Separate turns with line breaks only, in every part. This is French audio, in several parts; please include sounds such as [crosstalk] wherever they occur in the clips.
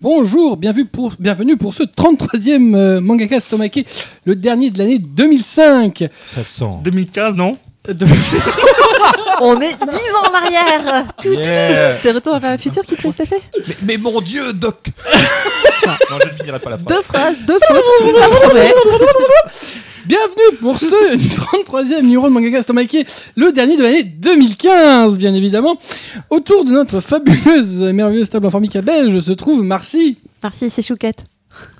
Bonjour, bienvenue pour, bienvenue pour ce 33e euh, Mangaka Stomake, le dernier de l'année 2005.
Ça sent.
2015, non
Euh, de- [laughs]
On est 10 ans en arrière Tout-
Yeah.
C'est Retour vers le futur qui te laisse fait
mais, mais mon dieu, Doc Non, je ne finirai pas la phrase.
Deux phrases, deux fautes, ça promet.
bienvenue pour ce [laughs] 33e numéro de Mangaka Stomake, le dernier de l'année 2015, bien évidemment. Autour de notre fabuleuse et merveilleuse table en formica belge se trouve Marcy.
Merci, c'est Chouquette.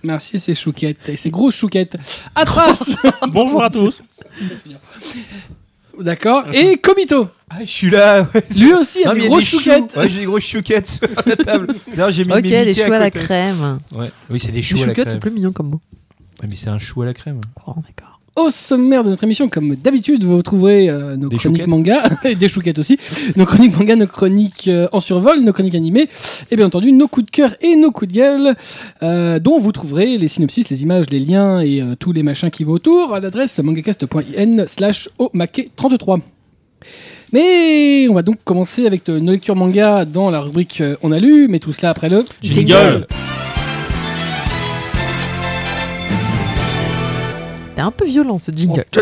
Marcy et ses chouquettes, et ses grosses chouquettes.
[laughs]
Atras
Oh,
Bonjour à tous.
D'accord, et Komito.
Ah, je suis là ouais.
Lui aussi a
Non, mais
des
il y
grosses
choux.
chouquettes.
Ouais, j'ai des grosses chouquettes sur
[laughs]
la table. D'ailleurs, j'ai mis
Ok,
mes
les
Mickey
choux à la
côté.
crème.
Ouais. Oui, c'est des
Les
choux à la
chouquettes,
crème.
c'est plus mignon comme mot.
Ouais, mais c'est un chou à la crème.
Oh, d'accord.
Au sommaire de notre émission, comme d'habitude, vous retrouverez euh, nos
Des
chroniques
chouquettes.
manga, [laughs] et des chouquettes aussi, nos chroniques manga, nos chroniques euh, en survol, nos chroniques animées, et bien entendu nos coups de cœur et nos coups de gueule, euh, dont vous trouverez les synopsis, les images, les liens et euh, tous les machins qui vont autour à l'adresse mangacast.in slash omake33. Mais on va donc commencer avec euh, nos lectures manga dans la rubrique euh, On a lu, mais tout cela après le...
Jingle.
T'es un peu violent ce jingle.
Oh,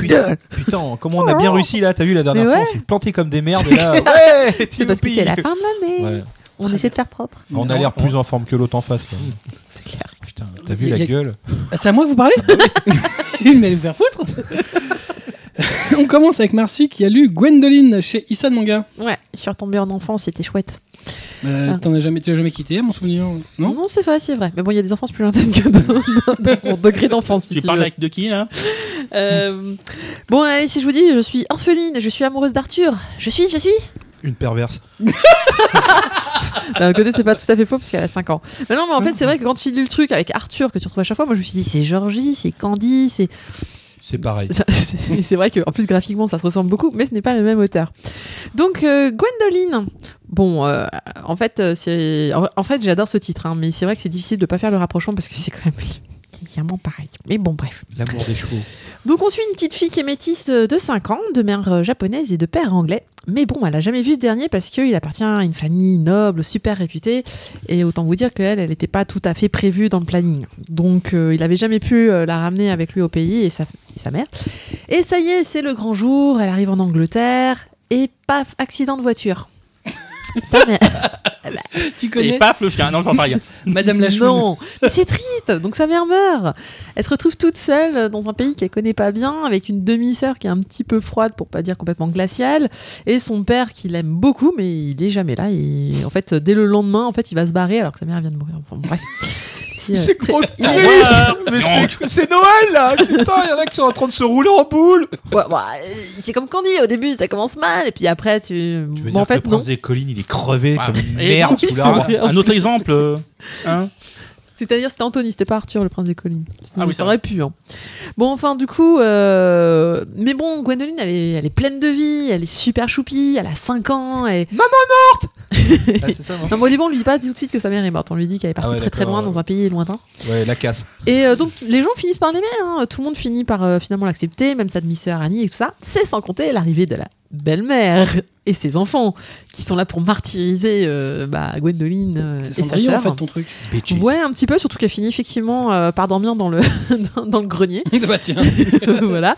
Putain, comment on a bien réussi là T'as vu la dernière
Oh. Mais
fois
ouais.
On s'est planté comme des merdes. et là, ouais,
C'est parce que
youpi.
c'est la fin Mmh. de l'année.
Ouais.
On essaie de faire propre.
On a l'air plus en forme que l'autre en face. là.
C'est clair.
Putain, t'as vu la
Mais y a-
gueule
Ah, C'est à moi que vous parlez [laughs] Mais allez vous faire foutre On commence avec Marcy qui a lu Gwendoline chez Issan Manga.
Ouais, je suis retombée en enfance, c'était chouette.
Euh,
Ah.
T'en as jamais, tu l'as jamais quitté à mon souvenir, non
c'est vrai, c'est vrai. Mais bon, il y a des enfances plus lointaines que de- de- de mon degré d'enfance. si
Tu
tu
parles
veux.
avec de qui là
Euh, Bon, allez, si je vous dis, je suis orpheline, je suis amoureuse d'Arthur. Je suis, je suis.
Une perverse.
D'un côté, c'est pas tout à fait faux parce qu'elle a 5 ans. Mais non, mais en fait, c'est vrai que quand tu lis le truc avec Arthur que tu retrouves à chaque fois, moi je me suis dit, c'est Georgie, c'est Candy, c'est. [laughs]
C'est pareil.
Ça, C'est et c'est vrai que en plus graphiquement ça se ressemble beaucoup, mais ce n'est pas le même auteur. Donc euh, Gwendoline, bon, euh, en fait euh, c'est, en, en fait j'adore ce titre, hein, mais c'est vrai que c'est difficile de pas faire le rapprochement parce que c'est quand même [laughs] légèrement pareil. Mais bon bref.
L'amour des chevaux.
Donc on suit une petite fille qui est métisse euh, de 5 ans, de mère euh, japonaise et de père anglais. Mais bon, elle a jamais vu ce dernier parce qu'il appartient à une famille noble, super réputée. Et autant vous dire qu'elle, elle n'était pas tout à fait prévue dans le planning. Donc euh, il avait jamais pu euh, la ramener avec lui au pays et sa, et sa mère. Et ça y est, c'est le grand jour, elle arrive en Angleterre et paf, accident
[laughs]
de voiture. Sa mère-
Tu
Et
connais
paf, le chien. Non, j'en
[laughs]
parle rien.
Madame Lachoune
Non, mais c'est triste. Donc sa mère meurt. Elle se retrouve toute seule euh, dans un pays qu'elle connaît pas bien, avec une demi-sœur qui est un petit peu froide, pour pas dire complètement glaciale, et son père qui l'aime beaucoup, mais il est jamais là. Et en fait, euh, dès le lendemain, en fait, il va se barrer alors que sa mère vient de mourir. Enfin bref. Si, euh, très-
grotesque.
Il est-
Mais c'est- c'est Noël là Putain, il y en a qui sont en train de se rouler en boule
Ouais, ouais, euh, c'est comme Candy. Au début, ça commence mal, et puis après, tu.
Tu veux
Bon,
dire
en
que
fait,
le prince
non.
des collines, il est crevé
Ah,
comme une
et
merde
oui,
sous
c'est
l'arbre.
vrai.
Un autre exemple. euh, hein
C'est-à-dire, c'était Anthony, c'était pas Arthur, le prince des collines. Sinon,
Ah oui,
ça
ça
aurait pu. hein. Bon, enfin, du coup, euh, mais bon, Gwendoline, elle est, elle est pleine de vie, elle est super choupie, elle a 5 ans. Et...
Ah, c'est ça, non
Non, mais au début, on lui dit pas tout de suite que sa mère est morte. On lui dit qu'elle est partie
Ah ouais,
très très
d'accord,
loin
ouais.
dans un pays lointain.
[laughs] Ouais, la casse.
Et euh, donc, les gens finissent par l'aimer. hein. Tout le monde finit par euh, finalement l'accepter, même sa demi-sœur Annie et tout ça. C'est sans compter l'arrivée de la belle-mère et ses enfants qui sont là pour martyriser euh, bah, Gwendoline euh,
C'est
et sa
Cendrillon en
sœur.
fait ton truc. [laughs]
Bitches.
Ouais, un petit peu, surtout qu'elle finit effectivement euh, par dormir dans le, [laughs] dans, dans
[laughs]
le grenier.
bah tiens,
voilà.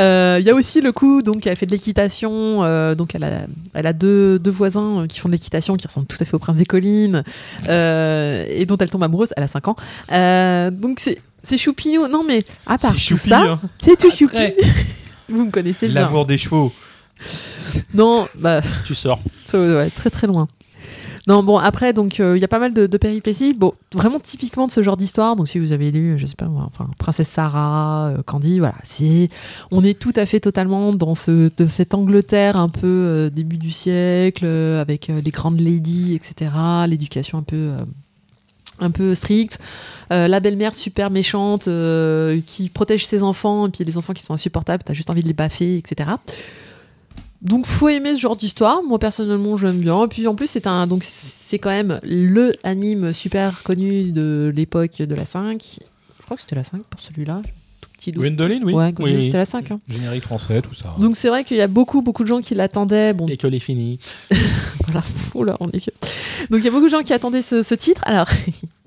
Euh, Il y a aussi le coup, donc elle fait de l'équitation, euh, donc elle a, elle a deux, deux voisins euh, qui font de l'équitation, qui ressemblent tout à fait au prince des collines, euh, et dont elle tombe amoureuse, elle a 5 ans. Euh, donc c'est, c'est choupinou, non mais à part
C'est
tout
choupi,
ça,
hein.
c'est tout choupi.
Après.
[laughs] Vous me connaissez bien.
L'amour des chevaux.
Non, bah
Tu sors.
ça, ouais, très très loin. Non, bon, après, donc, euh, il y a pas mal de, de péripéties. Bon, vraiment typiquement de ce genre d'histoire. Donc, si vous avez lu, je sais pas, moi, enfin, Princesse Sarah, euh, Candy, voilà, c'est. On est tout à fait totalement dans ce, de cette Angleterre un peu euh, début du siècle, euh, avec euh, les grandes ladies, etc. L'éducation un peu. euh, un peu stricte, Euh, la belle-mère super méchante euh, qui protège ses enfants et puis les enfants qui sont insupportables, t'as juste envie de les baffer, etc. Donc faut aimer ce genre d'histoire. Moi personnellement j'aime bien. Et puis en plus c'est un donc c'est quand même le anime super connu de l'époque de la 5. Je crois que c'était la 5 pour celui-là. Tout petit doute.
Gwendoline, oui.
Ouais, Gwendoline,
Oui.
c'était la 5. hein.
Générique français, tout ça.
Donc c'est vrai qu'il y a beaucoup beaucoup de gens qui l'attendaient. Bon,
Et que les finis.
[laughs] voilà, fou là, on est vieux. Donc il y a beaucoup de gens qui attendaient ce, ce titre. Alors [laughs]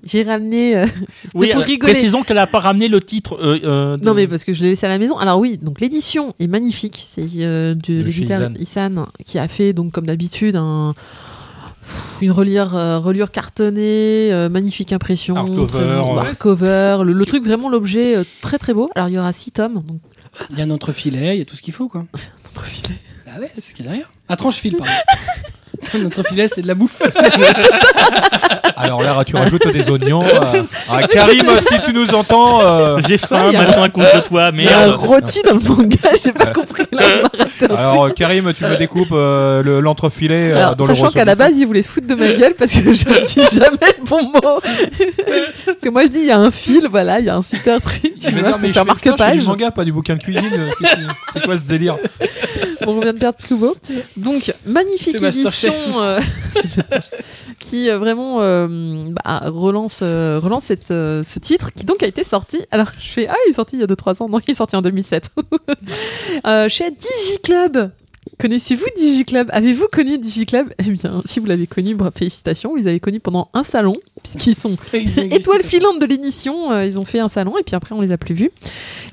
J'ai ramené. euh, [laughs] c'est
Oui,
pour
euh,
rigoler.
précisons qu'elle a pas ramené le titre. euh, euh, de-
Non mais parce que je l'ai laissé à la maison. Alors oui, donc l'édition est magnifique. C'est euh, de
De
l'éditeur Issan qui a fait donc comme d'habitude un- une reliure, euh, reliure cartonnée, euh, magnifique impression,
Hardcover, euh,
très bon,
ouais.
hardcover, le, le truc vraiment l'objet euh, très très beau. Alors il y aura six tomes, donc
Il y a un entrefilet, il y a tout ce qu'il faut, quoi.
profitez.
Bah ouais, c'est ce qu'il y a derrière. À tranche-fil,
[laughs]
pardon. Putain, notre filet, c'est de la bouffe.
[laughs] Alors là, tu rajoutes des oignons.
[laughs]
euh. Ah, Karim, si tu nous entends. euh,
J'ai faim
Ouais, Ah, y a-
maintenant à cause de toi,
Il y a un
merde.
rôti Euh, dans le manga, [laughs] j'ai pas
Ouais.
compris. Là,
[laughs]
on m'a raté un truc.
Alors, euh, Karim, tu me découpes euh, le- l'entrefilet euh,
Alors,
dans le
sachant
ressort
qu'à
du
la
fond.
base, il voulait se foutre de ma gueule parce que [laughs] je dis jamais le bon
[laughs]
mot. parce que moi, je dis, il y a un fil, voilà, il y a un super truc. Tu
Mais
vois,
non, mais
faut
je
faire
fais, putain, je fais
marque-page.
du manga, pas du bouquin de cuisine. euh, qu'est-ce que- C'est quoi ce délire
On vient de perdre Kubo. Donc, magnifique
C'est Masterchef.
édition euh, c'est Masterchef, [laughs] qui euh, vraiment euh, bah, relance, euh, relance cette, euh, ce titre qui donc a été sorti. Alors, je fais Ah, il est sorti il y a 2-3 ans. Non, il est sorti en 2007. [laughs] euh, chez DigiClub. Connaissez-vous DigiClub Avez-vous connu DigiClub Eh bien, si vous l'avez connu, bah, félicitations. Vous les avez connus pendant un salon, puisqu'ils sont [laughs] étoile filante de l'émission. euh, ils ont fait un salon et puis après on les a plus vus.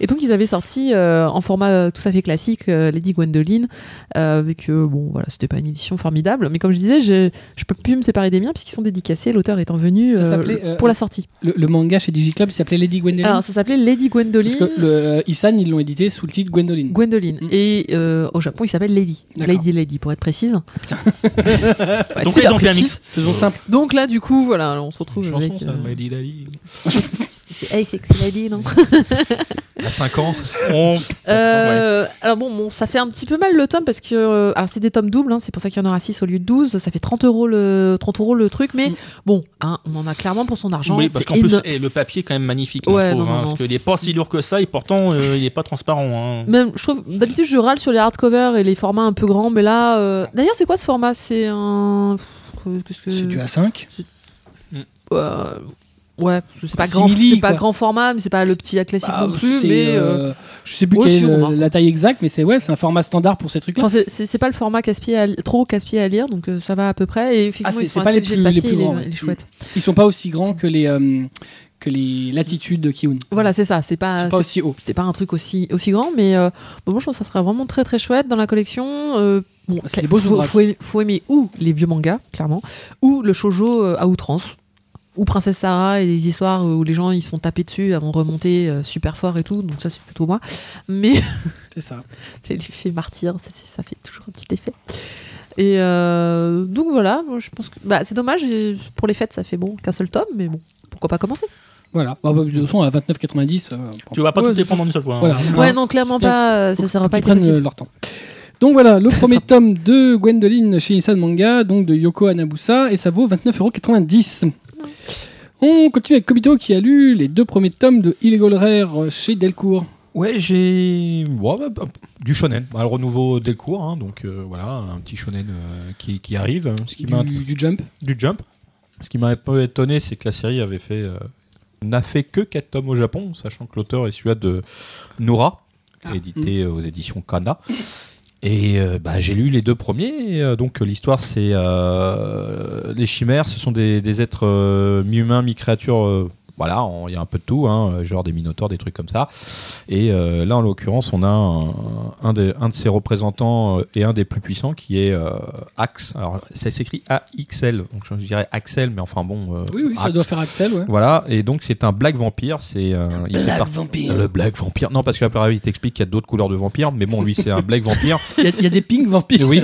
Et donc ils avaient sorti euh, en format euh, tout à fait classique euh, Lady Gwendoline euh, avec euh, bon voilà c'était pas une édition formidable mais comme je disais je, je peux plus me séparer des miens puisqu'ils sont dédicacés l'auteur étant venu
Ça
euh,
s'appelait, euh,
pour la sortie.
Le, le manga chez DigiClub, il s'appelait Lady Gwendoline.
Alors ça s'appelait Lady
parce
Gwendoline.
que le, euh, Isan, ils l'ont édité sous le titre Gwendoline.
Gwendoline
Mm.
et euh, au Japon il s'appelle Lady
D'accord.
Lady Lady pour être précise. [laughs] Pour être
Donc
super
ils ont fait un
précise.
mix.
Faisons simple.
Donc là du coup voilà on se retrouve
Une
avec
chanson, ça,
euh,
Lady Lali.
Hey, c'est que c'est Lady, non
À 5 ans.
On- Ouais.
Euh, Alors bon, bon, ça fait un petit peu mal le tome parce que euh, alors c'est des tomes doubles, hein, c'est pour ça qu'il y en aura 6 au lieu de 12, ça fait 30 euros le, 30 euros le truc, mais
Mm.
bon, hein, on en a clairement pour son argent.
Oui, parce
c'est
qu'en plus,
éno-
eh, le papier est quand même magnifique,
Ouais,
je trouve.
non,
hein,
non,
parce
non,
qu'il n'est
c'est-
pas si lourd que ça, et pourtant, euh, il n'est pas transparent. hein.
Même, je trouve, d'habitude je râle sur les hardcovers et les formats un peu grands, mais là, euh, d'ailleurs c'est quoi ce format C'est un, qu'est-ce que
C'est du A5.
Euh, Ouais, c'est pas
Un
grand,
simili,
c'est pas
quoi.
grand format, mais c'est pas le petit A classique
Bah,
non plus,
c'est,
mais. euh, hein.
euh, je sais plus
ouais,
quelle
si,
est
on
le-
remarque.
la taille exacte, mais c'est ouais, c'est un format standard pour ces trucs-là.
Enfin, c'est- c'est c'est pas le format casse-pied à li- trop casse-pied à lire, donc euh, ça va à peu près. Et effectivement,
Ah, c'est-
ils sont
c'est pas
assez
les
légers
plus-
de
les
papier,
plus
il est-
grands, ouais.
il est chouette.
Ils sont pas aussi grands que les euh, que les latitudes de Kiun.
Voilà, c'est ça. C'est pas,
C'est pas aussi haut.
c'est pas un truc aussi, aussi grand, mais euh, bon, moi je trouve que ça ferait vraiment très très chouette dans la collection. euh, bon,
C'est des beaux
faut,
ouvrages.
faut, faut aimer ou les vieux mangas, clairement, ou le shoujo euh, à outrance, ou Princesse Sarah et les histoires où les gens ils se font taper dessus avant de remonter euh, super fort et tout, donc ça c'est plutôt moi. Mais [laughs]
C'est ça.
c'est l'effet martyr, ça, c'est- ça fait toujours un petit effet. Et euh, donc voilà, moi, je pense que bah, c'est dommage, j'ai- pour les fêtes ça fait bon qu'un seul tome, mais bon, pourquoi pas commencer
Voilà. Bah, bah, de toute façon, à 29,90. euh,
Tu vas pas
Ouais,
tout
c'est
dépendre en une seule fois. hein.
Voilà.
euh,
Ouais, non, clairement
bien
pas, euh, ça sera
Faut
pas
qu'ils
été
prennent
possible.
euh, leur temps. Donc voilà, le
Ça
premier
sera-
tome de Gwendoline chez Nissan Manga, donc de Yoko Anabusa, et ça vaut 29,90€. On continue avec Kobito qui a lu les deux premiers tomes de Illegal Rare chez Delcourt.
Ouais, j'ai ouais, bah, bah, du shonen. Bah, le renouveau des cours, hein, donc euh, voilà, un petit shonen euh, qui, qui arrive. hein, Ce qui m'a
Du, du jump.
du jump. Ce qui m'a un peu étonné, c'est que la série avait fait euh, n'a fait que 4 tomes au Japon, sachant que l'auteur est celui de Nora,
Ah.
édité euh, aux éditions Kana. Et euh, bah, j'ai lu les deux premiers. et, euh, donc euh, l'histoire, c'est euh, les chimères, ce sont des, des êtres euh, mi-humains, mi-créatures. euh, voilà, en- il y a un peu de tout, hein, euh, genre des minotaures, des trucs comme ça. Et euh, là, en l'occurrence, on a un, un des- un de ses représentants euh, et un des plus puissants qui est euh, Axe. Alors, ça s'écrit AXL, donc je dirais Axel, mais enfin bon. euh,
Oui, oui, ça
Axe.
doit faire Axel, ouais.
Voilà, et donc c'est un black vampire. C'est un il fait partie-
vampire.
Le black vampire. Non, parce qu'après, il t'explique qu'il y a d'autres couleurs de vampires, mais bon, lui, c'est un black vampire.
[laughs] Il y, a- il y a des pink
Et
vampires.
oui,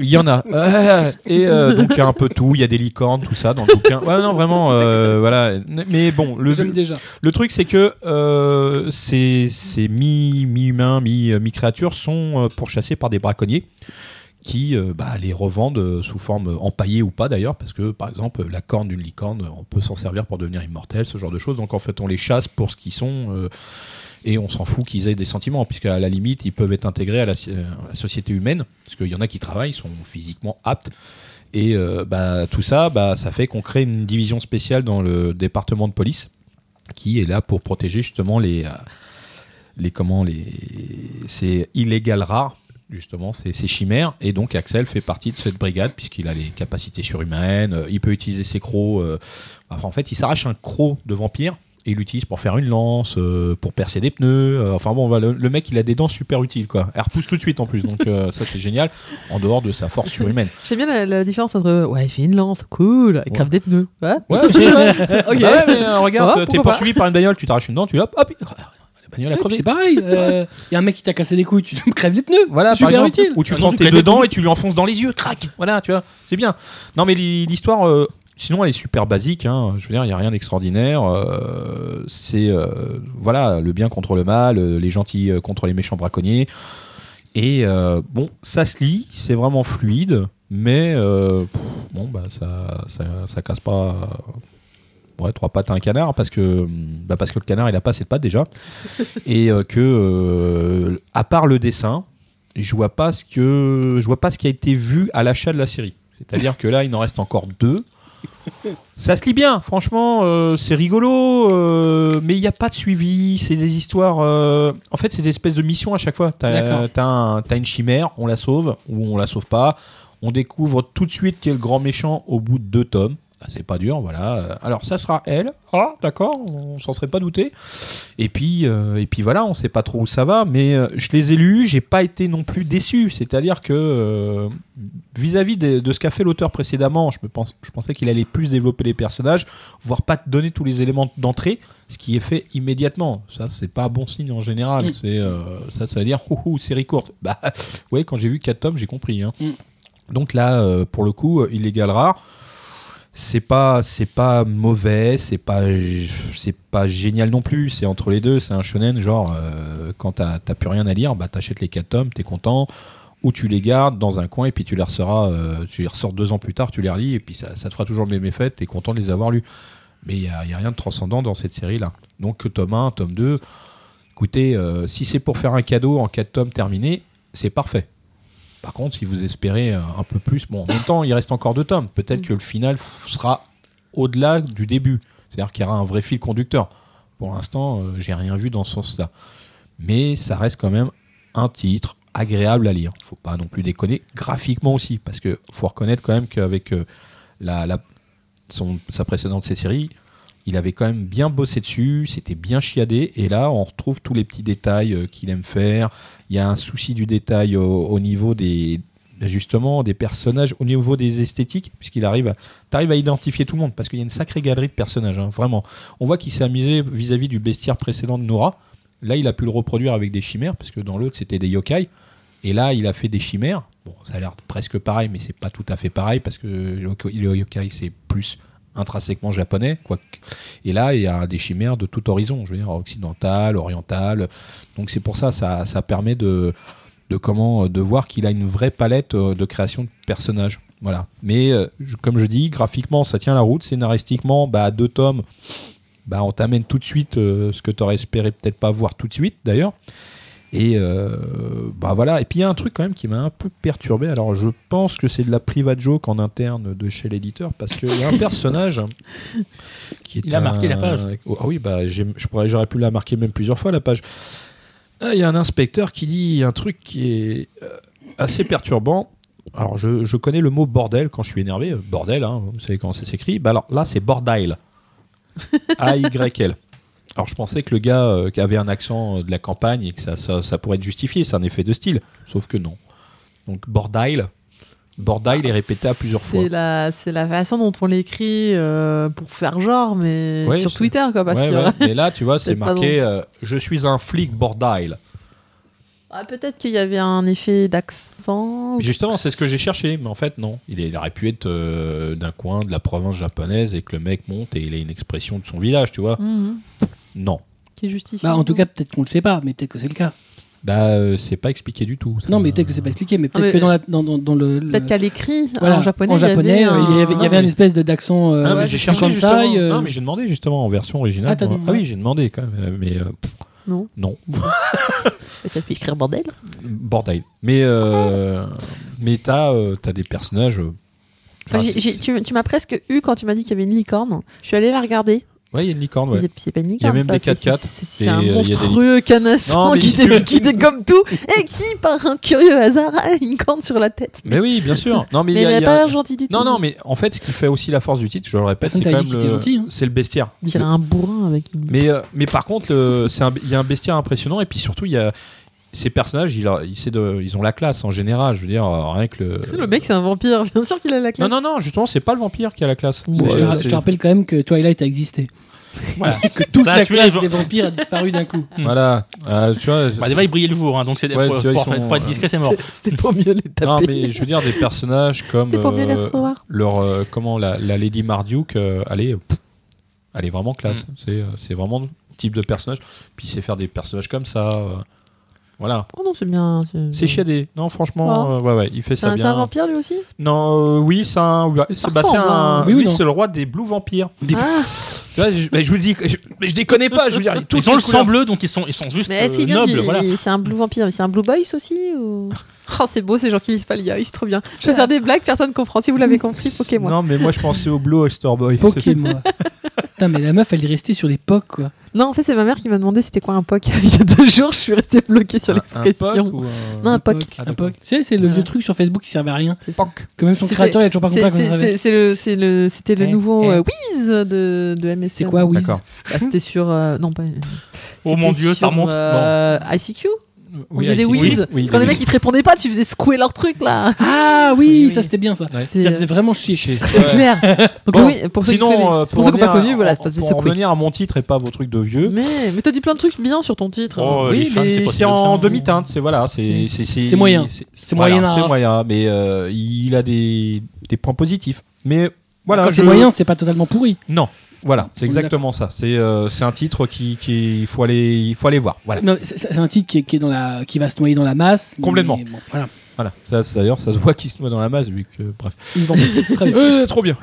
il y en a. Euh, et euh, donc, il y a un peu tout. Il y a des licornes, tout ça dans le bouquin. Ouais, non, vraiment, euh, voilà. Mais bon, le,
J'aime déjà.
le truc, c'est que euh, ces, ces mi- mi-humains, mi- mi-créatures sont euh, pourchassés par des braconniers qui euh, bah, les revendent euh, sous forme euh, empaillée ou pas d'ailleurs, parce que par exemple, la corne d'une licorne, on peut s'en servir pour devenir immortel, ce genre de choses. Donc en fait, on les chasse pour ce qu'ils sont. euh, et on s'en fout qu'ils aient des sentiments, puisqu'à la limite, ils peuvent être intégrés à la, si- à la société humaine, parce qu'il y en a qui travaillent, sont physiquement aptes. Et euh, bah, tout ça, bah, ça fait qu'on crée une division spéciale dans le département de police, qui est là pour protéger justement les euh, les comment les c'est illégal rare justement ces, ces chimères. Et donc Axel fait partie de cette brigade puisqu'il a les capacités surhumaines, euh, il peut utiliser ses crocs. euh, enfin, en fait, il s'arrache un croc de vampire et il l'utilise pour faire une lance, euh, pour percer des pneus. euh, enfin bon, voilà, le, le mec, il a des dents super utiles quoi. Elle repousse tout de suite en plus, donc euh, ça c'est génial. En dehors de sa force surhumaine.
J'aime bien la, la différence entre ouais, il fait une lance, cool, il crave des pneus.
[laughs]
Ouais,
Ouais,
[laughs]
c'est-
ok.
Bah ouais, mais euh, regarde,
Ouais,
t'es
pourquoi
poursuivi par une bagnole, tu t'arraches une dent, tu hop, hop, la bagnole
Ouais, puis
a crevé.
c'est pareil. Il y a un mec qui t'a cassé les couilles, tu lui crèves les pneus.
Voilà,
Voilà,
par
super
exemple,
utile.
où tu
Ah non,
prends
tu
tes
crèves
deux
les
dents et tu lui enfonces dans les yeux, crac. Voilà, tu vois, c'est bien. Non, mais l'hi- l'histoire, euh, sinon, elle est super basique. hein. Je veux dire, il n'y a rien d'extraordinaire. euh, c'est euh, voilà, le bien contre le mal, euh, les gentils euh, contre les méchants braconniers. Et euh, bon, ça se lit, c'est vraiment fluide, mais euh, pff, bon, bah ça, ça, ça casse pas. euh, ouais, trois pattes à un canard parce que bah, parce que le canard il a pas assez de pattes déjà et euh, que euh, à part le dessin je vois pas ce que je vois pas ce qui a été vu à l'achat de la série. C'est-à-dire que là, il en reste encore deux. Ça se lit bien, franchement, euh, c'est rigolo, euh, mais il n'y a pas de suivi. C'est des histoires. euh, en fait, c'est des espèces de missions à chaque fois. T'as
D'accord.
t'as un- t'as une chimère, on la sauve ou on la sauve pas. On découvre tout de suite qui est le grand méchant au bout de deux tomes. Ah, C'est pas dur, voilà. Alors ça sera elle. Ah, d'accord, on s'en serait pas douté. Et puis, euh, et puis voilà, on sait pas trop où ça va, mais euh, je les ai lus, j'ai pas été non plus déçu. C'est-à-dire que euh, vis-à-vis de, de ce qu'a fait l'auteur précédemment, je, me pense, je pensais qu'il allait plus développer les personnages, voire pas te donner tous les éléments d'entrée, ce qui est fait immédiatement. Ça, c'est pas bon signe en général.
Mm.
C'est euh, ça, ça veut dire ouh, ouh, série courte. Bah [laughs] ouais, quand j'ai vu 4 tomes, j'ai compris. hein. Donc là, euh, pour le coup, euh, illégal rare. C'est pas, c'est pas mauvais, c'est pas, g- c'est pas génial non plus. C'est entre les deux. C'est un shonen genre euh, quand t'as t'as plus rien à lire, bah t'achètes les 4 tomes, t'es content, ou tu les gardes dans un coin et puis tu les ressorts, euh, tu les ressors deux ans plus tard, tu les relis et puis ça, ça te fera toujours le même effet. T'es content de les avoir lus. Mais il y a, y a rien de transcendant dans cette série là. Donc tome 1, tome 2, écoutez, euh, si c'est pour faire un cadeau en 4 tomes terminés, c'est parfait. Par contre, si vous espérez euh, un peu plus, bon, en même temps, il reste encore deux tomes. Peut-être que le final f- sera au-delà du début. C'est-à-dire qu'il y aura un vrai fil conducteur. Pour l'instant, euh, j'ai rien vu dans ce sens-là. Mais ça reste quand même un titre agréable à lire. Faut pas non plus déconner. Graphiquement aussi, parce que faut reconnaître quand même qu'avec euh, la, la- son- sa précédente série, il avait quand même bien bossé dessus, c'était bien chiadé, et là on retrouve tous les petits détails euh, qu'il aime faire. Il y a un souci du détail au, au niveau des ben justement des personnages, au niveau des esthétiques, puisqu'il arrive, à- t'arrives à identifier tout le monde parce qu'il y a une sacrée galerie de personnages, hein, vraiment. On voit qu'il s'est amusé vis-à-vis du bestiaire précédent de Nora. Là, il a pu le reproduire avec des chimères, parce que dans l'autre c'était des yokai, et là il a fait des chimères. Bon, ça a l'air presque pareil, mais c'est pas tout à fait pareil parce que le yokai c'est plus intrinsèquement japonais, quoique et là, il y a des chimères de tout horizon, je veux dire, occidental, oriental. Donc c'est pour ça, ça, ça permet de, de, comment, de voir qu'il a une vraie palette euh, de création de personnages. Voilà. Mais euh, je- comme je dis, graphiquement, ça tient la route. Scénaristiquement, bah, à deux tomes, bah, on t'amène tout de suite euh, ce que tu aurais espéré peut-être pas voir tout de suite, d'ailleurs. Et euh, bah voilà. Et puis il y a un truc quand même qui m'a un peu perturbé. Alors je pense que c'est de la private joke en interne de chez l'éditeur parce qu'il y a un
[laughs]
personnage qui est
Il a
un-
marqué la page.
Oh, ah oui, bah j'ai- je pourrais, j'aurais pu la marquer même plusieurs fois la page. Ah, Il y a un inspecteur qui dit un truc qui est euh, assez perturbant. Alors, je, je connais le mot bordel quand je suis énervé. Euh, Bordel, hein, vous savez comment ça s'écrit. Bah alors là, c'est
[laughs]
bordel. A-Y-L. Alors, je pensais que le gars euh, qui avait un accent euh, de la campagne et que ça, ça, ça pourrait être justifié, c'est un effet de style. Sauf que non. Donc, bordel. Bordel est répété à plusieurs fois.
C'est la, c'est la façon dont on l'écrit euh, pour faire genre, mais
Ouais,
sur
c'est-
Twitter, quoi, pas
Ouais,
sur-
ouais. Mais là, tu
[laughs]
vois, c'est
C'est pas
marqué euh, Je suis un flic bordel.
Ah, Peut-être qu'il y avait un effet d'accent.
Mais Justement, c'est ce que j'ai cherché, mais en fait, non. Il, est- il aurait pu être euh, d'un coin de la province japonaise et que le mec monte et il a une expression de son village, tu vois.
Mhm.
Non.
Qui justifie.
Bah, en tout cas, peut-être qu'on le sait pas, mais peut-être que c'est le cas.
Bah, euh, c'est pas expliqué du tout. ça.
Non, mais peut-être que c'est pas expliqué, mais peut-être
mais-
que dans, la, dans, dans, dans le. le-
Peut-être qu'à l'écrit,
voilà,
en japonais,
en japonais,
il y avait,
euh,
un...
il y avait, il y avait un espèce de- d'accent. euh,
Ah, mais
ouais,
j'ai
du
cherché
Kansai,
justement.
euh,
Non, mais j'ai demandé justement en version originale.
Ah, t'as
moi.
demandé.
Ah oui, j'ai demandé quand même. Mais euh, pff,
Non,
non,
mais ça fait écrire bordel.
bordel. Mais euh, mais t'as euh, t'as des personnages. euh,
Enfin,
enfin,
j'ai-
c'est-
j'ai- tu tu m'as presque eu quand tu m'as dit qu'il y avait une licorne. Je suis allée la regarder.
Ouais, il y a une licorne, ouais.
C'est- c'est pas une
Il y a
licorne,
même
ça,
des
c'est-
4x4,
c'est- C'est
et,
un
euh, il y a des
monstrueux canasson
Non, mais
qui,
si tu veux.
dé- qui dégomme tout et qui, par un curieux hasard, a une corne sur la tête.
Mais oui, bien
[laughs]
sûr. Non, mais,
Mais
il y a-
elle
il y
a
a-
pas l'air gentille du tout.
Non, non, mais en fait, ce qui fait aussi la force du titre, je le répète,
Personne
c'est
t'a
quand
dit
même
qu'il était
le,
gentil, hein.
c'est le bestiaire.
On dirait un bourrin avec une.
Mais, euh, mais par contre, le- c'est un- il y a un bestiaire impressionnant et puis surtout, il y a ces personnages, il a- il sait de- ils ont la classe en général. Je veux dire, euh, rien que le.
[laughs] Le mec, c'est un vampire, bien sûr qu'il a la
Non,
classe.
non, non, justement, c'est pas le vampire qui a la classe.
Ouais,
Bon, je,
C'est-
te, ra-
c'est-
je te rappelle quand même que Twilight a existé.
[laughs]
Voilà.
que toute
Ça a
la
tué
classe
les-
des vampires a disparu d'un
[laughs]
coup.
Voilà. Euh, tu vois,
Bah,
c'est-
déjà, il brillait le jour, hein, donc c'est
Ouais,
pour,
c'est vrai,
pour-
ils sont-
pour être discret, c'est mort.
C'est- C'était pas mieux les taper.
non, mais je veux dire, des [laughs] personnages comme.
T'es pas bien les
euh,
recevoir.
leur. euh, comment, la, la Lady Marduk, euh, elle, est, euh, pff, elle est vraiment classe. C'est, euh, c'est vraiment le type de personnage. Puis, c'est faire des personnages comme ça. euh, voilà.
Oh non, c'est bien.
C'est chiadé. Non, franchement, euh, ouais, ouais, il fait
C'est
ça
un, c'est un
bien.
vampire lui aussi
Non, euh, oui, c'est un. bah, C'est bah, c'est
ressemble,
un.
hein.
Oui,
Oui ou non
c'est le roi des Blue Vampires.
Ah,
Tu vois, je, mais je vous dis, que je, mais je déconne pas, je veux dire, tous
Ils ont le
les couleurs.
sang bleu, donc ils sont, ils sont juste
mais est-ce
euh,
qu'il vient
nobles.
du-
Voilà.
C'est un blue vampire, mais c'est un blue boys aussi
[laughs]
ou... Oh, c'est beau ces gens qui lisent pas l'IA, c'est trop bien. Je vais faire des blagues, personne comprend. Si vous
[laughs]
l'avez compris, Pokémon. Non,
Non, mais moi je pensais au Blue Oyster Boy.
Pokémon. Putain, mais la meuf, elle est restée sur les POC, quoi.
en fait, c'est ma mère qui m'a demandé c'était quoi un POC. [laughs] Il y a deux jours, je suis restée bloquée sur l'expression. Non, un POC.
Ah,
Un POC. Tu sais, c'est le vieux truc sur Facebook qui servait à rien.
C'est ça.
POC.
Que même son
C'était-
créateur, il a toujours pas compris
C'est-
à quoi ça
c'est-
servait.
c'est- c'est le- c'est le- C'était le
Eh,
nouveau
eh.
euh, Whiz de, de MSN.
C'est quoi, oui
D'accord.
Bah, C'était sur. euh, non, pas.
Oh mon
c'était
dieu, ça
sur,
remonte.
euh, ICQ On
Oui,
faisait des
oui,
whiz.
oui,
Parce que les
oui.
mecs ils te répondaient pas, tu faisais secouer leur truc là.
Ah
Oui,
oui,
oui.
ça c'était bien ça.
C'est-
Ça faisait vraiment chier.
[laughs] C'est
Ouais.
clair. Donc
Bon,
oui, pour ceux qui
Sinon,
connaissent-
euh,
pour ceux qui
revenir
n'ont pas connu,
à-
voilà, ça faisait
pour en
secouer.
revenir à mon titre et pas à vos trucs de vieux.
Mais, mais t'as dit plein de trucs bien sur ton titre. hein.
Oh, les
oui,
fans,
mais
c'est pas si
c'est en
obscène.
demi-teinte, c'est voilà, c'est c'est
c'est moyen.
c'est
moyen
voilà,
à
c'est
race.
moyen, mais euh, il a des des points positifs. Mais voilà,
Quand c'est
je-
moyen, c'est pas totalement pourri.
Non, voilà, c'est
Oui,
exactement ça. C'est euh, c'est un titre qui qui il faut aller il faut aller voir. Voilà.
Non, C'est c'est un titre qui, est- qui est dans la, qui va se noyer dans la masse. mais
Complètement.
bon, voilà.
Voilà. Ça, c'est- D'ailleurs, ça se voit qu'il se noie dans la masse, vu que. Bref.
Ils se vendent. Très bien.
[laughs] trop bien.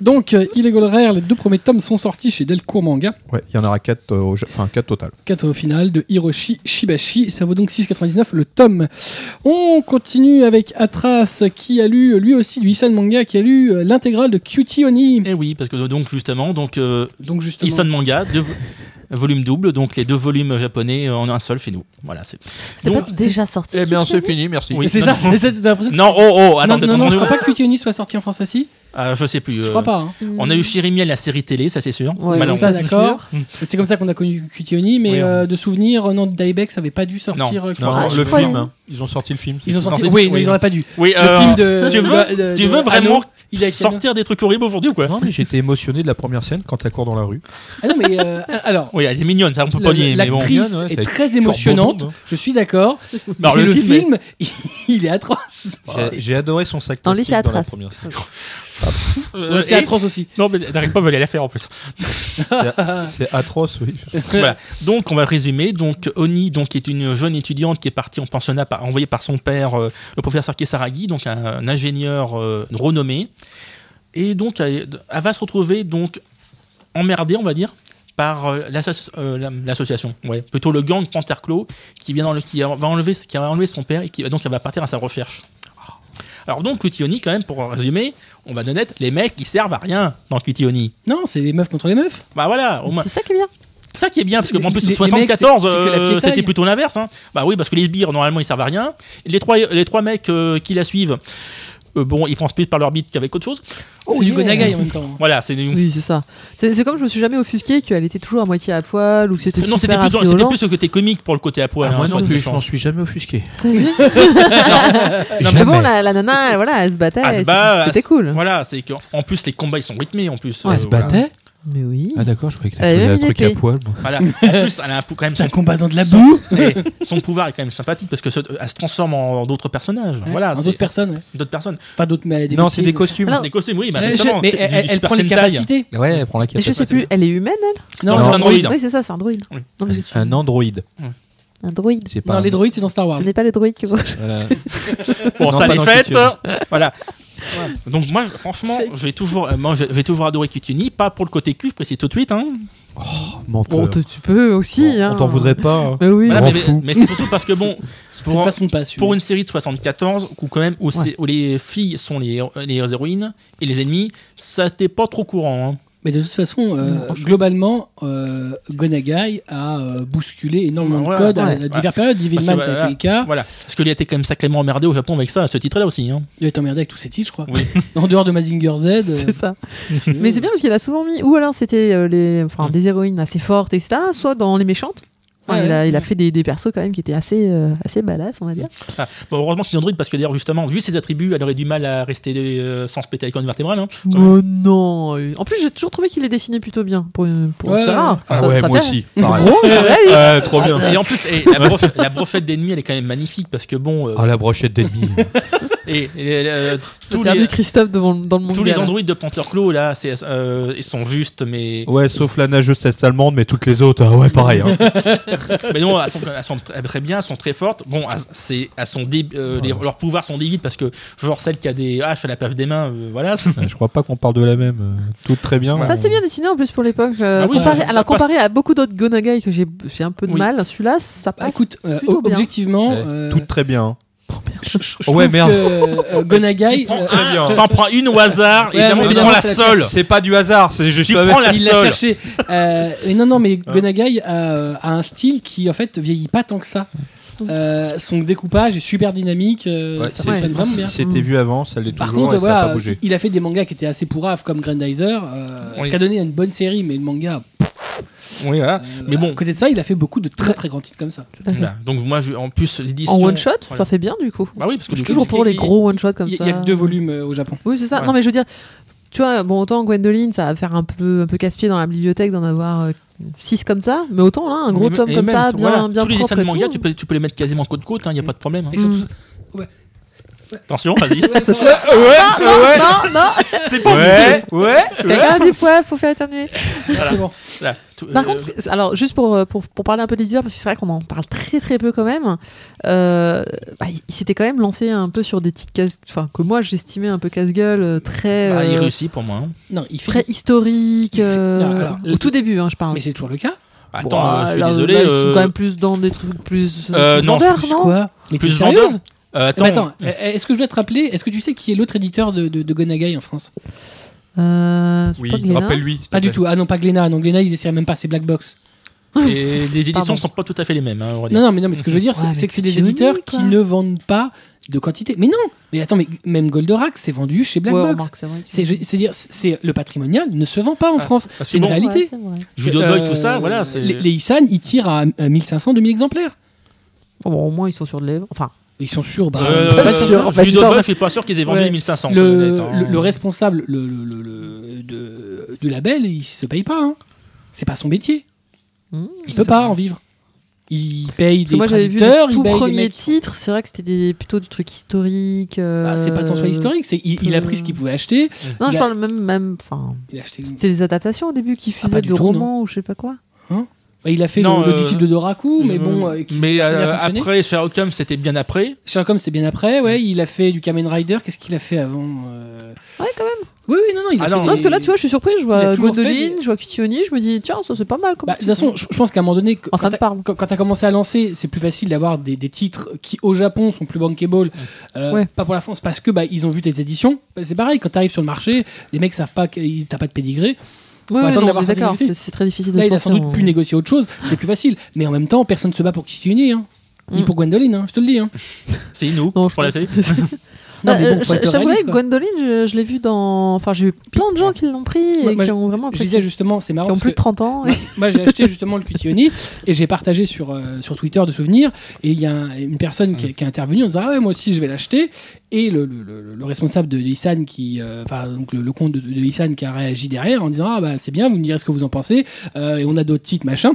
Donc, euh, Illegal Rare, les deux premiers tomes sont sortis chez Delcourt Manga.
Ouais, il y en aura 4, enfin 4 total.
4 au final de Hiroshi Shibashi. Ça vaut donc 6,99 le tome. On continue avec Atras qui a lu, lui aussi du Isan Manga, qui a lu euh, l'intégrale de Cutie Oni.
Eh oui, parce que donc justement, donc euh,
Donc, justement.
Isan Manga, deux vo- [laughs] volume double, donc les deux volumes japonais euh, en un seul chez nous. Voilà, c'est.
C'est
Donc,
pas déjà sorti.
Eh bien,
Kikuni
c'est fini, merci.
Oui.
Mais c'est
non,
ça,
non.
c'est ça, t'as l'impression que-
Non, oh oh,
non,
attendez,
non, non, je
attendez.
crois pas que Cutie Oni soit sorti en France aussi.
Ah, je sais plus.
Je
euh,
crois pas. hein.
On
Hmm.
a eu Chirimi à la série télé, ça c'est sûr.
Ouais,
Malheureusement.
ça,
c'est
d'accord.
Mm.
sûr.
C'est comme ça qu'on a connu Cutioni, mais
Oui, on-
euh, de souvenir, euh, non, Diebex avait pas dû sortir. euh,
Non,
Cutioni.
je
le
croyais.
film. hein. Ils ont sorti le film. c'est
Ils ont
tout.
sorti.
Non,
Oui,
c'est- oui,
mais ils
oui.
auraient pas dû.
Oui,
le
euh,
film de.
tu veux-
de- de-
tu
de
veux
Anno,
vraiment
il a
sortir des trucs horribles aujourd'hui ou quoi
Non, mais j'étais émotionné de la première scène quand elle court dans la rue.
Ah non, mais euh, [laughs] alors.
Oui, elle est mignonne, ça on peut
la-
pas nier, mais bon.
L'actrice
Mignonne, ouais,
est
c'est
très
sur
émotionnante,
Bobonde, hein.
je suis d'accord.
Bah, Alors,
mais
le
le
film
film, [laughs] il est atroce.
J'ai- J'ai adoré son sac
Dans
plastique
Lucie
dans la
Atras.
première scène.
Euh,
Ouais, C'est
et-
atroce aussi.
Non, mais t'arrives pas à la faire en plus.
C'est- C'est atroce, oui.
voilà. Donc, on va résumer. Donc, Oni, donc, est une jeune étudiante qui est partie en pensionnat, par- envoyée par son père, euh, le professeur Kesaragi, donc un, un ingénieur euh, renommé. Et donc, elle, elle va se retrouver donc emmerdée, on va dire, par euh, l'associ- euh, la- l'association, ouais, plutôt le gang Panterclos, qui vient dans le- qui va enlever, qui va enlever son père et qui donc elle va partir à sa recherche. Alors donc Cutioni, quand même, pour résumer, on va être honnête, les mecs ils servent à rien dans Cutioni.
[laughs] Non, c'est les meufs contre les meufs.
Bah voilà, au moins.
C'est ça qui est bien.
C'est ça qui est bien, parce que
Les-
en plus,
les- les
74,
mecs, c'est- c'est que la
euh,
piétaille.
c'était plutôt l'inverse. hein. Bah oui, parce que les sbires, normalement, ils servent à rien. Les trois, les trois mecs euh, qui la suivent, euh, bon, ils pensent plus par leur bite qu'avec autre chose.
c'est du
Oh, yeah.
Gonagai en
[laughs]
même temps.
Voilà, c'est.
Oui, c'est ça. C'est c'est comme je me suis jamais offusqué qu'elle était toujours à moitié à poil ou que c'était
Euh, Non, c'était
super
plutôt- c'était
affriolant.
plus ce côté comique pour le côté à
Ah,
Ah,
poil. hein, soyons méchants.
suis jamais offusqué.
T'as
[laughs]
vu
Euh,
Non, mais bon, la, la nana, elle- voilà, elle se battait.
Elle se
c'était-
bat, elle
C'était
se-
cool.
Voilà, c'est qu'en en plus, les combats, ils sont rythmés en plus.
Ouais,
euh,
se
voilà.
Mais oui.
Ah d'accord, je croyais que
Elle avait
t'avais un
une
truc à
épée.
poil. moi.
Voilà. En plus, elle a un pou- quand même
[laughs] C'est un
son,
combat dans de la boue.
eh, son pouvoir est quand même sympathique parce que ce- elle se transforme en, en d'autres personnages. voilà,
En
c'est
d'autres personnes. ouais.
d'autres personnes.
Pas d'autres, mais des
Non, c'est
victimes.
des costumes.
Alors-
Des costumes, oui, bah,
Ouais,
justement,
je- Mais
du-
elle,
du
elle
Super
prend les
Sentai.
capacités.
Ouais, elle prend la
Et je
cape.
sais plus, elle est humaine, elle
Non,
Non, c'est
non,
un droïde.
Oui, c'est ça, c'est un droïde.
Oui.
Non, mais c'est
Un androïde.
un droïde.
C'est
non,
pas. un-
les droïdes, c'est dans Star Wars.
Ce n'est pas le droïde que vous. [laughs]
Voilà.
Bon,
Non,
ça
pas
les
dans
fêtes. hein.
Cutune.
voilà. Donc moi, franchement, j'ai toujours, euh, moi, j'ai j'ai toujours adoré Cutuni, pas pour le côté cul, je précise tout de suite. Hein.
Oh, Menteur.
Bon, tu peux aussi.
On t'en voudrait pas. hein.
Mais oui.
Voilà,
[laughs]
Grand
mais
fou.
mais c'est surtout parce
[laughs]
que bon,
C'est une
pour,
façon de pas assumer.
pour une série de 74 où quand même où, c'est- où les filles sont les, les héroïnes et les ennemis, ça t'es pas trop courant. hein.
Mais de toute façon, euh, globalement, euh, Gonagai a euh, bousculé énormément
Ouais,
de codes à,
ouais,
à
ouais.
diverses périodes. Evil
Parce
Man,
que,
ça a
voilà.
été le cas.
Voilà. Parce que lui a été quand même sacrément emmerdé au Japon avec ça, à ce titre-là aussi. Hein.
Il a été emmerdé avec tous ses titres, je crois.
Oui.
[laughs] en dehors de Mazinger Z. euh,
[laughs] C'est ça. Mais c'est bien parce qu'il a souvent mis, ou alors c'était euh, les, enfin,
Mm.
des héroïnes assez fortes, etc., soit dans Les Méchantes. Enfin,
Ouais,
il, a,
ouais.
il a fait des, des persos quand même qui étaient assez, euh, assez badass, on va dire.
Bon, heureusement qu'il est android parce que d'ailleurs, justement, vu ses attributs, elle aurait du mal à rester euh, sans se péter la colonne vertébrale. hein. Ouais.
Oh non euh, En plus, j'ai toujours trouvé qu'il les dessinait plutôt bien. Pour, pour
Ouais.
ça va.
Ah
Ça-
ouais,
ça
moi
fait-
aussi.
C'est
pareil.
gros, c'est réaliste.
Euh, trop bien.
Ah, Et en
[laughs]
plus, et la, broche- la brochette d'ennemis, elle est quand même magnifique parce que bon, euh,
Ah, la brochette d'ennemis.
et, et, euh,
J'ai
tous
perdu
les,
Christophe devant, dans le monde.
tous les androïdes de Panther Claw là, c'est, euh, ils sont justes, mais
ouais, sauf la nageuse test allemande, mais toutes les autres, ah ouais, pareil. hein.
mais non, elles sont, elles sont très- très bien, elles sont très fortes. Bon, elles- c'est, elles sont dé- euh, les-
Ouais.
leurs pouvoirs sont débiles parce que genre celle qui a des haches à la plage des mains, euh,
[laughs]
voilà. c'est-
Je crois pas qu'on parle de la même. euh, Toutes très bien.
Ça,
on-
c'est bien dessiné en plus pour l'époque. Euh,
Ah oui, ça-
comparé-
ça
alors,
passe.
comparé à beaucoup d'autres Gonagai que j'ai j'ai un peu de
Oui.
mal, celui-là, ça
bah,
passe.
écoute, euh,
plutôt bien.
objectivement,
Ouais,
euh,
Toutes très bien. hein.
je, je- je
Ouais,
trouve
merde.
que euh, Gonagai,
Prends
euh,
très
un,
bien.
T'en prends une au hasard,
Ouais, mais
évidemment, tu
évidemment,
prends la
c'est la
seule.
C'est pas du hasard, c'est je
Euh, Tu
savais-
prends la
il l'a
seule.
cherché. [laughs] Euh, mais non, non, mais Gonagai a, a un style qui, en fait, vieillit pas tant que ça. Euh, son découpage est super dynamique, euh,
Ouais,
ça
c'est-
fonctionne vraiment bien.
Si c'était vu avant, ça l'est
Par
toujours
contre,
et ça a
voilà,
pas bougé.
il a fait des mangas qui étaient assez pourraves comme Grandizer, euh,
Oui.
qui a donné une bonne série, mais le manga.
Oui,
[laughs]
voilà.
euh,
Mais
à
bon.
côté de ça, il a fait beaucoup de très très grands titres comme ça.
Tout à fait.
Voilà. Donc moi, je, en plus l'édition
En one shot,
voilà.
ça fait bien du coup.
Bah oui, parce que
Je suis
le-
toujours pour les
il-
gros one shot comme
Il y,
ça.
a- il y a que deux volumes euh, au Japon.
Oui, c'est ça.
Ouais.
Non, mais je veux dire, tu vois, bon, autant Gwendoline, ça va faire un peu, un peu casse-pied dans la bibliothèque d'en avoir euh, six comme ça, mais autant là, un gros
Et-
tome
et
comme
même,
ça,
tout-
bien,
voilà,
bien
Tous les
propre.
dessins de
et
manga,
tout.
tu peux, tu peux les mettre quasiment côte côte, il n'y a pas de problème. hein.
Hmm.
Et surtout-
Attention, vas-y.
Attention.
Ouais, ouais,
Ah, Non, non,
C'est pas
ouais, ouais.
t'as hein des poids pour faire éternuer.
C'est bon.
Voilà. Tout-
Par
euh,
contre, ce que- alors juste pour, euh, pour, pour parler un peu des leaders, parce que c'est vrai qu'on en parle très très peu quand même, euh, bah, il, il s'était quand même lancé un peu sur des petites cases, enfin que moi j'estimais un peu casse-gueule, euh, très,
bah, il
euh,
réussit pour moi. hein.
Non, il fait.
très historique,
Il fait-
euh,
Non, alors,
au tout début hein, je parle.
Mais c'est toujours le cas.
Attends,
Bon,
bah,
euh, je suis
là,
désolé.
là, ils sont
euh,
quand même plus dans des trucs plus,
Euh,
plus
non,
vendeurs,
Plus
non
quoi Mais
Plus
t'es sérieuse
vendeur. euh,
Eh
attends,
ben, Attends, euh, est-ce que je dois te rappeler Est-ce que tu sais qui est l'autre éditeur de, de, de Gonagai en France
Euh, c'est pas Glénat.
rappelle-lui. s'il te
Pas du
plaît.
tout. Ah non, pas Glénat. Non, Glénat, ils essaieraient même pas. C'est Black Box.
et les éditions
Pardon.
sont pas tout à fait les mêmes. hein, on va dire.
Non, non, mais non, mais ce que je veux dire, c'est-
Ouais,
c'est
mais
que c'est
tu
des
te dis,
éditeurs
quoi.
qui ne vendent pas de quantité. Mais non Mais attends, mais même Goldorak, c'est vendu chez Black
Ouais,
Box.
remarque, c'est vrai que-
C'est- je- C'est-à-dire, c'est- c'est le patrimonial ne se vend pas en
Ah,
France.
parce que
C'est une
bon,
Ouais,
réalité.
c'est vrai.
Judo
Euh,
Boy, tout ça, voilà. c'est-
Les, les Issan, ils tirent à à 1500, 2000 exemplaires.
Bon, bon, au moins ils sont sur de lèvres. Enfin,
Ils sont sûrs. bah,
Euh,
pas sûr, en fait,
Judo
putain.
Boy, je suis pas sûr qu'ils aient vendu
Ouais.
les 1500.
le,
soyons honnêtes, hein.
le- le responsable le, le- le- le- de- du label, il se paye pas. hein. C'est pas son métier.
Mmh.
il peut pas en vivre. Il paye
parce que
des
moi j'avais vu
traducteurs,
les tout
il paye des
premiers
mecs.
titres, c'est vrai que c'était des- plutôt du truc historique. euh,
Bah, c'est pas tant soit historique, c'est il, il a pris ce qu'il pouvait acheter.
Non,
Il
je
a-
parle même, même, enfin,
Il a, acheté,
c'était des adaptations au début qui
Ah, pas
fusaient
du
de
tout,
romans ou je sais pas quoi.
Bah, il a fait
Non,
le, le
euh,
disciple de Doraku, mais bon, euh, qui-
mais
qui a
euh,
fonctionné.
après, Sherlock Holmes, c'était bien après.
Sherlock Holmes, c'est bien après, ouais. Il a fait du Kamen Rider. Qu'est-ce qu'il a fait avant euh,
Ouais, quand même.
Oui, oui, non, non. Il a
Ah
fait
non,
des-
Non, parce que là, tu vois, je suis surprise,
Il
je
a
vois
toujours
Gwendoline,
fait des-
je vois Kitioni, je me dis, tiens, ça c'est pas mal comme.
Bah, de toute façon, je, je pense qu'à un moment donné,
Oh, ça
quand
me
t'as-
parle.
quand quand t'as commencé à lancer, c'est plus facile d'avoir des, des titres qui au Japon sont plus bankable, euh,
Ouais.
pas pour la France, parce que bah ils ont vu tes éditions. Bah, c'est pareil, quand t'arrives sur le marché, les mecs savent pas qu'ils t'as pas de pédigré.
Oui,
attendre
oui, non,
d'avoir
mais
sa
d'accord,
visibilité.
c'est c'est très difficile de
Là, il a sans
sortir
doute
en-
pu négocier autre chose. C'est plus facile. Mais en même temps, personne se bat pour Kitsune, hein. Ni
Mm.
pour Gwendoline, hein, je te le dis. Hein.
C'est Inou,
Non,
je
je
prends la télé.
Non,
Bah,
mais
euh,
bon, faut
je-
être
j'avouerais
réaliste,
que
quoi.
Gwendoline, je, je l'ai vu dans. Enfin, j'ai eu plein de gens qui l'ont pris et
Ouais, moi,
qui ont vraiment
Je
apprécié.
disais justement, c'est marrant.
qui ont
parce
plus
que-
de 30 ans.
Moi, moi, j'ai acheté justement le Cutioni et j'ai partagé sur, euh, sur Twitter de souvenirs. Et il y a un- une personne qui, qui est intervenue en disant Ah ouais, moi aussi je vais l'acheter. Et le, le- le- le responsable de, de Issan, qui, euh, enfin, donc le, le compte de, de Issan qui a réagi derrière en disant Ah bah c'est bien, vous me direz ce que vous en pensez. euh, et on a d'autres titres, machin.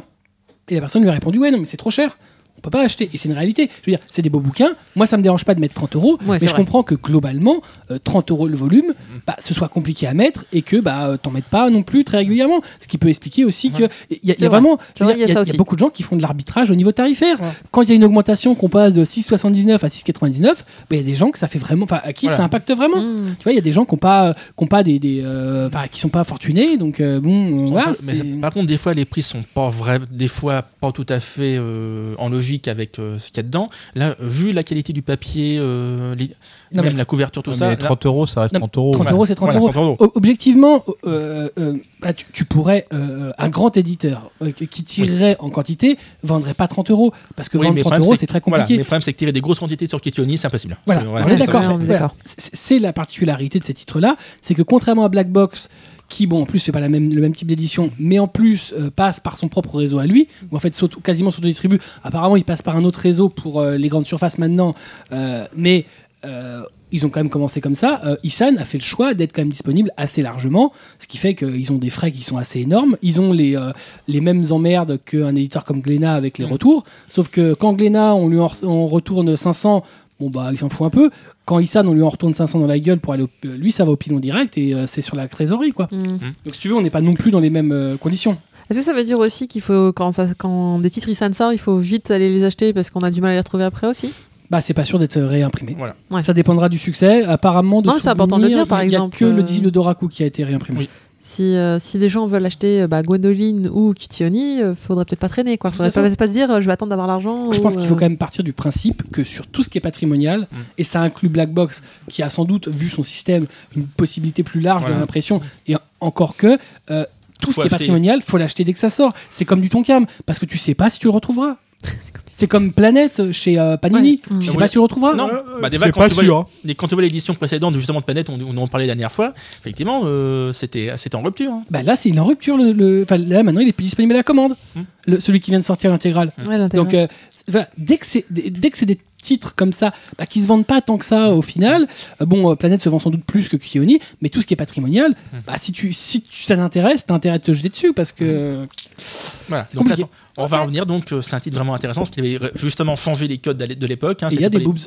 Et la personne lui a répondu Ouais, non, mais c'est trop cher. On peut pas acheter. Et c'est une réalité. Je veux dire, c'est des beaux bouquins. Moi, ça me dérange pas de mettre 30 euros.
Ouais,
mais
c'est
je
vrai.
comprends que globalement, euh, 30 euros le volume, bah, ce soit compliqué à mettre et que bah, euh, t'en mettes pas non plus très régulièrement. Ce qui peut expliquer aussi que il y a, il y
C'est
a
vrai.
vraiment
C'est vrai,
je veux dire,
il y a ça
il y a
aussi.
beaucoup de gens qui font de l'arbitrage au niveau tarifaire.
Ouais.
Quand il y a une augmentation qu'on passe de 6,79 à 6,99, bah, il y a des gens que ça fait vraiment, enfin, à qui
Voilà.
ça impacte vraiment.
[laughs] Mm.
Tu vois, il y a des gens qui ont pas, qui ont pas des, des euh, enfin, qui sont pas fortunés, donc euh, bon, euh, voilà.
Mais
c'est-
par contre, des fois, les prix sont pas vrais, des fois pas tout à fait euh, en logique avec euh, ce qu'il y a dedans. Là, vu la qualité du papier, euh, les-
Non,
même
mais-
la couverture, tout
Ouais,
ça.
mais
là-
30 euros, ça reste
Non,
30 euros.
30
Ouais.
euros, c'est 30
voilà,
euros.
30 euros.
O- Objectivement, euh, euh, bah, tu, tu pourrais, euh, un grand éditeur euh, qui tirerait en quantité, vendrait pas 30 euros. Parce que
Oui, mais
vendre
le
30
problème,
euros,
c'est-
c'est très
Voilà, mais
compliqué.
le problème, c'est que tirer des grosses quantités sur Kitioni, c'est impossible.
Voilà,
C'est-
on est
ça,
d'accord.
ça-
Ouais, on est
Voilà.
d'accord.
C'est c'est la particularité de cet titre-là, c'est que contrairement à Black Box, qui bon en plus fait pas la même, le même type d'édition, mais en plus euh, passe par son propre réseau à lui, ou en fait s'auto- quasiment s'auto-distribue. Apparemment, il passe par un autre réseau pour euh, les grandes surfaces maintenant, euh, mais euh, ils ont quand même commencé comme ça. Euh, Issan a fait le choix d'être quand même disponible assez largement, ce qui fait qu'ils ont des frais qui sont assez énormes. Ils ont les, euh, les mêmes emmerdes qu'un éditeur comme Glénat avec les
Mm.
retours, sauf que quand Glénat, on lui en, on retourne 500, bon bah il s'en fout un peu. Quand Issan, on lui en retourne 500 dans la gueule pour aller au- euh, lui, ça va au pilon direct et euh, c'est sur la trésorerie quoi.
Mm.
Donc si tu veux, on n'est pas non plus dans les mêmes euh, conditions.
Est-ce que ça veut dire aussi qu'il faut, quand, ça, quand des titres Issan sort, il faut vite aller les acheter parce qu'on a du mal à les retrouver après aussi
Bah c'est pas sûr d'être réimprimé.
Voilà.
Ouais.
Ça dépendra du succès. Apparemment, de
Non, c'est important de le
souvenirs,
dire, par
il y a
exemple,
que le
euh,
disque de Doraku qui a été réimprimé.
Oui.
Si, euh, si des gens veulent acheter euh, bah, Gwendoline ou Kitioni, euh, faudrait peut-être pas traîner. Quoi.
Tout
Faudrait
à fait.
pas, pas se dire euh, je vais attendre d'avoir l'argent.
Je
ou,
pense qu'il faut
euh,
quand même partir du principe que sur tout ce qui est patrimonial,
Mm.
et ça inclut Black Box, qui a sans doute, vu son système, une possibilité plus large de
Voilà.
réimpression, et encore que, euh, tout ce
Faut
qui est
acheter.
patrimonial, faut l'acheter dès que ça sort. C'est comme du Tonkam, parce que tu sais pas si tu le retrouveras.
[laughs]
C'est comme Planète chez euh, Panini,
Ouais. Mm.
tu sais
Ah
pas
oui.
si tu le retrouveras.
Non,
Euh,
bah, des
c'est
vagues, quand
pas
tu vois
sûr, hein.
Et quand tu vois l'édition précédente, justement, de Planète, on, on en parlait la dernière fois, effectivement, euh, c'était c'était en rupture. hein.
Bah là, c'est il est en rupture. Le, le- enfin, là, maintenant, il est plus disponible à la commande.
Mm.
Le- celui qui vient de sortir l'intégrale.
ouais, l'intérêt.
Donc euh, c'est- voilà, dès que c'est dès dès que c'est des titres comme ça bah, qui se vendent pas tant que ça au final, euh, bon euh, Planète se vend sans doute plus que Kioni, mais tout ce qui est patrimonial,
Mmh.
bah, si tu si tu, ça t'intéresse, t'as intérêt de te jeter dessus parce que
Mmh.
euh,
Voilà. Donc, là,
compliqué.
on va revenir, donc euh, c'est un titre vraiment intéressant, parce qu'il avait ré- justement changé les codes d'à- de l'époque. hein,
il y
c'était
a des
pas les-
boobs.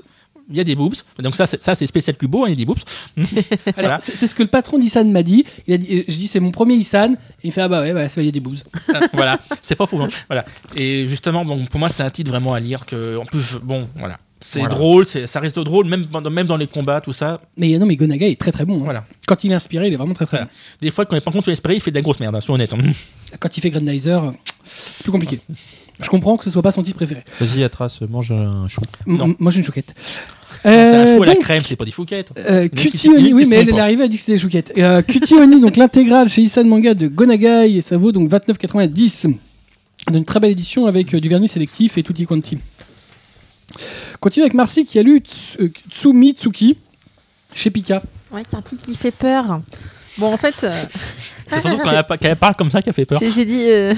Il y a des boobs. Donc ça, c'est ça, c'est spécial Cubo, hein, il y a des boobs.
Alors,
[laughs] Voilà.
c'est c'est ce que le patron d'Issan m'a dit. Il a dit, euh, je dis c'est mon premier Issan, et il fait ah bah ouais, bah, ça, il y a des boobs.
Euh,
[laughs]
voilà, c'est pas fou. hein. Voilà. Et justement, bon, pour moi, c'est un titre vraiment à lire. Que, en plus, je- bon, voilà. C'est
Voilà.
drôle, c'est- ça reste drôle, même, dans- même dans les combats, tout ça.
Mais euh, non mais Gonaga est très très bon. hein.
Voilà.
Quand il est inspiré, il est vraiment très très
Voilà. Des fois, quand il est pas contre l'esprit, il fait de la grosse merde, hein, sois honnête. hein.
bon. Quand il fait Grandizer, euh, plus compliqué. Je comprends que ce soit pas son titre préféré.
Vas-y, Atras, mange un chou.
M-
Non.
m- Moi j'ai une choquette.
c'est un
Euh,
chou à la
donc,
crème, c'est pas des fouquettes.
Euh,
Il y en a qui
Cutie
se- il y en a
Oni,
qui
oui,
se
mais elle,
trompent
elle
pas.
arrive à dire que c'est des chouquettes. Euh, Cutie Oni, donc l'intégrale chez Issan Manga de Gonagai, et ça vaut donc 29,90. Une très belle édition avec euh, du vernis sélectif et tutti quanti. Continue avec Marcy qui a lu Ts- euh, Tsumi Tsuki chez Pika.
Ouais, c'est un titre qui fait peur.
Bon, en fait, euh,
C'est surtout quand elle, pa- quand elle parle comme ça qu'elle fait peur.
j'ai j'ai dit. euh,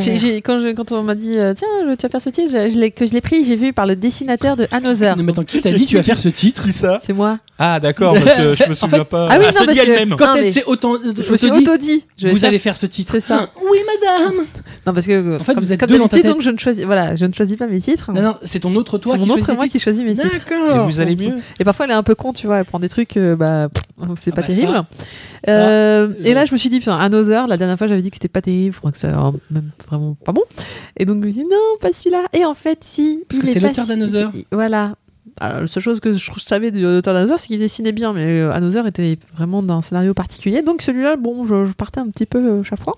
j'ai- j'ai- quand, je- quand on m'a dit euh, tiens, je- tu vas faire ce titre, je- je l'ai- que je l'ai pris, j'ai vu par le dessinateur de
[laughs]
Another.
Ne m'attends qui t'a dit tu vas faire ce titre
Qui ça
C'est moi.
Ah, d'accord, parce que je me souviens pas.
Ah oui,
elle
non,
se
parce
dit
que-
elle-même.
Quand
Non,
elle
mais
s'est autant. euh,
Je me suis
auto-dit,
autodit. Je vais
vous
faire-
allez faire ce titre.
C'est ça.
[laughs] Oui, madame
Non, parce que
En fait,
comme,
vous êtes
comme
deux dans ta
d'habitude,
tête.
donc je ne choisis, voilà, je ne choisis pas mes titres.
Non, non, c'est ton autre toi
C'est
qui
mon autre
choisit
moi
les
qui choisit mes titres.
titres. D'accord
Et vous allez mieux
Et parfois, elle est un peu con, tu vois, elle prend des trucs, euh, bah, pff, c'est
Ah
pas
bah ça,
terrible.
ça,
Euh,
je-
et là, je me suis dit, putain, Another, la dernière fois, j'avais dit que c'était pas terrible, je crois que c'est alors, même vraiment pas bon. Et donc, je me suis dit, non, pas celui-là. Et en fait, si.
Parce
il
que
est
c'est
pas
l'auteur
si-
d'Another.
il- Voilà. Alors, la seule chose que je savais de l'auteur d'Another, c'est qu'il dessinait bien, mais euh, Another était vraiment d'un scénario particulier. Donc, celui-là, bon, je, je partais un petit peu euh, chafouin.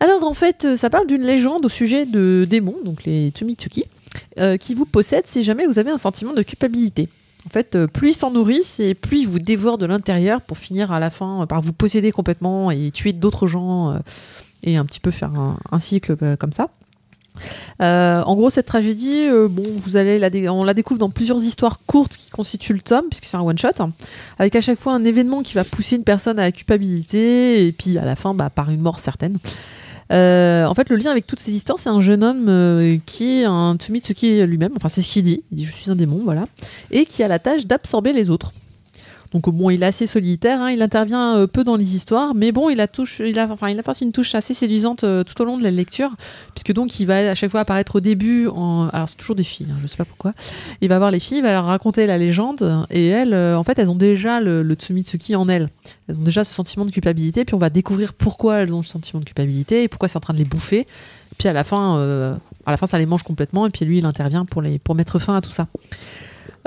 Alors, en fait, euh, ça parle d'une légende au sujet de démons, donc les Tumitsuki, euh, qui vous possèdent si jamais vous avez un sentiment de culpabilité. En fait, euh, plus ils s'en nourrissent et plus ils vous dévorent de l'intérieur pour finir à la fin euh, par vous posséder complètement et tuer d'autres gens euh, et un petit peu faire un, un cycle euh, comme ça. Euh, en gros, cette tragédie, euh, bon, vous allez la dé- on la découvre dans plusieurs histoires courtes qui constituent le tome, puisque c'est un one shot, hein, avec à chaque fois un événement qui va pousser une personne à la culpabilité et puis à la fin, bah, par une mort certaine. Euh, en fait, le lien avec toutes ces histoires, c'est un jeune homme euh, qui est un Tsumitsuki lui-même. Enfin, c'est ce qu'il dit. Il dit Je suis un démon, voilà. Et qui a la tâche d'absorber les autres. Donc, bon, il est assez solitaire, hein, il intervient euh, peu dans les histoires, mais bon, il a, touche, il a, enfin, il apporte une touche assez séduisante euh, tout au long de la lecture, puisque donc il va à chaque fois apparaître au début, en... alors c'est toujours des filles, hein, je sais pas pourquoi. Il va voir les filles, il va leur raconter la légende, et elles, euh, en fait, elles ont déjà le, le Tsumitsuki en elles elles ont déjà ce sentiment de culpabilité, puis on va découvrir pourquoi elles ont ce sentiment de culpabilité et pourquoi c'est en train de les bouffer. Et puis à la fin, euh, à la fin, ça les mange complètement, et puis lui, il intervient pour, les, pour mettre fin à tout ça.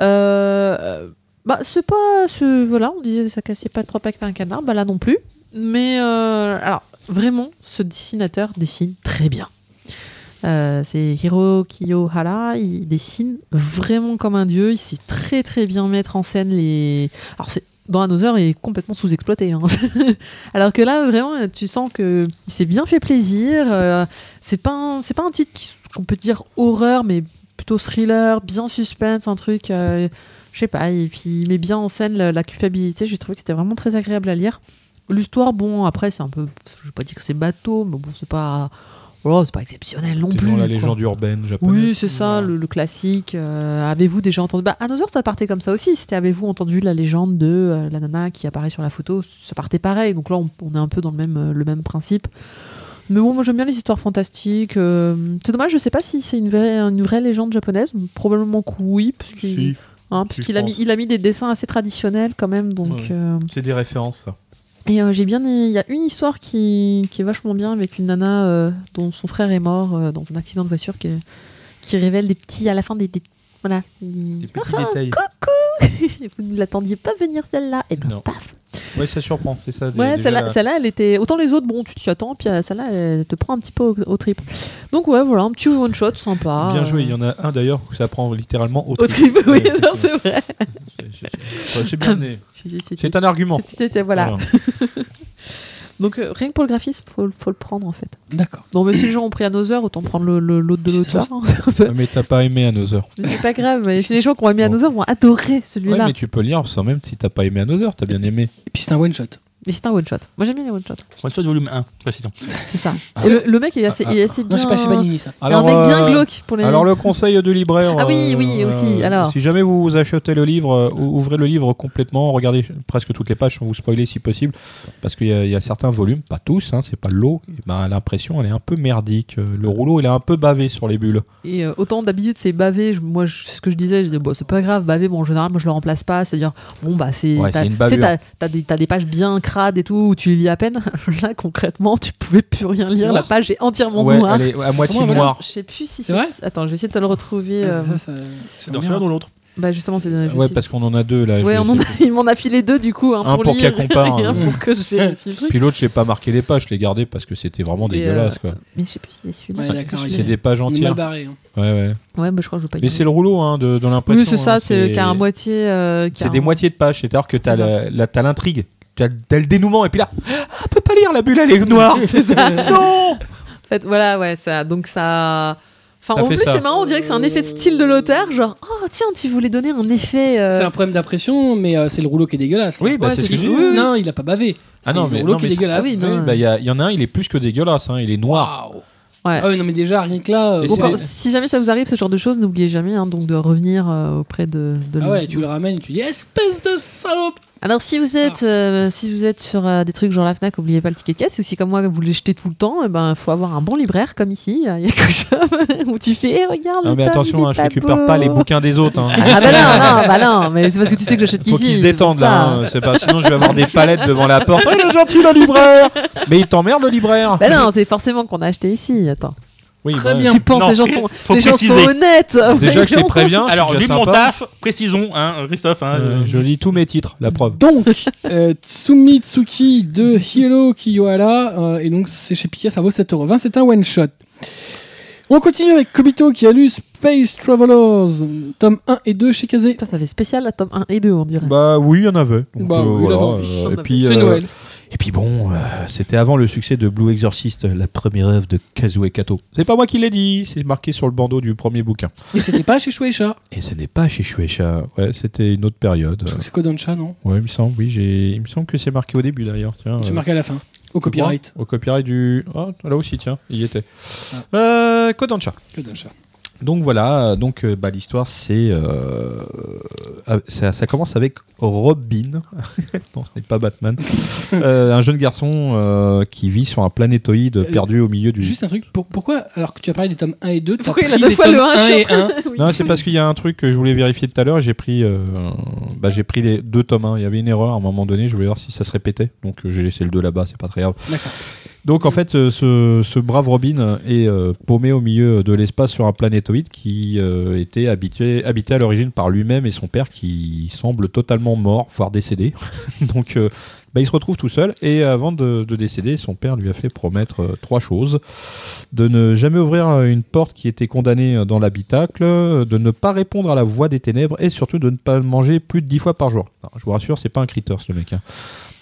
Euh, bah, c'est pas. Ce, voilà, on disait que ça cassait pas trois pactes à un canard, bah là non plus. Mais euh, alors, vraiment, ce dessinateur dessine très bien. Euh, c'est Hiro Kiyohara, il dessine vraiment comme un dieu, il sait très très bien mettre en scène les... Alors c'est... Dans Another, il est complètement sous-exploité. hein. [laughs] Alors que là, vraiment, tu sens que il s'est bien fait plaisir. euh, c'est pas un- c'est pas un titre qui- qu'on peut dire horreur, mais plutôt thriller, bien suspense, un truc. euh, je sais pas, et puis il met bien en scène la, la culpabilité. J'ai trouvé que c'était vraiment très agréable à lire. L'histoire, bon, après, c'est un peu. Je vais pas dire que c'est bateau, mais bon, c'est pas. Oh, c'est pas exceptionnel non
C'est
plus.
dans la
quoi.
légende urbaine japonaise.
Oui, c'est
euh,
ça, le, le classique. euh, avez-vous déjà entendu Bah, à nos heures, ça partait comme ça aussi. C'était avez-vous entendu la légende de euh, la nana qui apparaît sur la photo Ça partait pareil. Donc là, on, on est un peu dans le même, euh, le même principe. Mais bon, moi j'aime bien les histoires fantastiques. euh, c'est dommage, je sais pas si c'est une vraie, une vraie légende japonaise. Probablement que oui, parce qu'il
Si,
hein,
si,
parce
je
qu'il a, mis-
pense.
il a mis des dessins assez traditionnels quand même. Donc,
Ouais.
euh,
c'est des références, ça.
et euh, j'ai bien, il y a une histoire qui, qui est vachement bien avec une nana euh, dont son frère est mort euh, dans un accident de voiture qui, qui révèle des petits à la fin des, des- voilà.
Des
des- Oh,
petits détails.
[laughs] Vous ne l'attendiez pas venir celle-là et ben
Non.
paf.
Ouais, ça surprend, c'est ça. dé-
Ouais,
déjà,
celle-là,
la-
celle-là, elle était autant les autres bon, tu t'y attends puis euh, celle-là elle te prend un petit peu au, au trip. Donc ouais, voilà, un petit one shot sympa.
Bien joué,
euh,
il y en a un d'ailleurs où ça prend littéralement au [laughs]
Au trip, oui,
Ouais,
non, c'est vrai.
C'est- c'est- c'est- ouais, C'est bien
[laughs]
mené.
C'était- c'était-
C'est un argument.
c'était- voilà. [laughs] Donc euh, rien que pour le graphisme, faut, faut le prendre en fait.
D'accord.
Non, mais si les gens ont pris Another, autant prendre le- le- l'autre hein. de l'auteur.
Voilà. Mais t'as pas aimé Another.
Mais c'est pas grave,
[laughs]
mais si les gens qui ont aimé Another vont adorer
Ouais,
celui-là.
mais tu peux lire sans même si t'as pas aimé Another, t'as bien aimé.
Et puis c'est un one shot.
Mais c'est un one-shot. Moi j'aime bien les one-shots.
One Shot volume 1, précision.
C'est ça.
Ah.
Et le, le mec il est assez, il est assez bien.
Non, je sais pas, chez Panini ça.
il a un mec bien
euh,
glauque pour les.
Alors le conseil du libraire. euh,
Ah oui, oui, aussi, alors.
Si jamais vous achetez le livre, euh, ou- ouvrez le livre complètement, regardez ch- presque toutes les pages sans vous spoiler si possible, parce qu'il y, a- il y a certains volumes, pas tous, hein, c'est pas l'eau. et Ben, l'impression, elle est un peu merdique. Euh, Le rouleau, il est un peu bavé sur les bulles.
Et euh, autant d'habitude c'est bavé. Je- moi je- c'est ce que je disais, je dis bon c'est pas grave, bavé. Bon en général moi je le remplace pas, c'est-à-dire bon bah c'est.
Ouais,
t'as-
c'est une
tu sais,
bavure.
t'as t'as des, t'as des pages bien crades et tout où tu lis à peine. [laughs] Là concrètement tu pouvais plus rien lire. La
Noir.
page est entièrement
ouais,
noire.
elle est à moitié
Comment, voilà.
noire.
Je sais plus si
C'est
c'est.
vrai
Attends, je vais essayer de te le retrouver. euh,
Ah, Ça, ça, ça,
C'est dans celui-là ou dans l'autre
Bah justement c'est. je
Ouais,
sais-
parce qu'on en a deux là.
Ouais,
j'ai-
on en a- il m'en a filé deux du coup, un,
Un pour
lire
qu'elle compare,
[laughs] et un
hein.
pour que je
[laughs]
vérifie le truc.
Puis l'autre, j'ai pas marqué les pages, je l'ai gardé parce que c'était vraiment
Et, euh,
dégueulasse. Quoi.
Mais je sais plus si c'est
Ouais,
celui-là.
d'accord,
Parce que
ok.
je-
C'est des pages
Il est mal
entières.
barré. hein.
Ouais, ouais.
Ouais, bah, je crois que je veux pas y
Mais
aller.
c'est le rouleau hein, de, dans l'impression.
Oui, c'est
hein,
ça, c'est qu'à un moitié. euh, qu'à
C'est des
un- [laughs]
moitiés de pages, c'est-à-dire que t'as
C'est
la- la- t'as l'intrigue, t'as t'as le dénouement, et puis là, ah, on peut pas lire, la bulle elle est
[laughs]
noire,
[laughs]
c'est ça Non
En fait, voilà, ouais, ça. Donc ça. Enfin,
Ça
en
fait
plus,
ça.
c'est marrant, on dirait que c'est un effet de style de l'auteur. Genre, oh tiens, tu voulais donner un effet. euh,
C'est un problème d'impression, mais euh, c'est le rouleau qui est dégueulasse.
Oui, bah,
Ouais,
c'est ce
c'est
que
du-
j'ai dit.
Non, il a pas bavé.
Ah
C'est
non,
le
mais-
rouleau
non,
qui est
mais c'est- bah,
dégueulasse.
ah oui,
Il
non.
y, a- y en a un, il est plus que dégueulasse, hein, il est noir.
Waouh.
Ouais.
Ah oui, non, mais déjà, rien que là. euh,
Et
donc,
c'est-
quand- si jamais ça vous arrive ce genre de choses, n'oubliez jamais hein, donc de revenir euh, auprès de. de
Ah
le-
ouais, tu le ramènes, tu dis espèce de salope.
Alors si vous êtes euh, si vous êtes sur euh, des trucs genre la Fnac, oubliez pas le ticket de caisse. Ou si comme moi vous les jetez tout le temps, eh ben faut avoir un bon libraire comme ici, euh, il y a Cochon, [laughs] où tu fais eh, regarde.
Ah,
le
mais
tome, il
attention,
est
hein, je
pas
récupère
beau.
pas les bouquins des autres. Hein.
oh. [laughs] Ah bah non non bah non, mais c'est parce que tu sais que j'achète
[laughs] Faut
qu'ici.
qu'ils se
c'est pour
détendent là,
ça.
hein, c'est pas, sinon je vais avoir des palettes devant la
[laughs]
porte. Ouais, il est gentil le libraire Mais il t'emmerde le libraire
Bah non, c'est forcément qu'on a acheté ici. Attends.
Oui,
Très
bah,
bien.
Tu penses
Non,
les gens sont
faut
les gens sont
préciser.
honnêtes.
Ah
Déjà que je les
voyons.
préviens,
Alors,
je suis
vu
déjà
mon
sympa.
taf, précisons, hein, Christophe. Hein,
Euh,
euh,
je lis tous mes titres, la preuve.
Donc, [laughs] euh, Tsumi Tsuki de Hiro Kiyohara, euh, et donc c'est chez Pika, ça vaut 7,20€, c'est un one-shot. On continue avec Kobito qui a lu Space Travelers, tome 1 et 2 chez Kazé.
Putain, ça fait spécial à tome 1 et 2 on dirait.
Bah oui, il y en avait. Donc,
Bah
euh,
oui, il y en
voilà,
avait.
euh,
Il y en
et
avait.
puis,
C'est
euh,
Noël.
Et puis bon, euh, c'était avant le succès de Blue Exorcist, la première œuvre de Kazue Kato. C'est pas moi qui l'ai dit, c'est marqué sur le bandeau du premier bouquin.
Et c'était pas chez Shueisha.
Et ce n'est pas chez Shueisha. Ouais, c'était une autre période.
Je crois que c'est Kodansha, non
Ouais, il me semble. Oui, j'ai. Il me semble que c'est marqué au début d'ailleurs. Tiens.
C'est
euh,
marqué à la fin, au
tu
copyright.
vois Au copyright du. Ah, là aussi, tiens, il y était.
Ah.
Euh, Kodansha.
Kodansha.
Mmh. Donc voilà, donc euh, bah, l'histoire c'est euh, euh, ça, ça commence avec Robin, [laughs] non ce n'est pas Batman, Euh, un jeune garçon euh, qui vit sur un planétoïde perdu au milieu du.
Juste un truc, pour- pourquoi, alors que tu as parlé des tomes 1 et 2, t'as
[laughs] Pourquoi il a
pris
deux
les
fois le
tomes
1, je
1
suis
et
[laughs]
1
[laughs] Non, c'est parce qu'il y a un truc que je voulais vérifier tout à l'heure. et J'ai pris, euh, bah, j'ai pris les deux tomes. hein. Il y avait une erreur à un moment donné. Je voulais voir si ça se répétait. Donc euh, j'ai laissé le 2 là-bas. C'est pas très grave.
D'accord.
Donc en fait, euh, ce, ce brave Robin est euh, paumé au milieu de l'espace sur un planétoïde qui euh, était habité, habité à l'origine par lui-même et son père qui semble totalement mort, voire décédé. [laughs] Donc euh, bah, il se retrouve tout seul et avant de, de décéder, son père lui a fait promettre euh, trois choses. De ne jamais ouvrir euh, une porte qui était condamnée euh, dans l'habitacle, euh, de ne pas répondre à la voix des ténèbres et surtout de ne pas manger plus de dix fois par jour. Alors, je vous rassure, c'est pas un critter ce mec. hein.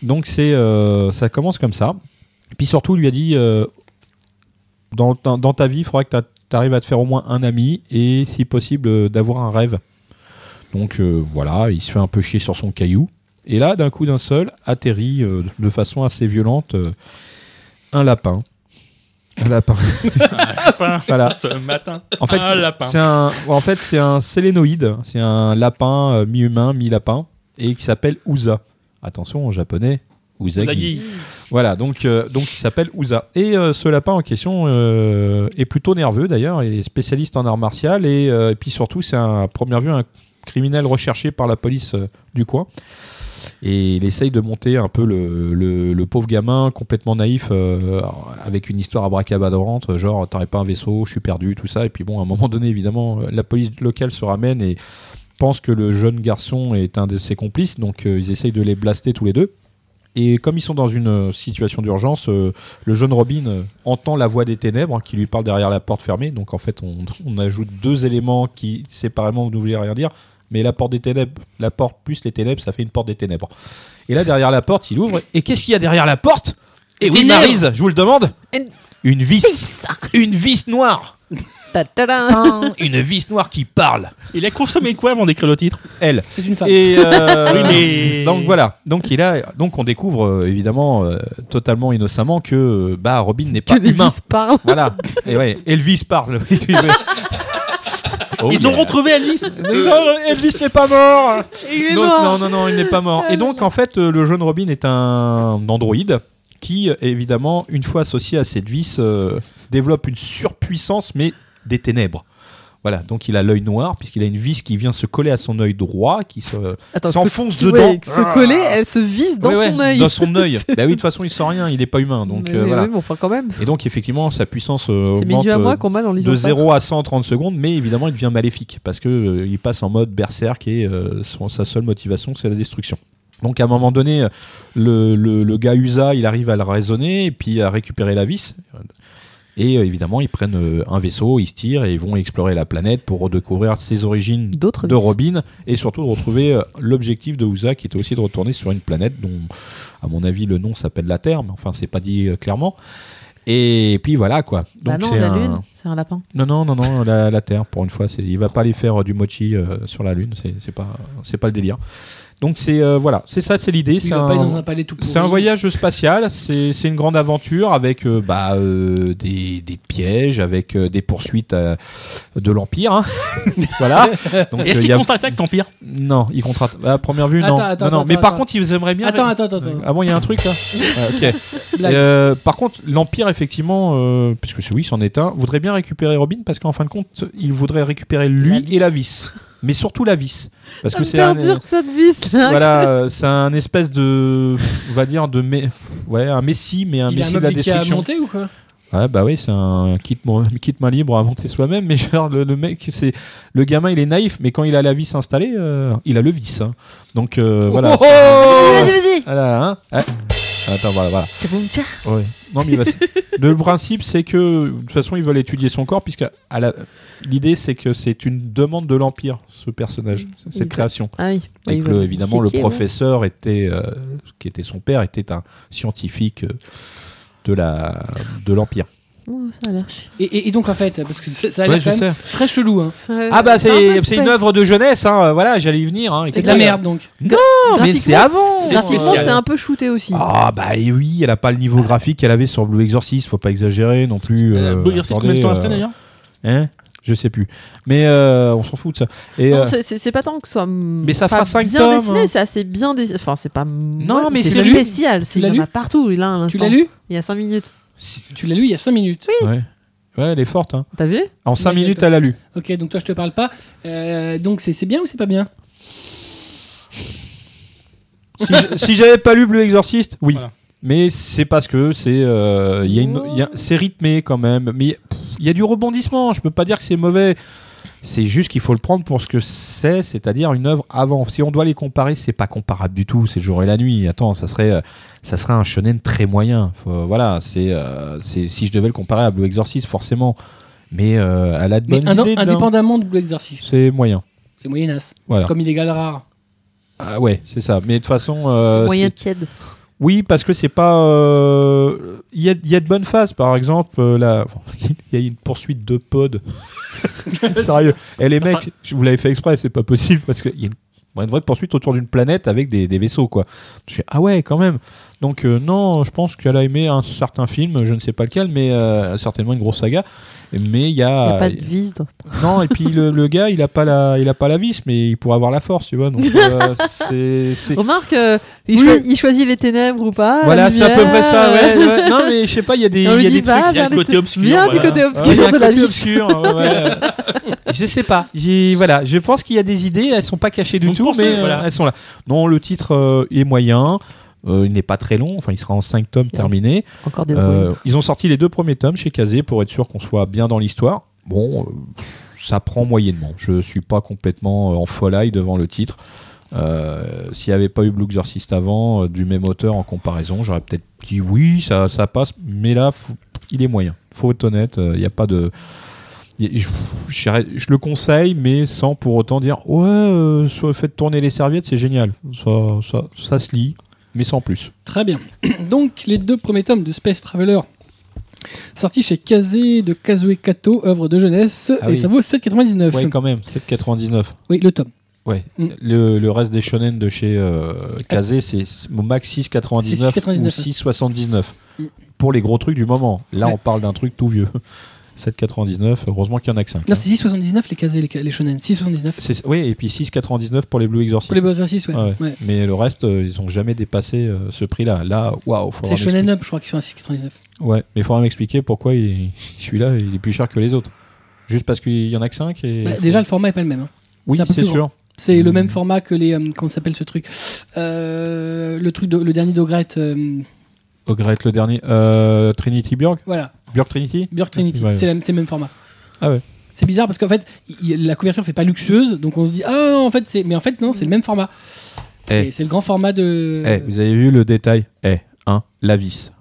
Donc c'est, euh, ça commence comme ça. Puis surtout, il lui a dit euh, dans, ta- dans ta vie, il faudra que tu arrives à te faire au moins un ami et, si possible, euh, d'avoir un rêve. Donc euh, voilà, il se fait un peu chier sur son caillou. Et là, d'un coup d'un seul, atterrit euh, de façon assez violente euh, un lapin. Un lapin. [laughs]
lapin,
Voilà.
ce matin.
En fait,
un lapin.
c'est un, en fait, c'est un sélénoïde. C'est un lapin euh, mi-humain, mi-lapin, et qui s'appelle Uza. Attention, en japonais, Uzagi.
Zaggy.
Voilà, donc, euh, donc il s'appelle Ouza. Et euh, ce lapin en question euh, est plutôt nerveux d'ailleurs, il est spécialiste en arts martiaux et, euh, et puis surtout c'est un- à première vue un criminel recherché par la police euh, du coin. Et il essaye de monter un peu le, le- le pauvre gamin complètement naïf euh, avec une histoire abracadabrante, genre t'aurais pas un vaisseau, je suis perdu, tout ça. Et puis bon, à un moment donné, évidemment, euh, la police locale se ramène et pense que le jeune garçon est un de ses complices, donc euh, ils essayent de les blaster tous les deux. Et comme ils sont dans une euh, situation d'urgence, euh, le jeune Robin euh, entend la voix des ténèbres hein, qui lui parle derrière la porte fermée. Donc en fait, on, [laughs] on ajoute deux éléments qui séparément ne voulaient rien dire. Mais la porte des ténèbres, la porte plus les ténèbres, ça fait une porte des ténèbres. Et là, derrière la porte, il ouvre. Et qu'est-ce qu'il y a derrière la porte Et oui,
Ténèbres.
Maryse, je vous le demande
Une-
Une vis Une vis noire
Ta-ta-da.
Pin, Une vis noire qui parle
Il a consommé quoi avant d'écrire le titre
Elle
C'est une femme.
et euh,
Oui, mais-
donc voilà. Donc il a donc on découvre euh, évidemment euh, totalement innocemment que euh, bah Robin n'est pas
Que les
humain.
vis parlent.
Voilà. Et ouais, Elvis parle. [laughs] Oui, tu veux. Oh
Ils
yeah. Euh,
ont
[laughs]
retrouvé Alice.
Ils ont- Elvis n'est pas mort.
Et il est
Sinon,
noir.
non non non, il n'est pas mort. Et donc en fait euh, le jeune Robin est un androïde qui euh, évidemment une fois associé à cette vis euh, développe une surpuissance mais des ténèbres. Voilà, donc il a l'œil noir puisqu'il a une vis qui vient se coller à son œil droit, qui se,
Attends,
s'enfonce
se-
dedans.
ouais, se coller, elle se visse dans
Ouais, ouais,
son œil.
Dans son
[laughs]
œil. bah oui, de toute façon, il sent rien, il n'est pas humain. Donc
Mais
euh,
oui,
voilà.
oui, mais enfin quand même.
Et donc, effectivement, sa puissance euh,
C'est mes
augmente
yeux à moi
euh,
qui ont mal en lisant
de
ça.
0 à 100 en 30 secondes, mais évidemment, il devient maléfique parce que euh, il passe en mode berserk et euh, son- sa seule motivation, c'est la destruction. Donc, à un moment donné, le, le- le gars USA, il arrive à le raisonner et puis à récupérer la vis. Et euh, évidemment, ils prennent euh, un vaisseau, ils se tirent et ils vont explorer la planète pour redécouvrir ses origines
D'autres
de
vis.
Robin et surtout de retrouver euh, l'objectif de Ouza qui était aussi de retourner sur une planète dont, à mon avis, le nom s'appelle la Terre, mais enfin, c'est pas dit euh, clairement. Et puis voilà quoi.
Bah non,
c'est
la
un-
lune, c'est un lapin.
Non, non, non, non, la, la Terre pour une fois. c'est- Il va pas aller faire euh, du mochi euh, sur la Lune, c'est c'est pas, c'est pas le délire. Donc c'est euh, voilà, c'est ça, c'est l'idée.
Il
C'est
va pas aller dans
un,
un palais tout pourri.
c'est un voyage spatial, c'est c'est une grande aventure avec euh, bah, euh, des, des pièges, avec euh, des poursuites euh, de l'Empire. hein. [laughs] voilà. Donc, euh,
Est-ce
il
qu'il
y a-
contre-attaque Empire
non, ils contratent. À première vue, non.
Attends, attends,
non, non.
attends,
mais par
attends.
contre, ils aimeraient bien.
Attends, attends, attends. attends.
Ah bon, il y a un truc
[laughs]
là Ah, Ok.
Blague.
Euh, par contre, l'Empire, effectivement, euh, puisque c'est oui, c'en est un, voudrait bien récupérer Robin parce qu'en fin de compte, il voudrait récupérer lui
vis.
et la vis. Mais surtout la vis. Parce
Ça
que
me
c'est un.
perdure cette vis.
[laughs]
là.
Voilà,
[laughs]
euh, c'est un espèce de. On va dire de. mé- Ouais, un messie, mais un
Il a un
messie de la
meuble qui a
destruction.
monté ou quoi
Ouais, bah oui, c'est un kit, mo- [laughs] kit main libre à monter soi-même, mais genre, le, le mec, c'est. Le gamin, il est naïf, mais quand il a la vis installée, euh, il a le vis. hein. Donc, euh, voilà.
Oh,
c'est-
Vas-y, vas-y, vas-y.
ah là là, hein Ah. Attends, voilà, voilà.
Kaboum, tcha.
Ouais. Non, mais il va-
[laughs]
le principe, c'est que de toute façon, ils veulent étudier son corps, puisque à la... l'idée, c'est que c'est une demande de l'Empire, ce personnage, cette
Exact.
création.
Ah oui.
Et
Ils
que,
veulent
évidemment, le
séquer, ouais.
professeur était, euh, qui était son père, était un scientifique euh, de la de l'empire.
Ouh, ça a l'air chiant.
et, et- et donc en fait, parce que ça ça a l'air quand même très chelou. Hein.
Ça a
Ah bah
l'air- un
c'est
peu
c'est une
space.
œuvre de jeunesse, hein, voilà, j'allais y venir. hein,
C'est de
etc.
la merde donc.
Non, mais c'est
Graphiquement,
avant.
Graphiquement,
spécial.
c'est un peu shooté aussi.
Ah bah et oui, elle a pas le niveau graphique qu'elle avait sur Blue Exorcist, faut pas exagérer non plus.
Euh,
euh,
Blue Exorcist, combien de temps
attendez,
après
euh,
d'ailleurs
Hein Je sais plus. Mais euh, on s'en fout de ça. Et
Non,
euh,
c'est- c'est c'est pas tant que ce soit.
Mais
Mais
ça fera cinq
bien
tomes,
dessiné,
hein.
c'est assez bien dessiné. Enfin, c'est pas.
Non, mais tu
c'est
l'as lu
spécial. c'est-
Tu l'as
Il y en a
lu
partout là. à
Tu
l'instant.
l'as lu
Il y a 5 minutes.
Tu l'as lu il y a 5 minutes.
ouais. Ouais, elle est forte. Hein.
T'as vu
En 5
Mais
minutes,
attends.
elle a lu.
Ok, donc toi je te parle pas. Euh, donc c'est c'est bien ou c'est pas bien
Si je- si j'avais pas lu Blue Exorcist, oui.
Voilà.
Mais c'est parce que c'est euh, il y a une- il y a-
Oh.
c'est rythmé quand même. Mais pff, il y a du rebondissement. Je peux pas dire que c'est mauvais. C'est juste qu'il faut le prendre pour ce que c'est, c'est-à-dire une œuvre avant. Si on doit les comparer, c'est pas comparable du tout. C'est le jour et la nuit. Attends, ça serait, euh, ça serait un shonen très moyen. Faut- voilà, c'est, euh, c'est si je devais le comparer à Blue Exorcist, forcément. Mais euh, elle a de
Mais
bonnes
indo-
idées. dedans.
indépendamment de l'exercice,
C'est moyen.
c'est moyenasse.
Voilà.
Comme illégal rare.
Ah ouais, c'est ça. Mais de toute façon, euh,
C'est moyen
c'est-
tiède.
Oui, parce que c'est pas. euh, Il y, a, il y a de bonnes phases, par exemple. euh, là, [laughs] il y a une poursuite de pod. Sérieux. Et les mecs, je vous l'avez fait exprès, c'est pas possible parce qu'il y a une, bon, une vraie poursuite autour d'une planète avec des, des vaisseaux, quoi. Je fais ah ouais, quand même. Donc euh, non, je pense qu'elle a aimé un certain film, je ne sais pas lequel, mais euh, certainement une grosse saga. Mais il y
Il n'y a
a,
pas de vis. dans-
non,
[laughs]
et puis le, le gars, il a pas la, il a pas la vis, mais il pourrait avoir la force, tu vois. Donc
[laughs]
euh, c'est, c'est-
Remarque, euh, il,
Oui.
choi- il choisit les ténèbres ou pas.
Voilà,
Ah, la
c'est à peu
lumière.
près ça. Ouais, ouais. Non, mais je sais pas, il y a des,
On
il y
lui
a
dit,
des trucs.
va
il y a
vers
le
le
côté
t-
obscur,
Viens
voilà.
du côté
Ouais,
Ouais, il y a
obscur
un
de la
côté
vie.
obscur, ouais.
[laughs]
je sais pas. J'ai- voilà, je pense qu'il y a des idées, elles sont pas cachées du
Donc
tout,
pour
mais
ce-
euh,
voilà.
elles sont là. Non, le titre euh, est moyen. euh, il n'est pas très long, enfin il sera en 5 tomes
Bien.
terminé.
Encore des
Euh,
droïdes.
ils ont sorti les deux premiers tomes chez Kazé pour être sûr qu'on soit bien dans l'histoire. Bon, euh, ça prend moyennement. Je suis pas complètement euh, en folie devant le titre. Euh, S'il n'y avait pas eu Blue Exorcist avant, euh, du même auteur en comparaison, j'aurais peut-être dit oui, ça, ça passe, mais là, faut- il est moyen. faut être honnête, il n'y a pas de. y- Je, je dirais- je le conseille, mais sans pour autant dire ouais, euh, so- faites tourner les serviettes, c'est génial. Ça, ça, ça se lit, mais sans plus.
Très bien. [clears throat] Donc, les deux premiers tomes de Space Traveler, sortis chez Kazé de Kazue Kato, œuvre de jeunesse,
Ah
et
oui.
ça vaut 7,99.
Ouais, quand même, 7,99.
Oui, le tome.
Ouais.
Mm. Ah.
Le, le reste des shonen de chez euh, Kazé, c'est au max 6,99
C'est 6,99,
ou
ouais.
6,79
Mm.
pour les gros trucs du moment. Là,
Ouais.
on parle d'un truc tout vieux. [laughs] 7,99. Heureusement qu'il y en a que 5.
Non, c'est 6,79 les Kazé, les, les shonen. 6,79.
Oui, et puis 6,99 pour les Blue Exorcist.
Pour les beaux exercices, ouais.
Ah Ouais.
Ouais.
Mais le reste, euh, ils ont jamais dépassé euh, ce prix-là. Là, waouh, faut
C'est
vraiment
Shonen
m'expliquer.
Up, je crois, qui sont à 6,99.
Ouais, mais il faudra m'expliquer pourquoi il- [laughs] celui-là, il est plus cher que les autres. Juste parce qu'il y en a que 5 et...
Bah, déjà, le format est pas le même. hein.
Oui,
c'est un peu
c'est
plus grand.
sûr.
C'est le
Mm.
même format que les. euh, comment s'appelle ce truc Euh, Le truc, de- le dernier d'Ogrette. euh,
Ogrette, Oh, le dernier. Euh, Trinity Björk
voilà,
Björk Trinity
Björk Trinity.
Ouais, ouais.
C'est la- c'est le même format.
Ah ouais.
C'est bizarre parce qu'en fait, il- la couverture fait pas luxueuse, donc on se dit ah non, en fait c'est, mais en fait non, c'est le même format. C'est
Eh.
c'est le grand format de.
Euh,
Eh, vous avez vu le détail Eh, hein, la vis.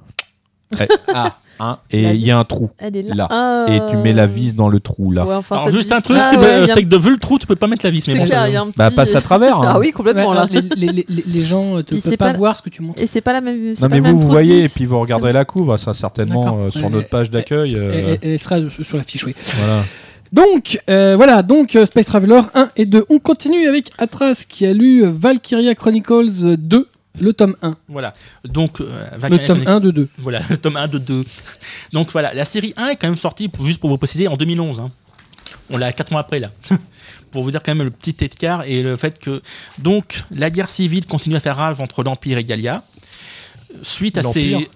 [laughs]
Eh, ah, hein, et
La
il y a un trou
Elle est
là. et tu mets la vis dans le trou là.
Alors, juste un truc,
Ah,
tu peux- c'est que de vu le trou, tu peux pas mettre la vis. Mais
C'est
bon,
clair,
ça-
il y a un petit.
Bah passe à travers. hein.
Ah oui,
Ouais,
complètement là.
alors, les, les- les- les- les gens euh, te
Puis
peuvent
c'est
pas,
pas-
voir ce que tu montres.
Et c'est pas la même. c'est
Non
pas
mais
le
vous,
même
vous
trou de
voyez
vis.
et puis vous regarderez la couve, hein, ça certainement
D'accord.
euh, sur
Ouais.
notre page d'accueil. euh,
Elle, elle- elle sera sur sur l'affiche, oui.
voilà.
Donc, euh, voilà, donc euh, Space Traveler 1 et 2. On continue avec Atras qui a lu euh, Valkyria Chronicles 2, le tome 1.
Voilà. Donc, euh,
Le
Valkyria
tome 1 de 2.
Voilà, [laughs] le tome 1 de 2. Donc voilà, la série 1 est quand même sortie, pour- juste pour vous préciser, en 2011. hein. On l'a 4 mois après, là. [laughs] pour vous dire quand même le petit écart et le fait que. Donc, la guerre civile continue à faire rage entre l'Empire et Galia. Suite à ces.
L'Empire.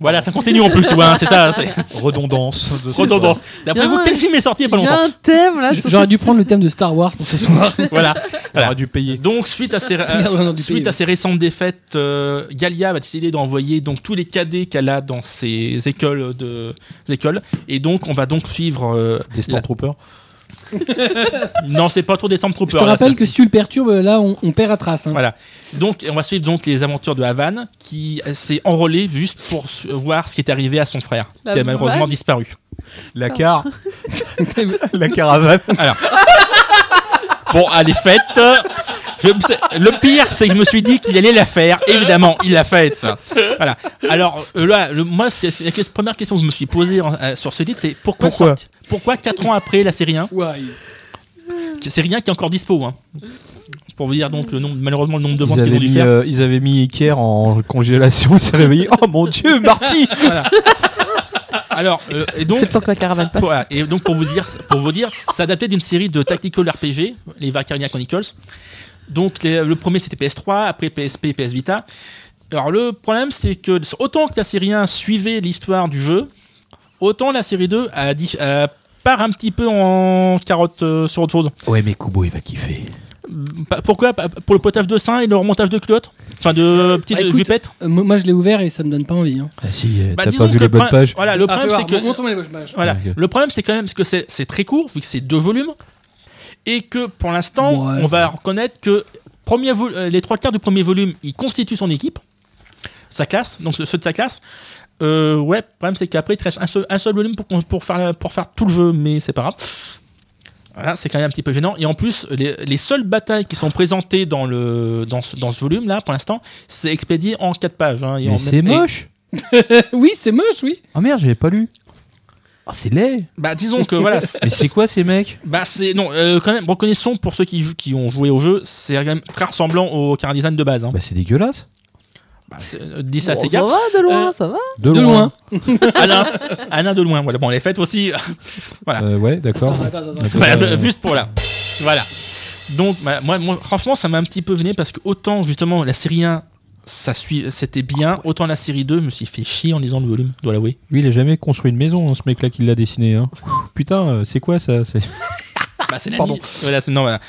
voilà, ça continue en plus, tu vois, hein, c'est ça. c'est-
[laughs] Redondance. de-
Redondance. D'après
Il y a
vous,
un-
quel film est sorti il n'y a pas
Il y a
longtemps
un thème là. sur
J'aurais dû prendre le thème de Star Wars pour ce
[laughs]
soir.
Voilà.
On aurait dû payer.
[laughs] Donc,
[laughs]
suite à ces, euh,
Merde, on a dû
suite
payer.
à ces récentes défaites, euh, Galia va décider d'envoyer donc tous les cadets qu'elle a dans ses écoles de l'école, et donc on va donc suivre. euh,
Des Stormtroopers.
non, c'est pas trop des
Je
Stormtroopers.
te
là,
rappelle
ça-
que si tu le perturbes, euh, là, on, on perd Atras. hein.
Voilà. Donc, on va suivre donc les aventures de Havane, qui euh, s'est enrôlée juste pour su- voir ce qui est arrivé à son frère,
Bah,
La
qui a malheureusement
vanne.
disparu.
La
[laughs]
car.
[laughs]
la caravane.
Bon, à les fêtes. le pire, c'est que je me suis dit qu'il allait la faire. Évidemment, il l'a faite. Voilà. Alors euh, là, le- moi, ce que- la que- première question que je me suis posée en- euh, sur ce titre, c'est pourquoi
Pourquoi
sorti- pourquoi quatre ans après la série 1
Why
Série 1 qui est encore dispo. hein. Pour vous dire donc le nombre, malheureusement le nombre de
Ils
ventes qu'ils
avaient,
ont dû
mis,
faire.
euh, ils avaient mis Iker en congélation, il s'est réveillé. Oh mon dieu, Marty
Alors euh, et donc
C'est le temps que la caravane passe.
Voilà, et donc pour vous dire, pour vous dire, c'est adapté d'une série de tactical RPG, les Valkyria Chronicles. Donc les- le premier c'était PS3, après PSP, PS Vita. Alors le problème c'est que autant que la série 1 suivait l'histoire du jeu, autant la série 2 a, dit- a- part un petit peu en carotte euh, sur autre chose.
Ouais mais Kubo il va kiffer.
Pa- Pourquoi Pa- Pour le potage de seins et le remontage de culottes Enfin, de petites
Bah, écoute,
jupettes
Euh, moi, moi, je l'ai ouvert et ça me donne pas envie. hein.
Ah si, euh,
Bah,
t'as
disons
pas vu
que
les
le
bonnes
prin-
pages.
Voilà, le
Ah,
problème,
fais
c'est
voir,
que.
montre-moi les bonnes pages.
Voilà.
Ok.
Le problème, c'est quand même parce que c'est c'est très court, vu que c'est deux volumes, et que pour l'instant,
Ouais.
on va reconnaître que premier vol- euh, les trois quarts du premier volume, il constitue son équipe, sa classe, donc ceux de sa classe. Euh, ouais, le problème, c'est qu'après, il te reste un seul, un seul volume pour, qu'on- pour, faire, la- pour faire tout le jeu, mais c'est pas grave. Voilà, c'est quand même un petit peu gênant. Et en plus, les, les seules batailles qui sont présentées dans, le, dans ce, dans ce volume-là, pour l'instant, c'est expédié en quatre pages. hein, et en
Mais
même-
c'est
et-
moche.
[laughs] oui, c'est moche, oui.
Ah merde, j'avais pas lu. Ah c'est laid.
Bah, disons
Euh,
que voilà,
[laughs] Mais c'est quoi ces mecs
Bah c'est non euh, quand même reconnaissons pour ceux qui jouent, qui ont joué au jeu c'est quand même très ressemblant au car design de base hein.
Bah c'est dégueulasse.
Bah, c'est- euh, dis ça à
Bon,
Sega
ça va de loin,
Euh,
ça va.
De loin.
Alain Alain de loin voilà bon les fêtes
[laughs]
aussi voilà.
Euh, ouais, d'accord.
Attends, attends, attends.
D'accord.
Voilà,
Euh,
je- juste pour là voilà donc bah, moi, moi, franchement ça m'a un petit peu venu parce que autant justement la série 1 ça suit c'était
Ah
bien autant la série 2 je me suis fait chier en lisant le volume je dois l'avouer
Lui, il a jamais construit une maison, hein, ce mec-là qui l'a dessiné. hein. Putain, euh, c'est quoi ça C'est- [laughs]
Bah, c'est la
Pardon.
nuit. Voilà, c'est- non, voilà.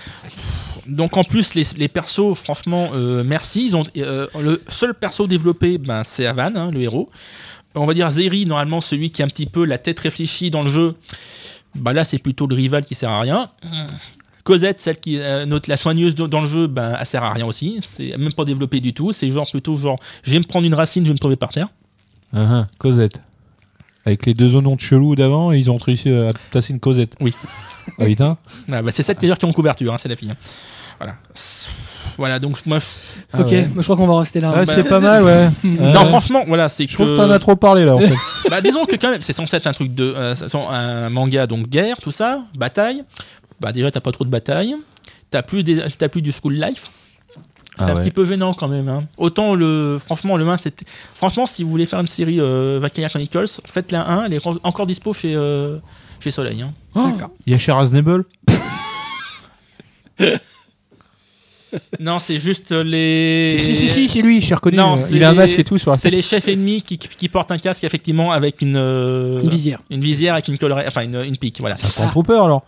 Donc en plus les, les persos, franchement, euh, merci. Ils ont euh, le seul perso développé, ben c'est Avan, hein, le héros. On va dire Zeri, normalement celui qui a un petit peu la tête réfléchie dans le jeu. Bah là c'est plutôt le rival qui sert à rien. Cosette, celle qui euh, note la soigneuse dans dans le jeu, ben elle sert à rien aussi. C'est même pas développé du tout. C'est genre plutôt genre, je vais me prendre une racine, je vais me tomber par terre.
Ah, ah, Cosette. Avec les deux noms de chelou d'avant, ils ont réussi à tasser une Cosette.
Oui.
Ah putain.
Ah, bah, c'est celle d'ailleurs qui est en couverture, hein, c'est la fille. hein. Voilà. Voilà donc moi. je-
Ah,
ok,
ouais.
moi, je crois qu'on va rester là.
Ah,
bah-
c'est pas mal, [laughs] ouais. Euh,
Non franchement voilà c'est
Je trouve
que-
que t'en as trop parlé [laughs] là en fait.
bah disons que quand même c'est censé être un truc de euh, c'est censé- un manga donc guerre tout ça bataille bah déjà t'as pas trop de bataille t'as plus des, t'as plus du school life
Ah
c'est un
ouais.
petit peu gênant quand même hein. autant le franchement le 1 c'était franchement si vous voulez faire une série euh, Valkyria Chronicles faites la 1 elle est re- encore dispo chez euh, chez Soleil hein.
D'accord.
Il y a Sheraz Nebel.
non c'est juste les
c'est lui, je suis reconnu.
Non,
euh,
c'est
il a un
les-
masque et tout sur la
c'est
tête.
les chefs ennemis qui, qui portent un casque effectivement avec une
Ah.
euh,
Une visière.
une visière avec une collerette enfin une, une pique voilà
C'est un trooper alors.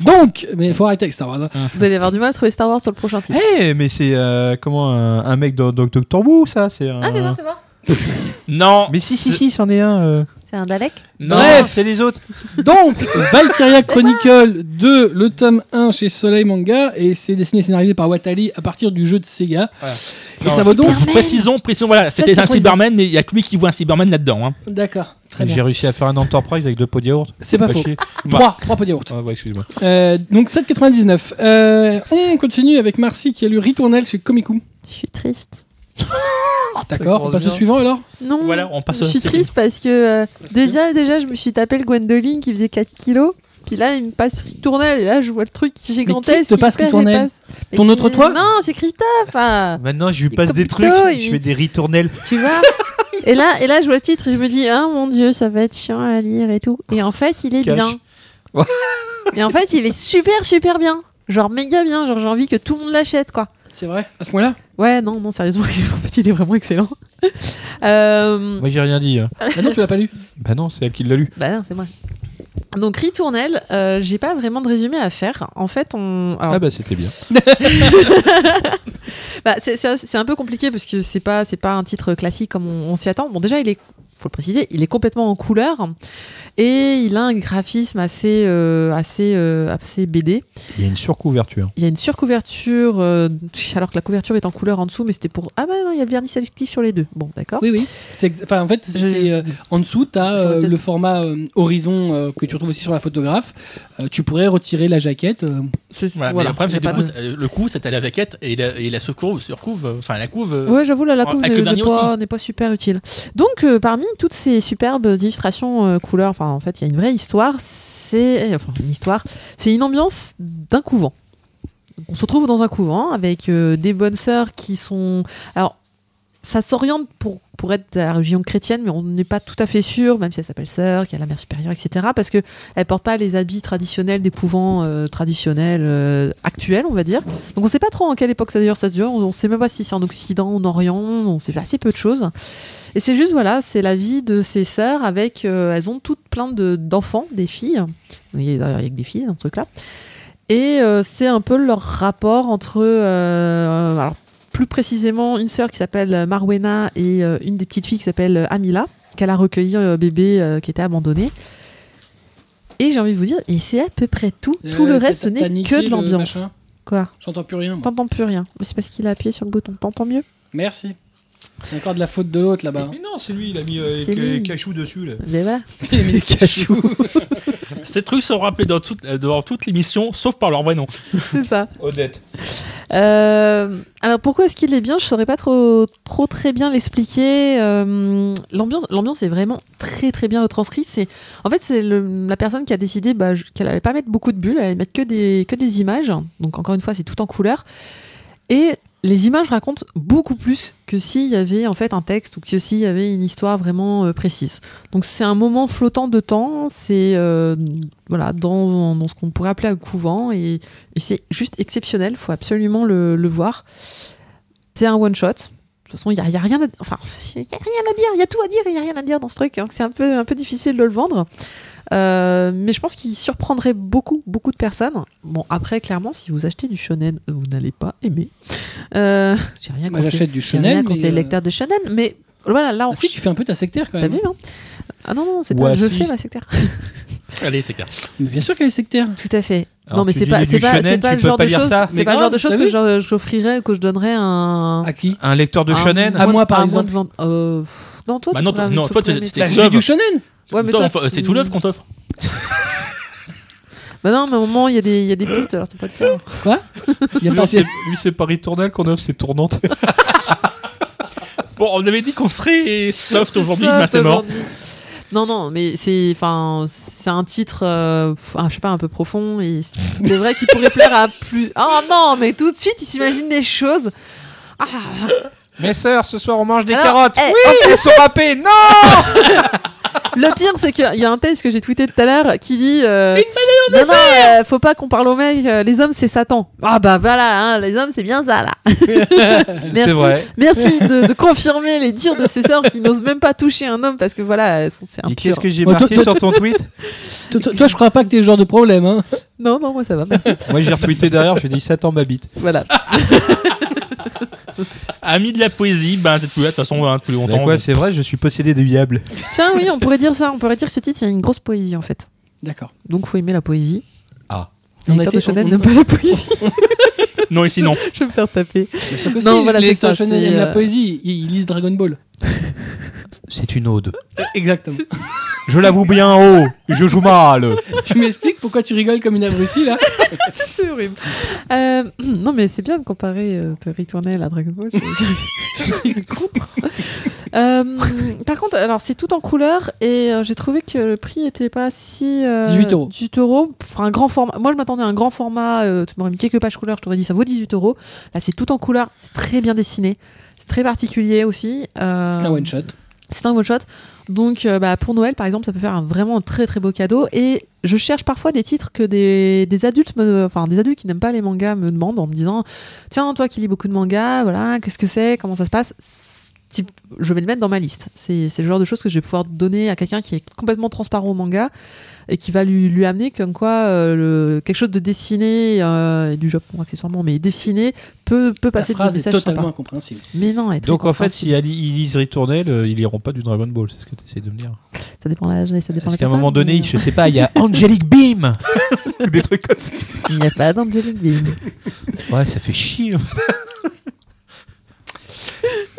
Donc, mais faut arrêter avec Star Wars. hein.
Vous allez avoir du mal à trouver Star Wars sur le prochain
Eh,
titre.
mais c'est euh, comment un, un mec de de- de Doctor Who ça c'est un...
Ah, fais voir, fais voir.
non
Mais si, si, si, c'en est un. euh.
C'est un Dalek
non
Bref.
c'est les autres. [laughs]
Donc, Valkyria Chronicle 2, le tome 1 chez Soleil Manga, et c'est dessiné et scénarisé par Watali à partir du jeu de Sega.
Voilà.
Et
Non,
ça vaut donc.
Superman.
Précisons, précisons, voilà,
Sept
c'était un
propositions.
Cyberman, mais il y a que lui qui voit un Cyberman là-dedans. hein.
D'accord, très
J'ai
bien.
réussi à faire un Enterprise avec deux pots de yaourt.
C'est pas faux.
chier.
3, 3 pots de yaourt.
Ah ouais, excuse-moi.
Euh, donc 7,99. Euh, on continue avec Marcy qui a lu Ritournelle chez Comicum.
Je suis triste.
D'accord, on
commence
passe au
bien.
suivant alors
Non.
Voilà, on passe
Je
au-
suis triste parce que euh,
Parce que-
déjà, déjà, je me suis tapé le Gwendoline qui faisait 4 kilos. Puis là, il me passe Ritournelle. Et là, je vois le truc gigantesque.
qui te passe
perd et
Ritournelle
passe. Mais
Ton
qui-
autre toi
Non, c'est Christophe. ah.
Maintenant, je lui
passe des trucs, Copito, je il- fais
des ritournelles.
tu
[laughs]
vois et là, et là, je vois le titre et je me dis, ah mon dieu, ça va être chiant à lire et tout. Et en fait, il est
Cache.
bien. et en fait, il est super, super bien. Genre méga bien. Genre, j'ai envie que tout le monde l'achète, quoi.
C'est vrai, à ce point-là
Ouais, non, non, sérieusement, [laughs] en fait, il est vraiment excellent. Euh,
Moi, j'ai rien dit. hein.
Bah non, tu l'as pas lu.
Bah non, c'est elle qui l'a lu.
Bah non, c'est moi. Donc, Ritournelle, euh, j'ai pas vraiment de résumé à faire. En fait, on. alors,
Ah bah c'était bien.
bah, c'est- c'est un- c'est un peu compliqué parce que c'est pas, c'est pas un titre classique comme on, on s'y attend. Bon, déjà, il est. Faut le préciser, il est complètement en couleur et il a un graphisme assez, euh, assez, euh, assez BD.
Il y a une surcouverture.
Il y a une surcouverture, euh, alors que la couverture est en couleur en dessous, mais c'était pour ah bah non, il y a le vernis sélectif sur les deux. Bon, d'accord.
Oui, oui. C'est ex- Enfin, en fait, c'est-
Je-
c'est, euh, en dessous, tu as
J'aurais peut-être-
le format euh, horizon euh, que tu retrouves aussi sur la photographe. Euh, tu pourrais retirer la jaquette. euh,
C'est-
Voilà, mais
voilà,
le problème, c'est
y a
que du
pas
coup,
de-
c'est- euh, le coup, c'était la vaquette et la, et la secours- surcouve, euh, enfin la couve. euh,
Ouais, j'avoue, la, la
Avec
couve
le
n'est n'est
vernis
pas, n'est pas super utile. Donc, euh, parmi toutes ces superbes illustrations euh, couleurs, enfin, en fait, il y a une vraie histoire. C'est eh, enfin une histoire. C'est une ambiance d'un couvent. Donc, on se retrouve dans un couvent avec euh, des bonnes sœurs qui sont. Alors, ça s'oriente pour pour être de la religion chrétienne, mais on n'est pas tout à fait sûr, même si elle s'appelle sœur, qu'il y a la mère supérieure, etc. Parce que elle porte pas les habits traditionnels des couvents euh, traditionnels euh, actuels, on va dire. Donc on sait pas trop en quelle époque ça d'ailleurs ça se dure, on on sait même pas si c'est en Occident, en Orient, on sait assez peu de choses. Et c'est juste voilà, c'est la vie de ces sœurs avec euh, elles ont toutes plein de d'enfants, des filles. Il y a d'ailleurs il y a que des filles dans hein, ce truc là. Et euh, c'est un peu leur rapport entre, euh, alors plus précisément, une sœur qui s'appelle Marwena et euh, une des petites filles qui s'appelle Amila, qu'elle a recueilli euh, bébé euh, qui était abandonné. Et j'ai envie de vous dire, et c'est à peu près tout. tout le
Euh,
reste, ce
t'as- t'as
n'est
niqué
que de
le
l'ambiance.
machin
Quoi
J'entends plus rien. moi.
T'entends plus rien. Mais c'est parce qu'il a appuyé sur le bouton. T'entends mieux
Merci. C'est encore de la faute de l'autre là-bas. hein.
[laughs]
Mais non, c'est lui, il a mis euh,
C'est
les,
lui.
les cachous dessus. Là.
Mais voilà.
Il a mis des cachous.
Ces trucs sont rappelés dans toute, euh, dans toute l'émission, sauf par leur vrai nom.
[laughs] C'est ça.
Odette.
Euh, alors pourquoi est-ce qu'il est bien Je saurais pas trop, trop très bien l'expliquer. Euh, l'ambiance, l'ambiance est vraiment très très bien retranscrite. C'est, en fait, c'est le- la personne qui a décidé bah, je- qu'elle allait pas mettre beaucoup de bulles, elle allait mettre que des que des images. Donc encore une fois, c'est tout en couleur et les images racontent beaucoup plus que s'il y avait en fait un texte ou que s'il y avait une histoire vraiment euh, précise. Donc c'est un moment flottant de temps, c'est euh, voilà dans, dans ce qu'on pourrait appeler un couvent et et c'est juste exceptionnel, faut absolument le, le voir. C'est un one shot. De toute façon, il n'y a, y a rien à enfin, y a rien à dire, il y a tout à dire, il n'y a rien à dire dans ce truc. hein. C'est un peu, un peu difficile de le vendre. Euh, mais je pense qu'il surprendrait beaucoup, beaucoup de personnes. Bon, après, clairement, si vous achetez du shonen, vous n'allez pas aimer. Euh, J'ai rien
Moi
contre, les,
j'achète du
j'ai rien
shonen.
contre
mais,
les
euh,
lecteurs de shonen, mais voilà, là, on
ah, si, tu fais un peu ta sectaire quand
T'as
même.
vu, non Ah non, non, c'est
Ou
pas je
assiste.
fais la sectaire.
Allez, c'est clair.
Mais bien sûr qu'elle est sectaire.
Tout à fait.
Alors,
non, mais
tu
c'est
dis
pas,
du
c'est pas,
shonen,
c'est pas
tu
le
peux
genre
pas
de
lire
chose.
ça.
Mais
C'est pas le genre
grave,
de chose
t'as
que
vu
je- j'offrirais, que je donnerais à un.
À qui
Un lecteur de
un-
shonen
À
un-
moi, par
un mois de
exemple.
vente. Euh, pff, non, toi,
Bah
tu
non,
pourrais-
non,
tu
toi, tu-
pourrais mettre-
tu-
Bah,
C'est
j'ai
l'œuvre.
du shonen.
Ouais, mais
Toi,
toi,
enfin,
tu-
C'est tout l'œuvre qu'on t'offre.
Bah non, mais à un moment, il y a des, il y a des putes, alors t'as pas
[laughs]
le faire.
Il y a pas
pas Returnal qu'on offre, c'est Tournante.
Bon, on avait dit qu'on serait soft aujourd'hui,
Soft
bah c'est mort.
aujourd'hui. Non, non, mais c'est, enfin, c'est un titre, euh, pff, un- je sais pas, un peu profond, et c'est vrai qu'il pourrait plaire à plus. Oh non, mais tout de suite, il s'imagine des choses. Ah,
[laughs] Mes sœurs, ce soir on mange des
Alors,
carottes.
eh,
oui, elles sont râpées. Non
Le pire, c'est qu'il y a un texte que j'ai tweeté tout à l'heure qui dit euh, Une non, non, euh, faut pas qu'on parle aux mecs, euh, les hommes c'est Satan. Ah bah voilà, hein, les hommes c'est bien ça là.
[laughs] C'est
Merci.
vrai.
Merci de, de confirmer les dires de ces sœurs qui n'osent même pas toucher un homme parce que voilà, elles sont- c'est un
Et qu'est-ce que j'ai
Oh, toi-
marqué
toi-
sur ton tweet
Toi, toi- toi, je crois pas que t'es le genre de problème. Hein.
Non, non, moi ça va, merci.
Moi j'ai retweeté derrière, j'ai dit Satan ma bite.
voilà.
Ami de la poésie, ben t'es plus là de toute façon hein, depuis
Bah
longtemps.
quoi, c'est vrai, je suis possédé de diable.
Tiens, oui, on pourrait dire ça, on pourrait dire que ce titre, il y a une grosse poésie en fait.
D'accord.
Donc faut aimer la poésie.
Ah.
Les
On a
lecteurs
été-
de Shonen
on-
n'aiment pas la poésie. [laughs]
non, ici non.
je vais me faire taper.
Bien sûr que
Non,
si,
voilà,
les
c'est
lecteurs
ça,
shonen
c'est,
aiment la
euh,
poésie. Ils, ils lisent Dragon Ball.
C'est une ode.
Exactement.
Je l'avoue bien haut, je joue mal.
[laughs] tu m'expliques pourquoi tu rigoles comme une abrutie
[laughs]
là
C'est horrible. Euh, non, mais c'est bien de comparer euh, The Returnal à Dragon Ball. J'ai- j'ai- j'ai rien contre. [laughs] Euh, par contre, alors c'est tout en couleur et euh, j'ai trouvé que le prix était pas si. euh,
18 euros.
18 euros pour un grand format. Moi, je m'attendais à un grand format. euh, tu m'aurais mis quelques pages couleur, je t'aurais dit ça vaut 18 euros. Là, c'est tout en couleur. C'est très bien dessiné. C'est très particulier aussi. euh,
C'est un one shot.
c'est un one shot. Donc euh, bah, pour Noël par exemple, ça peut faire un, vraiment un très très beau cadeau. Et je cherche parfois des titres que des, des adultes, me, enfin des adultes qui n'aiment pas les mangas me demandent en me disant tiens toi qui lis beaucoup de mangas, voilà qu'est-ce que c'est, comment ça se passe. Type, Je vais le mettre dans ma liste. C'est c'est le genre de choses que je vais pouvoir donner à quelqu'un qui est complètement transparent au manga et qui va lui, lui amener comme quoi euh, le- quelque chose de dessiné euh, et du Japon accessoirement, mais dessiné peut, peut
La
passer des
phrase est
messages
totalement
sympas.
incompréhensible.
Mais non, elle est très
Donc en fait,
compréhensible.
si ils lisent Returnal, euh, ils liront pas du Dragon Ball, c'est ce que tu essaies de me dire.
ça dépend de l'âge et ça dépend
Parce
de la
qu'à un
personne,
moment donné,
mais- euh,
je sais pas, il y
[laughs]
a Angelic Beam Ou Des trucs comme ça.
Il n'y a pas d'Angelic Bean.
Ouais, ça fait chier.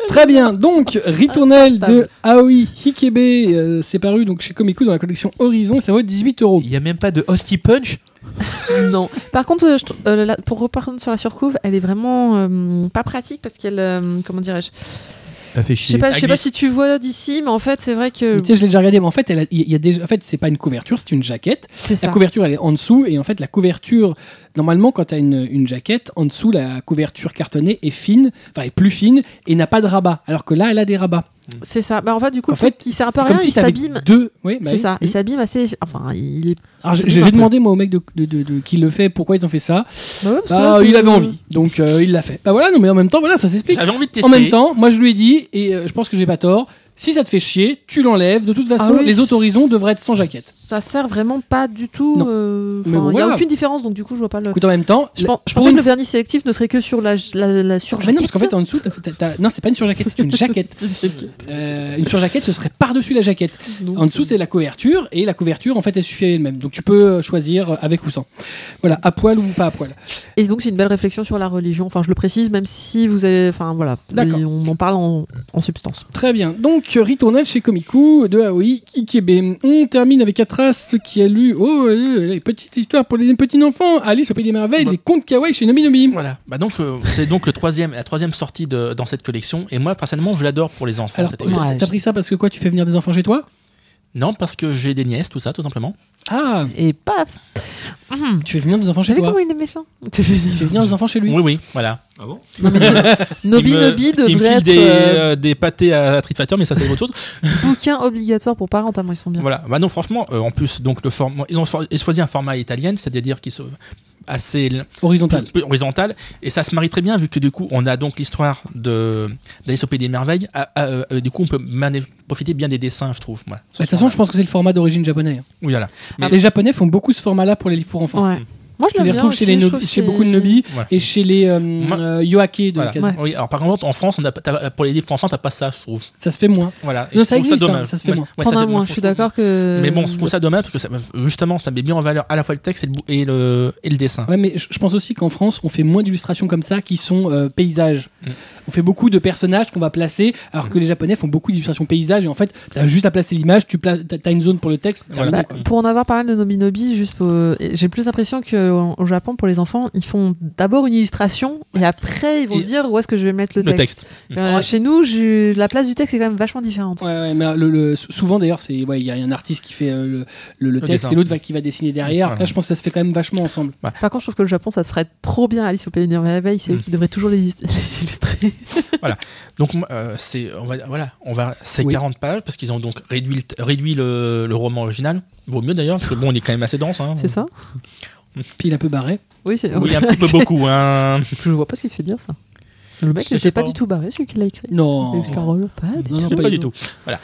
Très bien, donc
Ah,
Ritournelle de
Insupportable.
Aoi Hikebe, euh, c'est paru donc chez Komiku dans la collection Horizon et ça vaut 18 euros.
Il y a même pas de Hosty Punch.
Non. Par contre, euh, je trou- euh, la- pour repartir sur la surcouve, elle est vraiment euh, pas pratique parce qu'elle, euh, comment dirais-je
Ça fait
Je sais
chier.
pas, je sais
Elle
pas
glisse.
si tu vois d'ici, mais en fait, c'est vrai
Mais
que
Tu sais, je l'ai déjà regardé, mais en fait, elle a- il y a déjà, en fait, c'est pas une couverture, c'est une jaquette.
c'est
La
ça.
couverture, elle est en dessous, et en fait, la couverture, normalement, quand t'as une, une jaquette, en dessous, la couverture cartonnée est fine, enfin, est plus fine, et n'a pas de rabat, alors que là, elle a des rabats.
C'est ça. Bah, en fait, du coup,
En fait,
il sert un
c'est
peu à
comme
rien,
si
il
t'avais
s'abîme.
deux. Oui, bah
c'est
oui.
ça. Il s'abîme assez. Enfin, il est.
Alors, j'ai-
s'abîme un
j'ai
peu.
demandé, moi, au mec de, de- de- de- qui le fait, pourquoi ils ont fait ça.
Bah ouais, parce que
Bah,
là, c'est-
il avait envie, donc euh, il l'a fait. Bah voilà, non, mais en même temps, voilà, ça s'explique.
J'avais envie de tester.
En même temps, moi je lui ai dit, et euh, je pense que j'ai pas tort, si ça te fait chier, tu l'enlèves. De toute façon,
Ah oui. Euh,
les autres horizons devraient être sans jaquette.
ça sert vraiment pas du tout.
Non.
euh,
Mais
enfin,
bon,
Il y a
voilà.
aucune différence, donc du coup, je vois pas le.
Écoute, en même temps,
Je, pense, je
pour
pensais que
une Ah,
le vernis sélectif ne serait que sur la, la,
Mais
la
non,
surjaquette.
parce qu'en fait, en dessous, t'as- t'as- non, c'est pas une surjaquette,
[laughs]
c'est une jaquette. Euh, une surjaquette, ce serait par-dessus la jaquette.
Donc,
En dessous, c'est la couverture, et la couverture, en fait, elle suffit à elle-même. Donc, tu peux euh, choisir avec ou sans. Voilà, à poil ou pas à poil.
Et donc c'est une belle réflexion sur la religion. Enfin, je le précise, même si vous avez, enfin voilà,
D'accord.
Et on en parle en, en substance.
Très bien. Donc, euh, Ritournelle chez Komiku de Aoi Ikebe. On termine avec Atras qui a lu Oh, euh, les petites histoires pour les petits enfants. Alice au Pays des Merveilles,
Ouais.
les contes Kawaii chez Nomi Nomi.
Voilà. Bah donc euh, c'est donc le troisième, la troisième sortie de, dans cette collection. Et moi personnellement, je l'adore pour les enfants.
Alors,
cette
t'as
collection.
t'as pris ça parce que quoi Tu fais venir des enfants chez toi
Non, parce que j'ai des nièces, tout ça, tout simplement.
Ah,
Et paf. Hum.
tu fais venir des enfants
Vous
chez
savez
toi
comment il est méchant
Tu fais venir des enfants chez lui.
Oui, oui, voilà.
Non, mais Nobi
Qui me-
Nobi
qui me
devrait
file
être
des,
euh,
euh, des pâtés à Street Fighter, mais ça c'est
[laughs]
autre chose.
bouquin obligatoire pour parents. Tellement ils sont bien.
Voilà. Bah non, franchement, euh, en plus, donc le format, ils ont cho- ils ont choisi un format italien, c'est-à-dire qui se assez l-
Horizontal. Bah,
plus- plus horizontal, et ça se marie très bien vu que du coup, on a donc l'histoire de d'Alice au Pays des merveilles. à- à- euh, du coup, on peut mané- profiter bien des dessins, je trouve. moi.
Bah, De toute façon, je pense que c'est le format d'origine japonais.
Oui, voilà. Mais-
Les Japonais font beaucoup ce format-là pour les livres pour enfants.
Ah, Ouais. Moi, je
Tu
l'aime
les
bien
retrouves chez,
aussi,
les
je
no-
trouve que
chez
c'est-
beaucoup de Nobi
Voilà.
et chez les euh, euh, Yoake de
Voilà.
Kaza.
Ouais.
Oui, alors par contre, en France, on a, pas- t'as- pour les livres pour enfants, t'as pas ça, je trouve.
Ça se fait moins.
Voilà. Et
Non,
je
ça
trouve
existe, hein,
dommage.
ça se fait moins.
ouais,
T'en
ça,
as
c'est-
moins.
moi,
Je suis d'accord que.
Mais bon, je trouve ça dommage parce que ça, justement, ça met bien en valeur à la fois le texte et le, bou- et le, et le dessin.
Ouais, mais je je pense aussi qu'en France, on fait moins d'illustrations comme ça qui sont euh, paysages.
Mm.
On fait beaucoup de personnages qu'on va placer, alors que les Japonais font beaucoup d'illustrations paysages. Et en fait, t'as juste à placer l'image, tu places, t'as t'as une zone pour le texte.
Voilà.
Bah,
terminé,
D'accord.
pour en avoir parlé de Nobi Nobi, juste pour- euh, j'ai plus l'impression que en- au Japon, pour les enfants, ils font d'abord une illustration et après ils vont
Et-
se dire où est-ce que je vais mettre le
Le
texte.
texte.
Euh,
Ouais.
Chez nous, j'ai- la place du texte est quand même vachement différente.
Ouais, ouais, mais le, le- sou- souvent d'ailleurs, c'est ouais, il y a un artiste qui fait euh, le, le- le texte
dessin.
et l'autre va qui va dessiner derrière.
Voilà.
Là, je pense que ça se fait quand même vachement ensemble.
Par contre, je trouve que le Japon, ça te ferait trop bien Alice au pays des merveilles. C'est eux
Mm.
qui devraient toujours les, [laughs] les illustrer.
Donc moi, euh, c'est on va voilà, on va c'est
Oui.
40 pages parce qu'ils ont donc réduit le, t- réduit le, le roman original. Vaut mieux d'ailleurs parce que bon, on est quand même assez dense hein.
C'est ça
Puis il est un peu barré.
Oui, c'est. [laughs]
Oui, un petit peu beaucoup hein.
Je vois pas ce qui te fait dire ça. Le mec
Je
n'était
sais
pas,
pas.
du tout barré celui qui l'a écrit.
Non.
Lewis Carroll, pas du
Non, non,
tout.
pas,
du
du tout. Voilà.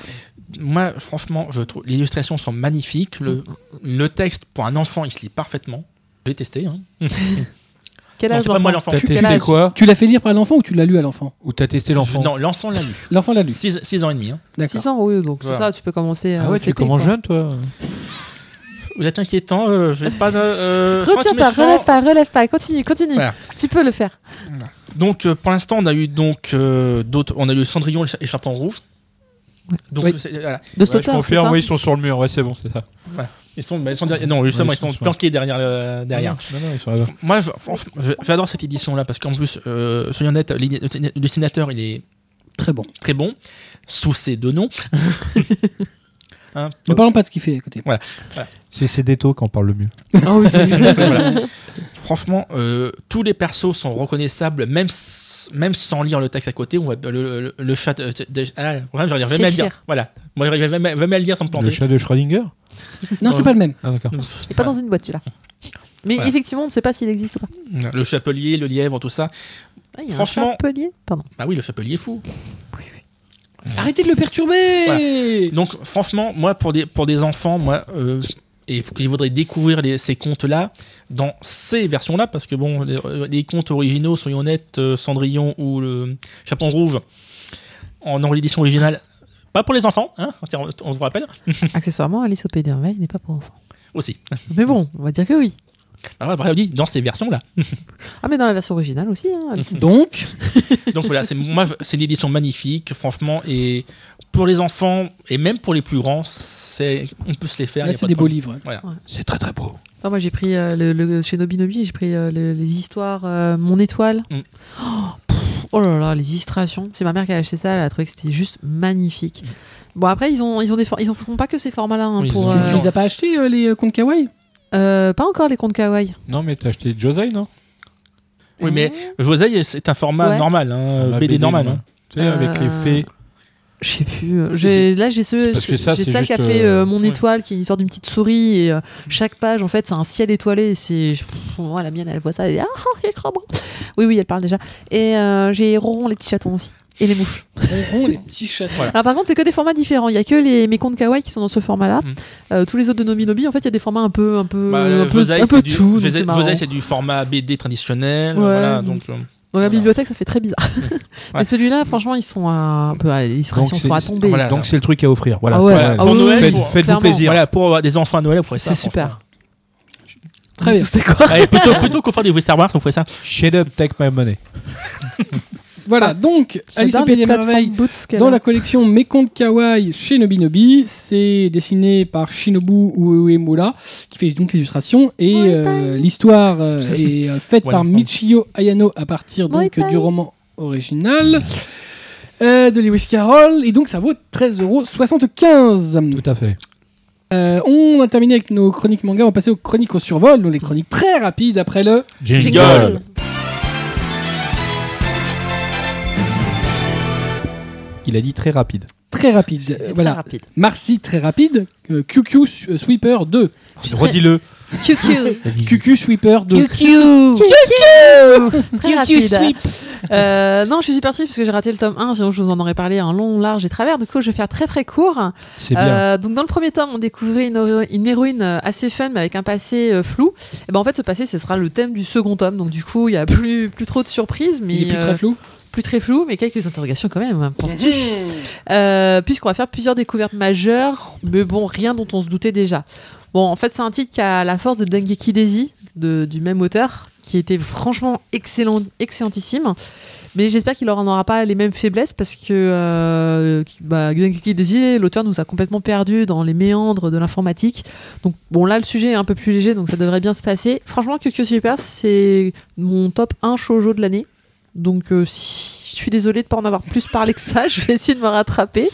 Moi, franchement, je trouve les illustrations sont magnifiques. Le, le texte pour un enfant, il se lit parfaitement. J'ai testé. Hein.
Quel
Non,
âge
c'est pas moi
l'enfant
T'as
l'enfant.
tu-
testé
quel âge
quoi
Tu l'as fait lire par l'enfant ou tu l'as lu à l'enfant
Ou t'as testé
Je-
l'enfant
Non, l'enfant l'a lu.
L'enfant l'a lu.
6 ans et demi. Hein.
D'accord.
6 ans, oui, donc c'est
Voilà.
ça, tu peux commencer. euh, à
Ah ouais, tu commences jeune, toi
Vous êtes inquiétant. euh, je vais pas.
[laughs]
euh, je vais
Retire
pas
pas,
être méchant.
relève pas, relève pas, continue, continue.
Voilà.
Tu peux le faire.
Donc euh, pour l'instant, on a eu donc euh, d'autres. On a eu Cendrillon et Cha- et Chaperon Rouge.
Ouais.
Donc
Oui.
c'est- voilà.
De ce
Ouais, Je
auteur, c'est
confirme,
ça
oui, ils sont sur le mur. Ouais, c'est bon, c'est ça.
Ils sont, bah, ils sont derrière- non, justement,
Ouais,
ils sont,
ils sont-
planqués derrière. le- derrière.
Non, non, ils sont là-bas.
Moi, je- franchement, je- j'adore cette édition-là parce qu'en plus, euh, soyons honnêtes, l'idée- le dessinateur, il est
Très bon.
très bon, sous ses
[laughs]
deux noms. Hein,
Ne parlons pas de ce qu'il fait à côté.
C'est Cédéto qui en parle le mieux.
Ah oui, c'est-
Voilà. Franchement, euh, tous les persos sont reconnaissables, même, s- même sans lire le texte à côté. On va, le, le, le chat. euh, de- ah, ouais, j'arrive jamais à le
Cheshire.
dire. Voilà. Moi, j'arrive jamais jamais à le dire sans me
Le
planter.
chat de Schrödinger
[laughs] Non, c'est pas le même.
Ah, d'accord.
Il est pas dans une boîte, celui-là. Mais
Voilà.
effectivement, on ne sait pas s'il existe ou pas.
Le chapelier, le lièvre, tout ça.
Ah, il y a
Franchement-
un chapelier.
[laughs]
Pardon.
Bah oui, le chapelier est fou.
Arrêtez de le perturber.
Donc franchement, moi pour des pour des enfants, moi euh, et qui voudraient découvrir les- ces contes là dans ces versions là parce que bon les, euh, les contes originaux soyons honnêtes euh, Cendrillon ou le Chaperon rouge en en édition originale pas pour les enfants, hein, on tient- on se rappelle
Accessoirement, Alice au Pays des Merveilles n'est pas pour enfants.
aussi.
Mais bon, on va dire que oui.
Alors, après, on dit dans ces versions-là.
Ah, mais dans la version originale aussi. hein,
Mhm.
Alice
Donc,
Donc voilà, c'est moi, c'est une édition magnifique, franchement, et pour les enfants et même pour les plus grands, c'est on peut se les faire.
là,
y a
c'est
pas
des
de
beaux
problème.
livres.
C'est très très beau.
Non, moi j'ai pris euh, le, le- chez Nobi Nobi, j'ai pris euh, le- les histoires euh, Mon Étoile.
Mm.
Oh, pff, oh là là, les illustrations. C'est ma mère qui a acheté ça, elle a trouvé que c'était juste magnifique. Bon après ils ont ils ont des for- ils en font pas que ces formats-là hein,
Mhm. Oui, ils
pour
ont-
Tu- Tu
euh,
les as pas achetés, euh, les euh, contes kawaii
euh, pas encore les contes kawaii.
Non, mais t'as acheté Josai, non
Oui, mais José, c'est un format
Ouais.
normal,
Euh,
hein,
Ah,
BD, normal. hein.
Tu sais, avec les
Euh,
fées.
Je sais plus. euh,
Si,
j'ai- Là j'ai ce
parce que ça,
j'ai
c'est
celle qui a
juste,
fait
euh,
euh, Mon
ouais.
Étoile qui est une histoire d'une petite souris et euh, chaque page en fait c'est un ciel étoilé. et C'est je- pff, ah, moi la mienne elle voit ça et ah il est trop beau. Oui oui elle parle déjà et euh, j'ai Ronron les petits chatons aussi. et les moufles.
Ronron, les petits chatons.
Voilà.
Alors par contre, c'est que des formats différents. Il y a que les mes comptes kawaii qui sont dans ce format-là.
Mm.
Euh, tous les autres de Nomi Nobi, en fait, il y a des formats un peu un peu
Bah,
un peu,
Josei,
un peu
c'est du-
tout. donc
Josei-
c'est marrant.
Josei, c'est du format BD traditionnel.
Ouais.
Voilà, donc, euh,
Dans la
voilà.
bibliothèque, ça fait très bizarre. Mais celui-là, franchement, ils sont à, un peu à- ils sont,
Donc,
ils
c'est-
sont à tomber.
voilà.
Donc c'est le truc à offrir. Voilà.
Ah ouais.
Voilà.
Ah oui,
Pour Noël,
Faites-
pour-
Faites-vous
clairement.
plaisir.
voilà, pour euh, des enfants à Noël, vous ferez ça.
C'est
franchement.
super.
Très
Ils
bien.
sont tous
Ah,
d'accord.
Allez, plutôt, plutôt qu'au faire des Star Wars, on ferait ça.
Shut up, take my money.
Voilà, donc Alice au
J'adore
Pays
les
des Merveilles
plateformes boots qu'elle
Dans
a.
la collection Mes contes Kawaii chez Nobinobi, c'est dessiné par Shinobu Uemura, qui fait donc l'illustration. Et
Muay Thai.
euh, l'histoire euh, est euh, faite
Ouais,
par
non.
Michio Ayano à partir
Muay
donc, euh,
Thai.
du roman original euh, de Lewis Carroll. Et donc ça vaut 13,75€.
Tout à fait.
Euh, on a terminé avec nos chroniques manga, on va passer aux chroniques au survol, donc les chroniques très rapides après le...
Jingle. Il a dit très rapide.
Très rapide.
Très
voilà.
rapide.
Marcy, très rapide. Euh, QQ Su- Sweeper 2.
Redis-le.
QQ. [laughs]
QQ Sweeper 2.
Très
Très
rapide.
rapide.
Euh, non, je suis super triste parce que j'ai raté le tome 1, sinon je vous en aurais parlé en long, large et travers. Du coup, je vais faire très très court.
C'est bien.
Euh, donc, dans le premier tome, on découvrait une, héro- une héroïne euh, assez fun, mais avec un passé euh, flou. Et ben, en fait, ce passé, ce sera le thème du second tome. Donc, du coup, il y a plus, plus trop de surprises, mais
Il est plus
euh,
très flou.
plus très flou, mais quelques interrogations quand même, hein, penses-tu Euh, Puisqu'on va faire plusieurs découvertes majeures, mais bon, rien dont on se doutait déjà. Bon, en fait, c'est un titre qui a la force de Dengeki Daisy, de- du même auteur, qui était franchement excellent, excellentissime. Mais j'espère qu'il n'en aura pas les mêmes faiblesses parce que euh, qui- bah, Dengeki Daisy, l'auteur nous a complètement perdu dans les méandres de l'informatique. Donc bon, là, le sujet est un peu plus léger, donc ça devrait bien se passer. Franchement, QQ Super, c'est mon top 1 shoujo de l'année. Donc euh, si- je suis désolée de pas en avoir plus parlé que ça, [laughs] je vais essayer de me rattraper,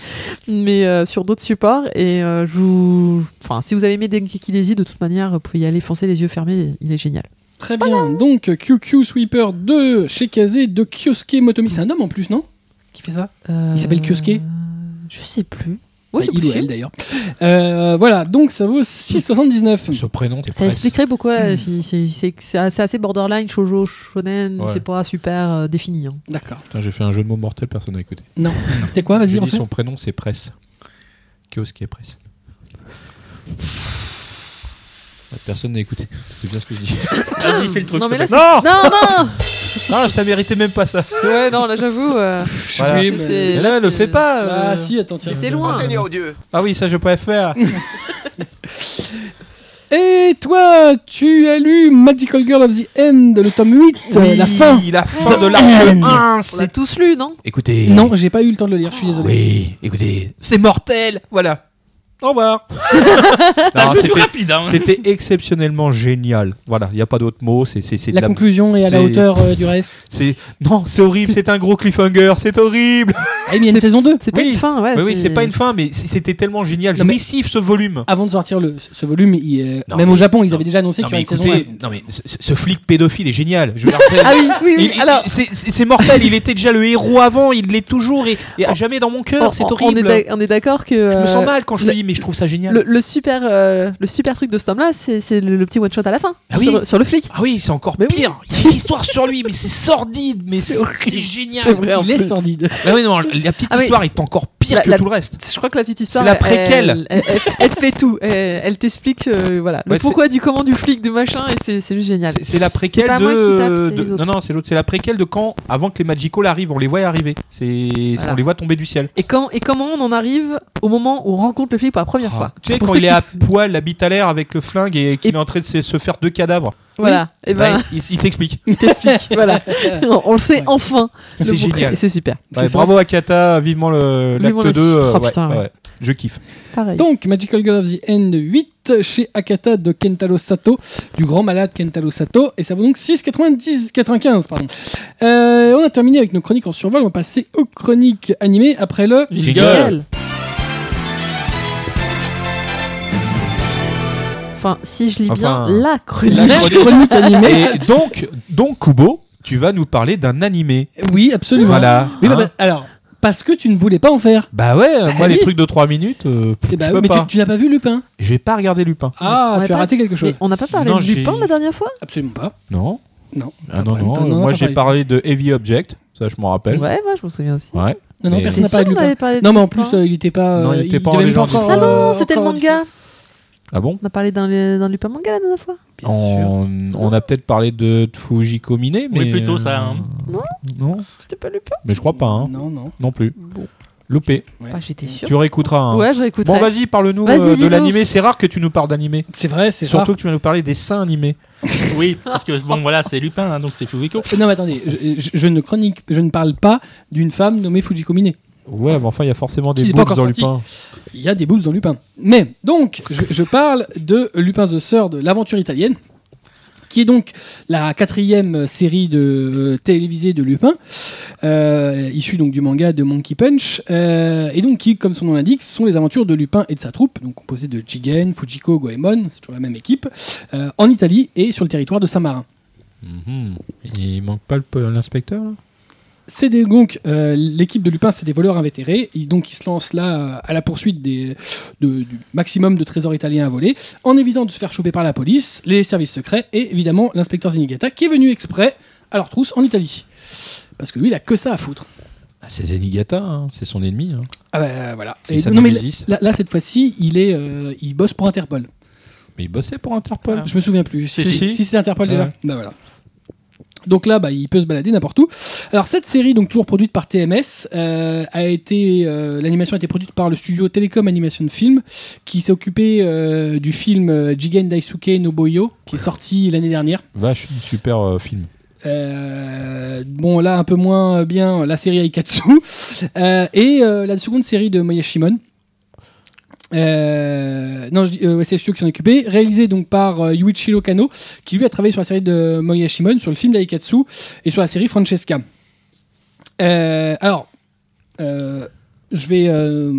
mais euh, sur d'autres supports. Et euh, je vous... enfin, si vous avez aimé Dengeki Daisy, de toute manière, vous pouvez y aller foncer les yeux fermés, il est génial.
Très bien. Donc QQ Sweeper 2 chez Kazé de Kyosuke Motomi. C'est un homme en plus, non Qui fait ça Il s'appelle Kyosuke
Euh, Je sais plus.
Bah,
Oui, c'est
Il ou
possible.
elle d'ailleurs. Euh, voilà, donc ça vaut 6,79.
Ce prénom, t'es
Ça
presque.
expliquerait pourquoi euh, si- si- c'est c'est assez assez borderline, shoujo, shonen,
Ouais.
c'est pas super euh, défini. hein.
D'accord.
Putain, j'ai fait un jeu de mots mortel, personne n'a écouté.
Non. C'était quoi Vas-y,
J'ai
en
dit
fait.
son prénom, c'est Presse. Kios qui est Presse. Personne n'a écouté. C'est bien ce que je dis.
Vas-y, fais le truc.
non, mais
s'il te
là,
plaît.
c'est- non, non
Non, ça méritait même pas ça.
Ouais, non, là, j'avoue. euh,
Voilà.
Oui,
c'est-
mais-
c'est- Bah,
Mais là, ne le fais pas. euh.
Ah si, attends, tiens.
C'était loin.
Seigneur Dieu.
Ah oui, ça, je pourrais faire.
Et toi, tu as lu Magical Girl of the End, le tome 8, euh, la fin
La fin de
Mmh.
[laughs]
l'arc 1.
On l'a tous lu, non
Écoutez.
Non, j'ai pas eu le temps de le lire, je suis désolé.
Oui, écoutez. C'est mortel. Voilà. Au revoir.
T'as
[laughs] Non,
vu plus
c'était-
rapide. hein.
C'était exceptionnellement génial. Voilà, il n'y a pas d'autre mot. C'est, c'est, c'est de
La
la-
conclusion est à la
c'est-
hauteur euh, du reste.
c'est- Non, c'est horrible. C'est un gros cliffhanger. C'est horrible.
Ah, mais il y a une saison 2
Ah, C'est pas
Oui.
une fin, ouais.
Oui, oui, c'est pas une fin, mais c- c'était tellement génial.
Non, mais-
Jouissif ce volume.
Avant de sortir le, ce volume, il, euh,
Non,
même
mais-
au Japon, ils
non.
avaient déjà annoncé
Non
qu'il y aurait
mais,
une saison 1.
écoutez, non, mais ce, ce flic pédophile est génial. Je veux dire, après-
Ah oui, oui,
Il-
oui.
il-
Alors,
c'est- c'est c'est mortel. Il était déjà le héros avant. Il l'est toujours et, et à
On-
jamais dans mon
on,
cœur. C'est
Oh, on- on
horrible.
est d'ac- on est d'accord que.
je me
euh,
sens mal quand je le lis, mais je trouve ça génial.
Le, le super, euh, le super truc de ce tome-là, c'est c'est le, le petit one-shot à la fin,
Ah oui.
sur, sur le flic.
Ah oui, c'est encore
Mais oui.
pire. Il y a une histoire sur lui, mais c'est sordide, mais c'est c'est génial.
vrai, en
Il est
plus.
sordide.
Ah oui, non, la petite
Ah oui.
histoire est encore pire
La-
que
la-
tout le reste.
Je crois que la petite histoire.
C'est la
elle-
préquelle.
Elle, elle- elle fait tout. Elle, elle t'explique euh, voilà, le
Ouais, c'est-
pourquoi du comment du flic, du machin, et c'est- c'est juste génial.
C'est- C'est la
C'est
préquelle
pas
de...
moi qui tape, c'est
de-
les autres.
Non, non, c'est l'autre. C'est la préquelle de quand, avant que les Magicals arrivent, on les voit arriver. C'est
Voilà.
On les voit tomber du ciel.
Et, quand, et comment on en arrive au moment où on rencontre le flic pour la première fois
Ah. Tu sais,
Pour
quand
ceux
il est
qui
à
se-
poil, la bite à l'air avec le flingue et qu'il
Et-
est en train de se, se faire deux cadavres.
Voilà, et ben,
Ouais, il [laughs] il t'explique.
il
[laughs]
t'explique. voilà. On, on le sait
Ouais.
enfin. le
C'est
pourquoi,
génial.
Et [laughs] Bah, c'est super.
C'est
Ouais,
ça.
bravo Akata, vivement le-
Vivement
l'acte 2.
le-
euh,
Oh, putain, ouais.
Je kiffe.
Pareil.
Donc, Magical Girl of the End 8 chez Akata de Kentaro Sato, du grand malade Kentaro Sato, et ça vaut donc 6,95. pardon. Euh, on a terminé avec nos chroniques en survol, on va passer aux chroniques animées après le.
Jingle.
Génial. Enfin, si je lis
Enfin,
bien la chronique.
la chronique.
chronique animée.
euh,
Et donc, donc Kubo, tu vas nous parler d'un animé.
Oui, absolument.
Voilà.
Oui, bah,
Hein
bah, alors, parce que tu ne voulais pas en faire.
Bah ouais, euh,
Bah
moi
oui.
les trucs de 3 minutes, euh, pff,
Eh bah
je
oui,
peux
mais
pas.
tu, tu n'as pas vu Lupin.
J'ai pas regardé Lupin.
Ah, tu
On n'a
as
pas-
raté quelque
Mais
chose.
on n'a pas parlé
Non,
de
j'ai-
Lupin la dernière fois
Absolument pas.
Non.
Non.
Ah non,
T'as pas-
non,
t'en as
euh, moi
pas
j'ai parlé de Heavy Object. Ça, je m'en rappelle.
Ouais, moi je me souviens aussi.
Bah Ouais.
Non, non,
Mais-
personne
T'es
n'a
sûr
parlé de
qu'on
Lupin.
avait parlé de
Non, mais en
Lupin
plus, euh, il était pas.
Non, il
euh,
était pas en
devait même
légende.
encore,
Ah
euh,
non, c'était le
encore-
manga.
Ah bon
On a parlé dans le, dans le Lupin manga la dernière fois.
Bien sûr.
on, on a peut-être parlé de de Fujiko Mine, mais. euh,
Oui, plutôt ça, hein.
Non
Non,
C'était pas Lupin
mais je crois pas, hein.
Non, non.
non plus.
Bon,
Loupé.
bah, j'étais sûre.
Tu réécouteras. hein.
Ouais, je réécouterai.
Bon, vas-y, parle-nous
Vas-y,
euh, de
dis-nous.
l'animé. C'est rare que tu nous parles d'animé.
C'est vrai, c'est
Surtout
surtout.
que tu vas nous parler des seins animés.
Oui, parce que bon, voilà, c'est Lupin, hein, donc c'est Fujiko.
Euh, Non, mais attendez, je, je- je ne chronique, je ne parle pas d'une femme nommée Fujiko Mine.
Ouais, mais enfin, il y a forcément
Qui
des
n'est pas
boobs dans
encore sorti.
Lupin.
Il y a des boobs dans Lupin. Mais donc, je, je parle de Lupin the Sœur de l'aventure italienne, qui est donc la quatrième série de euh, télévisée de Lupin, euh, issue donc du manga de Monkey Punch, euh, et donc qui, comme son nom l'indique, sont les aventures de Lupin et de sa troupe, donc composée de Jigen, Fujiko, Goemon, c'est toujours la même équipe, euh, en Italie et sur le territoire de Saint-Marin.
Mhm. Il manque pas le- l'inspecteur là
C'est des- donc euh, l'équipe de Lupin, c'est des voleurs invétérés. Ils, donc ils se lancent là euh, à la poursuite des, de- du maximum de trésors italiens à voler, en évitant de se faire choper par la police, les services secrets et évidemment l'inspecteur Zenigata qui est venu exprès à leur trousse en Italie. Parce que lui, il a que ça à foutre.
Ah, C'est Zenigata, hein. c'est son ennemi. hein.
Ah bah voilà.
C'est
Et-
sa
non mais
némésis.
là, là, cette fois-ci, il est, euh, il bosse pour Interpol.
Mais il bossait pour Interpol.
Je me souviens plus.
Si,
Si,
si.
si, c'était Interpol déjà.
Ouais.
Bah voilà. Donc là, bah, il peut se balader n'importe où. Alors cette série, donc toujours produite par TMS, euh, a été euh, l'animation a été produite par le studio Telecom Animation Film, qui s'est occupé euh, du film euh, Jigen Daisuke no Boyo, qui est sorti l'année dernière.
Vache, super euh, film.
Euh, bon, là un peu moins bien la série Aikatsu [laughs] Euh, et euh, la seconde série de Moya Shimon. Euh, non, je dis- euh, ouais, c'est le studio qui s'en occupait, réalisé donc par euh, Yuichiro Kano, qui lui a travaillé sur la série de Moya Shimon, sur le film d'Aikatsu et sur la série Francesca. Euh, alors, euh, je vais, euh,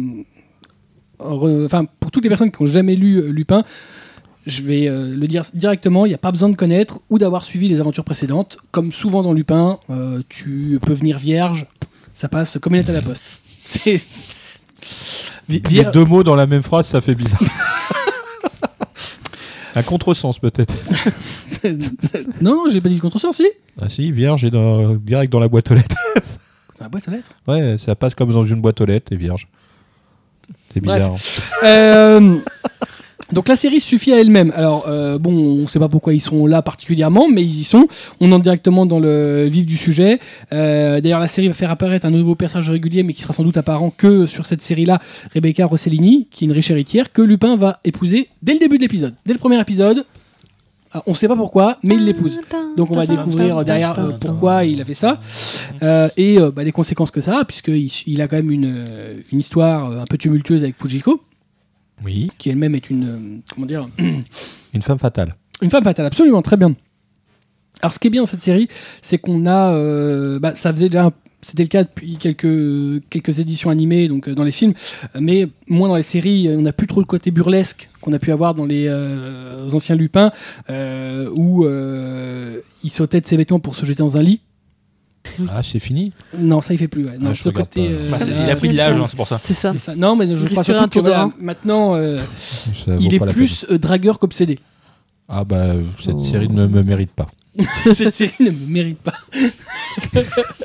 re- enfin, pour toutes les personnes qui n'ont jamais lu euh, Lupin, je vais euh, le dire directement, il n'y a pas besoin de connaître ou d'avoir suivi les aventures précédentes. Comme souvent dans Lupin, euh, tu peux venir vierge, ça passe comme une lettre à la poste. [laughs] C'est... Vi-
Les
vier-
deux mots dans la même phrase, ça fait bizarre. [laughs] Un contresens peut-être.
non, j'ai pas dit le contresens, si
Ah si, vierge et dans- direct dans la boîte aux lettres.
Dans la boîte aux lettres.
Ouais, ça passe comme dans une boîte aux lettres et vierge. C'est bizarre. hein.
Euh, donc la série suffit à elle-même. Alors, euh, bon, on ne sait pas pourquoi ils sont là particulièrement, mais ils y sont. On entre directement dans le vif du sujet. Euh, D'ailleurs, la série va faire apparaître un nouveau personnage régulier, mais qui sera sans doute apparent que sur cette série-là, Rebecca Rossellini, qui est une riche héritière, que Lupin va épouser dès le début de l'épisode. Dès le premier épisode, Ah, on ne sait pas pourquoi, mais il l'épouse. Donc on va découvrir derrière euh, pourquoi il a fait ça euh, et euh, bah, les conséquences que ça a, puisqu'il il a quand même une, euh, une histoire euh, un peu tumultueuse avec Fujiko,
Oui,
qui elle-même est une, euh, comment dire,
une femme fatale.
une femme fatale, absolument, très bien. Alors, ce qui est bien dans cette série, c'est qu'on a. euh, bah, ça faisait déjà. un- C'était le cas depuis quelques, quelques éditions animées, donc euh, dans les films, euh, mais moins dans les séries. euh, On n'a plus trop le côté burlesque qu'on a pu avoir dans les euh, anciens Lupins, euh, où euh, il sautait de ses vêtements pour se jeter dans un lit.
Ah, c'est fini
Non, ça il fait plus. ouais. Non,
Ah, je
ce
regarde
côté,
pas.
euh,
Bah, c'est-
euh,
il a pris de l'âge, hein, c'est pour ça.
C'est ça.
c'est ça. Non, mais je
Il
crois
risquerait
surtout
un
que
tour de
voilà,
rein.
maintenant, euh,
Ça vaut
il est
pas la
plus Oh. euh, dragueur qu'obsédé.
peine. Ah bah, cette série ne me mérite pas.
[laughs] Cette série ne me mérite pas. [laughs]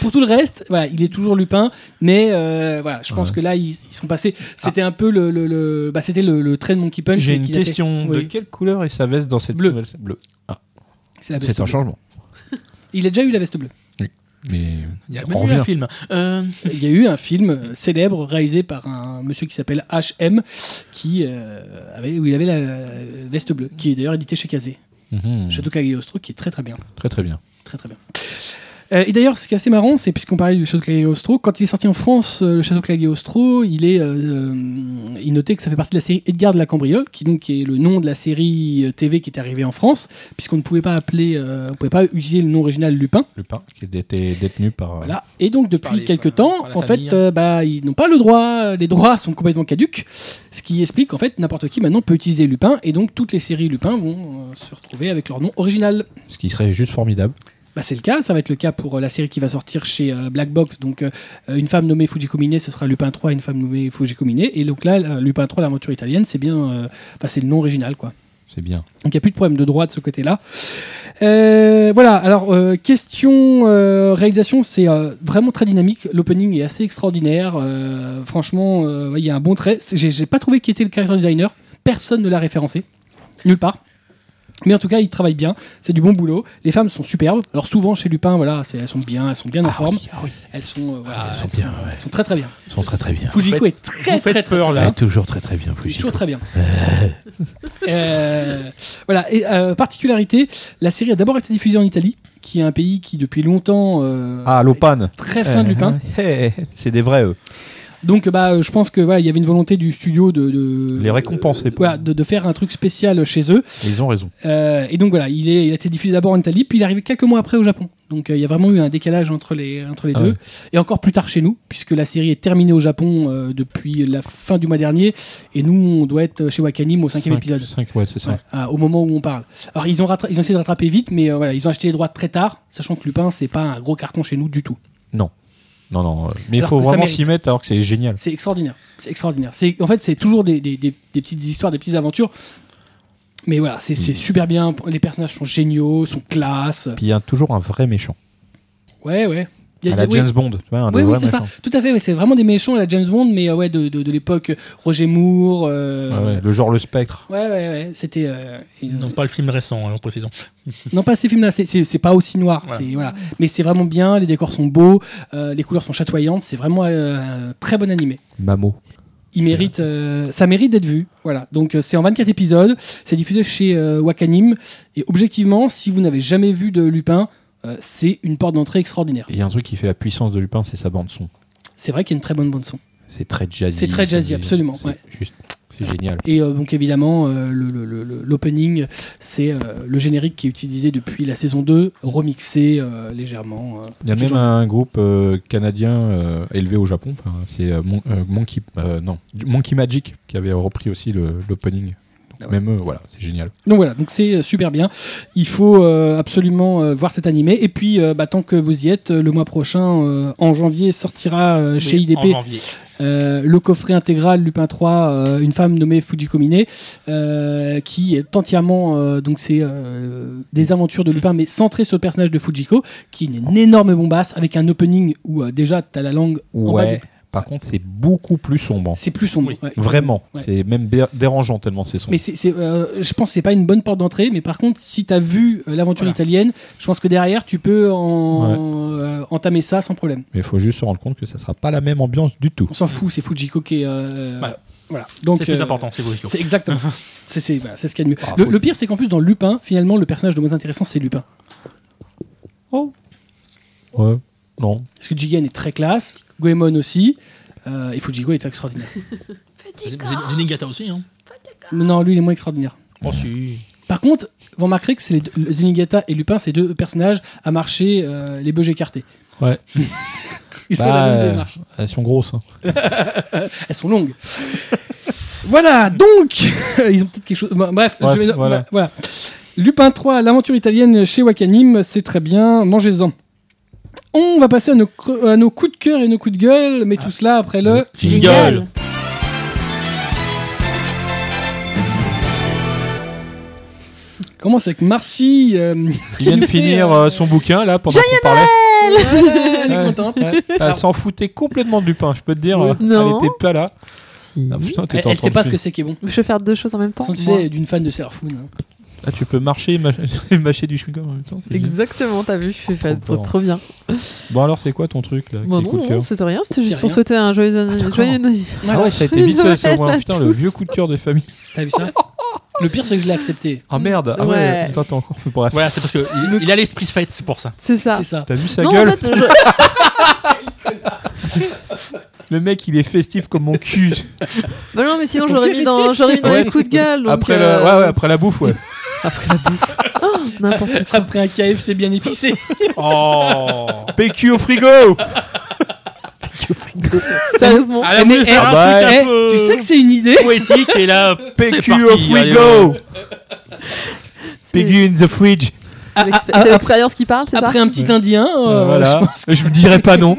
Pour tout le reste, voilà, il est toujours Lupin, mais euh, voilà, je pense
Ouais. Ah.
que là ils, ils sont passés. C'était un peu le, le, le- bah, c'était le, le trait de Monkey Punch.
J'ai
mais
une
qu'il a fait-
question.
Ah, Oui.
De quelle couleur est sa veste dans cette
Bleu. Ah, bah,
nouvelle scène Bleu.
C'est la veste
C'est un
bleue.
changement.
Il a déjà eu la veste bleue.
Mais
Il y a
on
même eu un
revient.
film. Euh,
Il y a eu un film euh, célèbre réalisé par un monsieur qui s'appelle H.M. qui euh, avait où il avait la euh, veste bleue, qui est d'ailleurs édité chez Kazé.
Mhm.
Château Cagliostro, qui est très très bien.
Très très bien.
Très très bien. Euh, et d'ailleurs, ce qui est assez marrant, c'est puisqu'on parlait du Château Cagliostro, quand il est sorti en France, euh, le Château Cagliostro, il est, euh, euh, il notait que ça fait partie de la série Edgar de la Cambriole, qui donc est le nom de la série euh, TV qui est arrivée en France, puisqu'on ne pouvait pas appeler, euh, on pouvait pas utiliser le nom original Lupin.
Lupin, qui était détenu par. euh,
Voilà. Et donc
Par
depuis
les-
quelques
par-
temps,
par la
en
famille.
fait, euh, bah, ils n'ont pas le droit, les droits sont complètement caduques, ce qui explique qu'en fait n'importe qui maintenant peut utiliser Lupin, et donc toutes les séries Lupin vont euh, se retrouver avec leur nom original.
Ce qui serait juste formidable.
Bah, c'est le cas, ça va être le cas pour euh, la série qui va sortir chez euh, Black Box. Donc, euh, une femme nommée Fujiko Mine, ce sera Lupin 3, une femme nommée Fujiko Mine. Et donc là, euh, Lupin 3, l'aventure italienne, c'est bien. euh, Enfin, c'est le nom original, quoi.
c'est bien.
Donc il n'y a plus de problème de droit de ce côté-là. Euh, voilà, alors euh, question euh, réalisation, c'est euh, vraiment très dynamique. L'opening est assez extraordinaire. Euh, franchement, euh, ouais, il y a un bon trait. C'est- J'ai j'ai pas trouvé qui était le character designer. Personne ne l'a référencé. Nulle part. Mais en tout cas, il travaille bien. C'est du bon boulot. Les femmes sont superbes. Alors souvent chez Lupin, voilà, c'est- elles sont bien, elles sont bien en forme. Elles sont, euh, voilà,
Ah elles sont
elles sont-
bien, ouais.
elles sont très très bien.
Ils sont très très bien.
Fujiko est
Vous
très
faites
très très
peur, là.
Ouais, toujours très très bien, Fujiko.
Toujours très bien. [laughs] Euh, voilà. Et euh, particularité, la série a d'abord été diffusée en Italie, qui est un pays qui depuis longtemps euh,
Ah, Lopane.
très fin
Euh,
du Lupin.
hey, c'est des vrais, eux. Uh-huh.
Donc bah euh, je pense que voilà, il y avait une volonté du studio de, de
Les récompenser.
euh, voilà, de, de faire un truc spécial chez eux.
Et Ils ont raison.
Euh, et donc voilà, il, est, il a été diffusé d'abord en Italie, puis il est arrivé quelques mois après au Japon. Donc euh, il y a vraiment eu un décalage entre les, entre les
Ah
deux.
ouais.
Et encore plus tard chez nous, puisque la série est terminée au Japon euh, depuis la fin du mois dernier. Et nous, on doit être chez Wakanim au cinquième
Cinq-
épisode.
cinq, ouais, c'est ça.
Ouais, à- Ah, au moment où on parle. Alors ils ont, rattra- ils ont essayé de rattraper vite, mais euh, voilà, ils ont acheté les droits très tard, sachant que Lupin c'est pas un gros carton chez nous du tout.
Non, non. euh, Mais il
Alors
faut
que ça
vraiment
mérite.
s'y mettre alors que c'est génial.
C'est extraordinaire, c'est extraordinaire. C'est en fait c'est toujours des, des- des- des petites histoires, des petites aventures. Mais voilà, c'est
Mmh.
c'est super bien. Les personnages sont géniaux, sont classe.
Puis il y a toujours un vrai méchant.
Ouais, ouais. Il y
À
a-
la
oui.
James Bond. tu vois, un
Oui,
vrai
oui, c'est ça.
méchant.
Tout à fait. oui, c'est vraiment des méchants à la James Bond, mais euh, ouais, de, de- de l'époque Roger Moore. euh,
Ouais, ouais, Le genre le spectre.
ouais, ouais, ouais, C'était. euh, une-
Non, pas le film récent, hein, en précisant.
Non, pas ces films-là, c'est- c'est c'est pas aussi noir.
Voilà.
c'est- Voilà. Mais c'est vraiment bien, les décors sont beaux, euh, les couleurs sont chatoyantes, c'est vraiment euh, un très bon animé.
Mamo.
Il mérite, euh, ça mérite d'être vu. Voilà. Donc euh, c'est en 24 épisodes, c'est diffusé chez euh, Wakanim. Et objectivement, si vous n'avez jamais vu de Lupin, euh, c'est une porte d'entrée extraordinaire.
Il y a un truc qui fait la puissance de Lupin, c'est sa bande son.
C'est vrai qu'il y a une très bonne bande son.
C'est très jazzy.
C'est très jazzy,
c'est-
absolument,
c'est
ouais.
Juste, c'est génial.
Et euh, donc évidemment, euh, le- le- le- le- l'opening, c'est euh, le générique qui est utilisé depuis la saison 2, remixé euh, légèrement. euh,
Il y a
ce
même
genre.
un groupe euh, canadien euh, élevé au Japon. enfin, c'est euh, Mon- euh, Monkey, euh, non, Monkey Magic qui avait repris aussi le- l'opening.
Ah
Donc
ouais.
Même eux, voilà, c'est génial.
Donc voilà, donc c'est euh, super bien. Il faut euh, absolument euh, voir cet animé. Et puis, euh, bah, tant que vous y êtes, euh, le mois prochain, euh, en janvier, sortira euh, chez
Mais En
IDP
janvier.
euh, le coffret intégral Lupin 3, euh, une femme nommée Fujiko Mine, euh, qui est entièrement, euh, donc c'est euh, des aventures de Lupin, mais centré sur le personnage de Fujiko, qui est une énorme bombasse avec un opening où euh, déjà t'as la langue en bas.
Ouais.
du-
Par contre, c'est beaucoup plus sombre.
C'est plus sombre.
Oui.
ouais.
Vraiment.
Ouais.
C'est même dé- dérangeant tellement c'est sombre.
Mais c'est, c'est, euh, je pense que c'est pas une bonne porte d'entrée, mais par contre, si t'as vu euh, l'aventure
Voilà.
italienne, je pense que derrière, tu peux en, euh, entamer ça sans problème.
Mais il faut juste se rendre compte que ça sera pas la même ambiance du tout.
On s'en fout, c'est Fujiko qui est. euh,
Voilà.
Voilà. Donc,
C'est plus
euh,
important, c'est Fujiko.
C'est
[laughs]
exactement. c'est, c'est, voilà, c'est ce qu'il y a de mieux.
Ah,
le,
faut-
le pire, c'est qu'en plus, dans Lupin, finalement, le personnage le moins intéressant, c'est Lupin.
Ouais. Non.
Parce que Jigen est très classe, Goemon aussi, euh, et Fujiko est extraordinaire.
Zenigata aussi, hein.
non, lui, il est moins extraordinaire.
Euh,
Oh, si.
Par contre, vous remarquerez que c'est les deux- le Zenigata et Lupin, ces deux personnages à marcher euh, les bœufs écartés.
Ouais.
[laughs] Ils sont
Bah,
la même
euh,
démarche.
Elles sont grosses. hein.
Elles sont longues. voilà, donc, [laughs] ils ont peut-être quelque chose. bon, bref,
Bref,
je vais-
voilà.
bah, voilà. Lupin 3, l'aventure italienne chez Wakanim, c'est très bien, mangez-en. On va passer à nos, cre- à nos coups de cœur et nos coups de gueule,
Ah.
mais tout cela après le.
Jingle.
Commence avec Marcy. euh,
Il vient de
nous fait,
finir
euh,
euh, son bouquin là pendant qu'on parlait.
elle est
Ouais.
contente.
Ouais. Elle s'en foutait complètement du pain, je peux te dire.
Oui.
euh,
Non.
Elle était pas là.
Si.
Ah, putain, t'étais
Elle,
en
elle
train
sait
de
pas ce que
filmer.
c'est qui est bon.
Je vais faire deux choses en même temps.
Sans tu
moi.
sais, d'une fan de Sailor Moon. hein.
Ah, tu peux marcher et mâcher, et [laughs] mâcher du chewing-gum en même temps. c'est génial.
Exactement, t'as vu, je suis fan,
fort.
trop, trop bien.
Bon alors c'est quoi ton truc là
Bah Bon,
tes coups
non,
de cœur
non, c'était rien, c'était juste
C'est
pour
rien.
souhaiter un joyeux
Ah, d'accord.
joyeux Noël. [laughs]
Ah ouais, ça a été vite fait ça. moi. Putain, le vieux coup de cœur des familles.
T'as vu ça Le pire, c'est que je l'ai accepté.
Ah merde. Ah ouais.
Ouais.
Attends, attends, encore. Bref.
Voilà, c'est parce qu'il a l'esprit de fête, c'est pour ça.
C'est ça.
C'est ça.
T'as vu sa
non,
gueule
en fait, je-
Le mec, il est festif comme mon cul.
Bah non, mais sinon j'aurais
Ton
mis dans, j'aurais mis dans
Ouais.
les coups de [laughs] gueule. donc,
après, la...
euh,
Ouais, ouais, après la bouffe,
[laughs]
ouais.
N'importe
Après un KFC bien épicé.
Oh
PQ au frigo
quoi. Sérieusement.
Alors,
Mais,
vous voulez
eh,
faire
ah
un truc
bah,
un
Eh,
peu
tu sais que c'est une idée
poétique et là,
PQ au frigo PQ in the fridge
C'est
Ah,
l'expé- c'est l'expérience qui parle, c'est ça
ah, Après un
Oh,
euh, petit indien, euh,
Euh, Voilà. Je, me dirais pas non.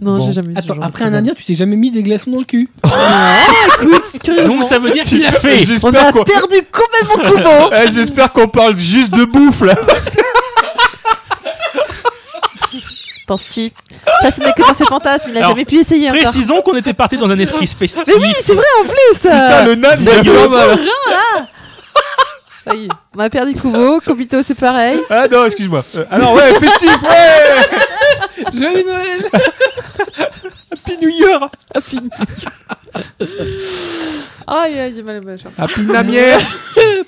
Non,
Bon.
j'ai jamais eu ce
Attends,
genre de
après un
problème.
indien, tu t'es jamais mis des glaçons dans le
[laughs]
cul
[laughs] Ah, écoute, curieusement.
Donc ça veut dire qu'il a fait.
[laughs] On a
J'espère
[laughs]
qu'on
perdu complètement Kubo.
[laughs] Eh, j'espère qu'on parle juste de bouffe là.
Penses-tu Ça, ce n'est que dans ses fantasmes. Il n'a
Alors,
jamais pu essayer encore.
Précisons qu'on était parti dans un esprit festif.
Mais oui, c'est vrai en plus. euh,
Putain, le naze, il a fait mal.
ça y est, On a perdu Kubo. Kobito, c'est pareil.
Ah non, excuse-moi. Euh, alors ouais, festif, ouais
Joyeux Noël
Happy New Year
Happy New Year. Aïe, aïe, j'ai mal à la hein. jambe.
Happy Namière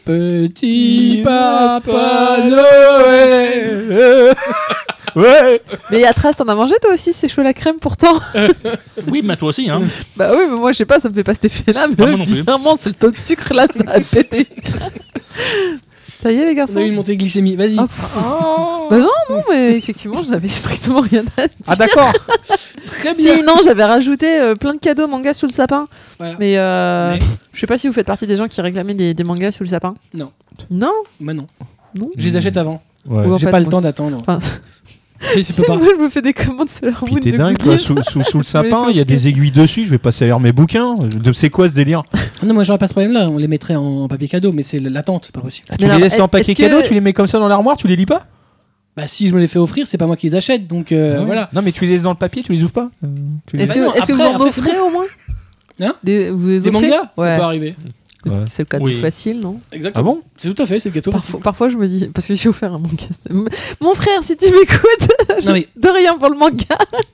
Petit papa Noël
Noël [laughs] Ouais
Mais Yatras, t'en as mangé toi aussi C'est chaud la crème pourtant
Oui, mais toi aussi. Hein.
[laughs] Bah oui, mais moi je sais pas, ça me fait pas cet effet-là. Mais
Ah, moi non plus.
bizarrement, c'est le taux de sucre là, ça a pété. ça y est,
On a eu
les
une
garçons
montée glycémie, vas-y.
Ah, pff. Bah non, non, mais effectivement, j'avais [laughs] strictement rien à dire.
Ah
[laughs]
d'accord
Très bien.
Si, non, j'avais rajouté euh, plein de cadeaux manga sous le sapin.
Voilà.
Mais, euh,
Mais-
je sais pas si vous faites partie des gens qui réclamaient des, des mangas sous le sapin.
Non.
Non
Bah non.
Non.
Je les achète avant.
Ou en
J'ai
fait,
pas le
moi,
temps
c'est-
d'attendre.
Enfin,
[laughs] Si, c'est pas.
[laughs] Moi, je me fais des commandes sur leur
Puis t'es dingue, quoi, sous, sous, sous le sapin,
Mais
il y a des aiguilles dessus, je vais passer à l'air mes bouquins. De- C'est quoi ce délire
Non, moi j'aurais pas ce problème-là. On les mettrait en, en papier cadeau, mais c'est l'attente, c'est pas possible.
Tu les laisses en paquet cadeau, tu les mets comme ça dans l'armoire, tu les lis pas Ah
Bah si je me les fais offrir, c'est pas moi qui les achète, donc euh,
Ouais.
voilà.
Non mais tu les laisses dans le papier, tu les ouvres pas Euh, tu les-
Est-ce
Bah
que,
non,
est-ce que vous
après-
en
après,
offrez au moins
Hein
des, vous les
Des
offrez
mangas,
Ouais.
ça peut arriver.
Ouais.
C'est le cas
Oui.
plus facile, non
Ah
Exactement.
bon
c'est tout à fait, c'est le gâteau.
parfois, parfois, je me dis, parce que j'ai offert un manga. Mon frère, si tu m'écoutes, [laughs] j'ai
Non, mais-
de rien pour le manga.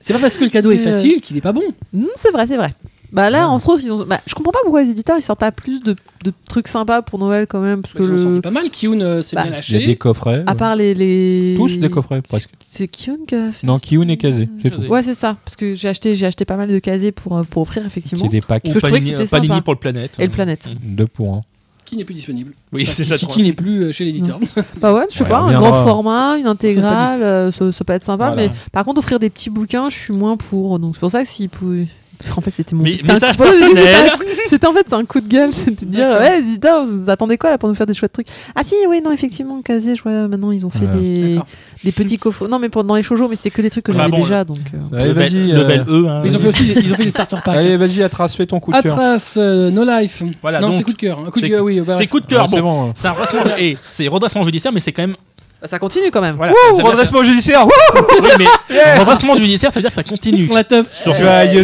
C'est pas parce que le cadeau est
Euh,
facile qu'il est pas bon.
Non, Hmm, c'est vrai, c'est vrai. Bah
Hmm.
là, entre autres, ils ont. Bah, je comprends pas pourquoi les éditeurs ils sortent pas plus de, de trucs sympas pour Noël quand même, parce que
Parce qu'on
le-
sortit pas mal. Kiyun euh, s'est
Bah,
bien
Il y a des
lâché.
coffrets.
à
ouais.
part les, les-
Tous des coffrets, presque.
C'est Kyun qui a fait.
Non, Kiyun et Kazé, c'est tout.
Kazé.
Ouais, c'est ça, parce que j'ai acheté, j'ai acheté pas mal de casiers pour euh, pour offrir effectivement.
C'est des packs. hein.
Parce
Ou
que je trouvais que
Panini,
c'était
Panini
sympa.
pour le planète.
Et le planète.
Deux pour un.
Qui n'est plus disponible.
Oui,
Enfin,
c'est
qui-
ça.
Qui, qui n'est plus euh, chez l'éditeur.
Bah ouais, je sais
Ouais,
pas,
on
un
viendra.
grand format, une intégrale, euh, ça, ça peut être sympa.
Voilà.
Mais par contre, offrir des petits bouquins, je suis moins pour. Donc c'est pour ça que s'ils pouvaient. En fait, c'était mon.
Mais-
c'était un
message
coup- [laughs] c'était un-
personnel.
C'était en fait un coup de gueule, c'était de dire
D'accord.
ouais, Zita, vous attendez quoi là pour nous faire des chouettes trucs Ah si, oui, non, effectivement, Kazé, je vois maintenant ils ont fait
Ouais.
des,
D'accord.
des petits coffres. Non, mais pour- dans les shoujo, mais c'était que des trucs que
Bah
j'avais
bon,
déjà. Donc, euh,
Allez,
level,
vas-y. euh,
level E. hein.
Ils ont fait aussi des, ils ont fait des starter packs.
Allez, vas-y, Atras, fais ton coup de cœur.
Atras, euh, No Life.
Voilà,
non,
donc-
c'est coup de cœur. Un coup de
c'est-
cœur, oui. bah,
Ah, C'est coup de
Ouais,
cœur.
c'est
Bon,
bon.
c'est un redressement. Et c'est redressement judiciaire, mais c'est quand même.
bah, ça continue quand même.
Voilà.
Ouh,
ça veut dire
redressement judiciaire. Ouh,
que- Oui, mais redressement judiciaire, ça veut dire que ça
Ils
continue.
font la teuf.
Sur-
Joyeux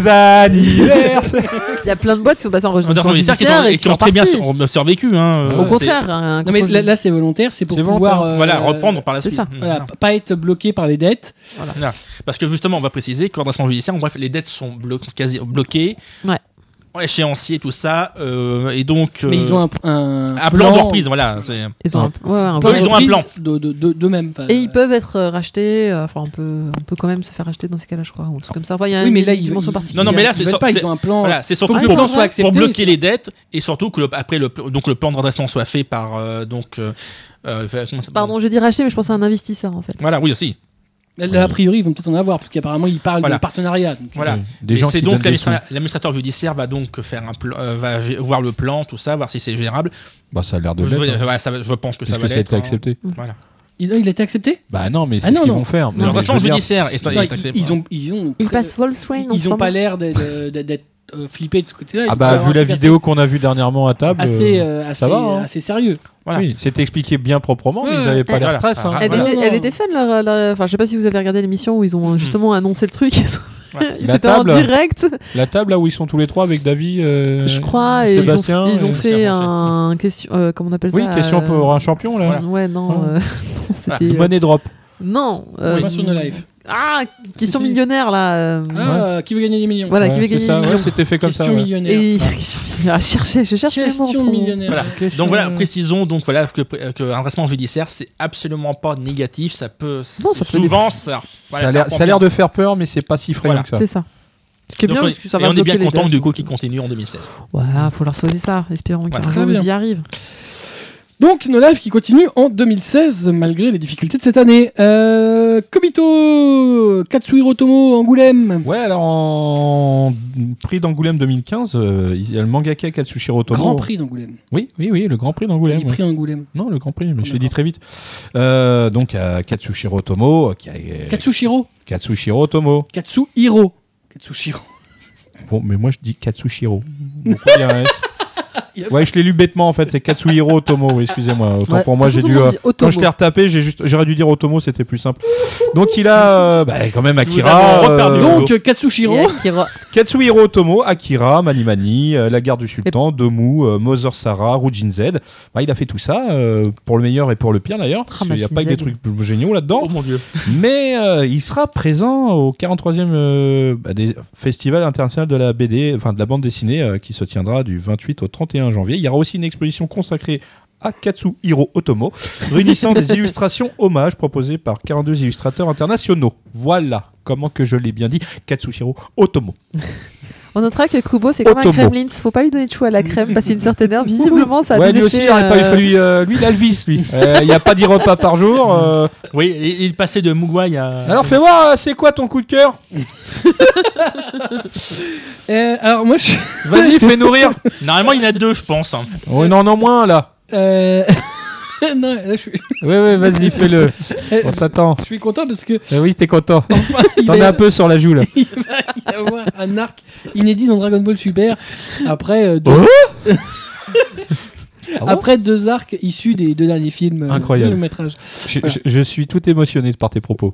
anniversaire.
Il y a plein de boîtes qui sont passées en registre
Redressement judiciaire qui ont-
judiciaire
et qui ont très bien sur- ont survécu. hein, euh,
Au
c'est-
contraire, un
Non mais
contrôle
là, là, c'est volontaire, c'est pour
C'est
pouvoir euh,
Voilà, reprendre par la
c'est
suite.
ça.
Mm.
Voilà, p- pas être bloqué par les dettes.
Voilà. Voilà. Parce que justement, on va préciser qu'en redressement judiciaire, en bref, les dettes sont blo- quasi bloquées.
Ouais.
Échéancier, tout ça. euh, et donc.
Mais
euh,
ils ont un, un
un plan, de reprise, voilà. c'est-
Ils ont un- ouais, un
Plan-
vrai-
ils ont un plan.
de, de, de, d'eux-mêmes, enfin,
Et ils
euh,
peuvent être euh, rachetés, euh, enfin on peut, on peut quand même se faire racheter dans ces cas-là, je crois, ou un truc comme ça. Enfin, il y a
Oh. Oui,
une
mais là, ils-
dimension
ils-
particulière.
Non, non, mais là,
ils
c'est
veulent
sur-
pas, ils
c'est-
ont un plan.
Voilà, c'est
Faut
surtout
que le
pour,
plan soit accepté,
pour bloquer
c'est-
les dettes et surtout que le, après le, pl- donc le plan de redressement soit fait par euh, donc euh, euh, comment ça s'appelle
Pardon, j'ai dit racheter, mais je pensais à un investisseur en fait.
Voilà, oui aussi.
Là, a priori, ils vont peut-être en avoir parce qu'apparemment, ils parlent
Voilà.
de partenariat. donc,
Voilà.
Des
Et
gens
c'est
qui
donc
donnent des sous.
l'administra- l'administrateur judiciaire va donc faire un plan, euh, va gé- voir le plan, tout ça, voir si c'est gérable.
Bah, ça a l'air de
Je,
l'être. hein.
voilà, ça va- je pense que ça
Est-ce
va
que ça a
l'être.
été
hein.
accepté
Voilà.
Il, il a été accepté
Bah non, mais c'est
Ah non,
ce qu'ils
non.
vont faire.
Le
mais
redressement
je veux dire,
judiciaire est, est
Non, ils-
accepté.
Ils ont, ils ont,
Ils
très-
passent Volkswagen.
ils- ils ont pas l'air d'être euh, d'être- d'être, euh, flippés de ce côté-là.
Ah
Ils
bah,
doivent
vu
avoir
la
un truc
vidéo qu'on a vue dernièrement à table.
Assez,
euh,
euh, assez,
ça va, hein.
assez sérieux.
Voilà.
Oui, c'était expliqué bien proprement, mais
Ouais,
ils avaient pas
ouais,
l'air
voilà.
stress. hein.
Ah,
Elle,
voilà. Hmm.
était,
Non,
elle
non.
était fun, leur, leur- enfin je sais pas si vous avez regardé l'émission où ils ont justement annoncé le truc. [laughs] Ils
La
étaient en
table. Euh,
direct,
La table là où ils sont tous les trois avec David. euh,
je crois, et ils ont,
Sébastien.
ils ont
euh,
fait
Sébastien,
un question, euh, comment on appelle
Oui,
ça
question
euh,
pour un Hein champion là.
Voilà.
Ouais, non,
Ouais.
euh, [laughs] non, c'était. euh,
Money drop.
Non. euh,
Pas sur No Life.
Ah, question millionnaire là. euh,
Ah, qui veut gagner des millions
Voilà, qui
Ouais,
veut
c'est
gagner.
ça,
des
ouais,
millions.
C'était fait comme ça.
Question
ouais.
millionnaire.
Et [laughs] Ah, cherchez, je cherche mes mots en ce
Question
moment.
millionnaire.
Voilà.
Question-
Donc voilà, précisons donc voilà que, que un redressement judiciaire c'est absolument pas négatif, ça peut
Non, ça peut
souvent ça.
Ça a l'air- ça a l'air de faire peur, mais c'est pas si fréquent
Voilà.
que ça.
C'est ça. Ce qui est bien,
on,
parce que ça
et
va
on est bien
bloquer les
content
dates.
du coup qui continue en 2016.
Ouais, faut leur sauver ça. Espérons
Voilà.
qu'un
Très
jour
bien.
ils y arrivent.
Donc, nos lives qui continuent en 2016, malgré les difficultés de cette année. Euh, Kobito, Katsuhiro Tomo, Angoulême.
Ouais, alors en prix d'Angoulême 2015, euh, il y a le mangaka Katsushiro Tomo.
Grand prix d'Angoulême.
Oui, oui, oui, le Grand Prix
T'as
d'Angoulême.
dit
ouais.
prix Angoulême.
Non, le Grand Prix, mais je
D'accord.
l'ai dit très vite. Euh, donc à Katsushiro Tomo, euh, qui a-
Katsushiro.
Katsushiro Tomo.
Katsuhiro. Katsushiro.
Bon, mais moi je dis Katsushiro. Pourquoi il y a un S Ouais, je l'ai lu bêtement en fait, c'est Katsuhiro Tomo, oui, excusez-moi. Autant
Ouais,
pour moi,
de toute
j'ai dû. euh,
façon, tout le monde dit
quand
Otomo.
je l'ai retapé, j'ai juste, j'aurais dû dire Otomo, c'était plus simple. Donc il a euh, bah, quand même
Nous
Akira.
avons reperdu
euh,
le
Donc, Katsushiro.
Et Akira.
Katsuhiro Otomo, Akira, Mani Mani, euh, La Gare du Sultan, Domu, euh, Mother Sarah, Rujin Z. Bah, il a fait tout ça, euh, pour le meilleur et pour le pire d'ailleurs.
Ah,
Il n'y a
Majin
pas que des
Z.
trucs géniaux là-dedans.
Oh mon dieu.
Mais euh, il sera présent au 43e euh, bah, des- Festival international de la BD, enfin de la bande dessinée, euh, qui se tiendra du 28 au 31 janvier. Il y aura aussi une exposition consacrée à Katsuhiro Otomo, réunissant
[laughs]
des illustrations hommages proposées par 42 illustrateurs internationaux. Voilà comment que je l'ai bien dit, Katsuhiro Otomo.
On notera que Kubo, c'est comme un
Otomo.
Kremlin. Faut pas lui donner de chou à la crème, passer une certaine heure. Visiblement, ça a
ouais,
des
lui aussi,
effets,
il aurait pas- il
euh,
faut lui, euh, lui, il a le vice,
[laughs]
lui. Euh, Il n'y a pas 10 repas par jour. euh,
Oui, il il passait de Mugwai à.
Alors fais voir, euh, c'est quoi ton coup de cœur
Euh, alors, moi, je.
Vas-y, fais-nous [laughs] rire.
[laughs] Normalement, il y en a deux, je pense. hein.
Oh, non, non, moins, là.
euh, [laughs] non, là, je suis,
Oui, oui, vas-y, fais-le. [laughs] On t'attend.
je suis content parce que.
Eh oui, t'es content. [laughs]
il
T'en
va y
as un peu sur la [laughs] joue là.
y avoir un arc inédit dans Dragon Ball Super après. euh, deux...
Oh
[laughs] Après deux arcs issus des deux derniers films, euh,
Incroyable.
le métrage. [laughs]
Je, je- je suis tout émotionné par tes propos.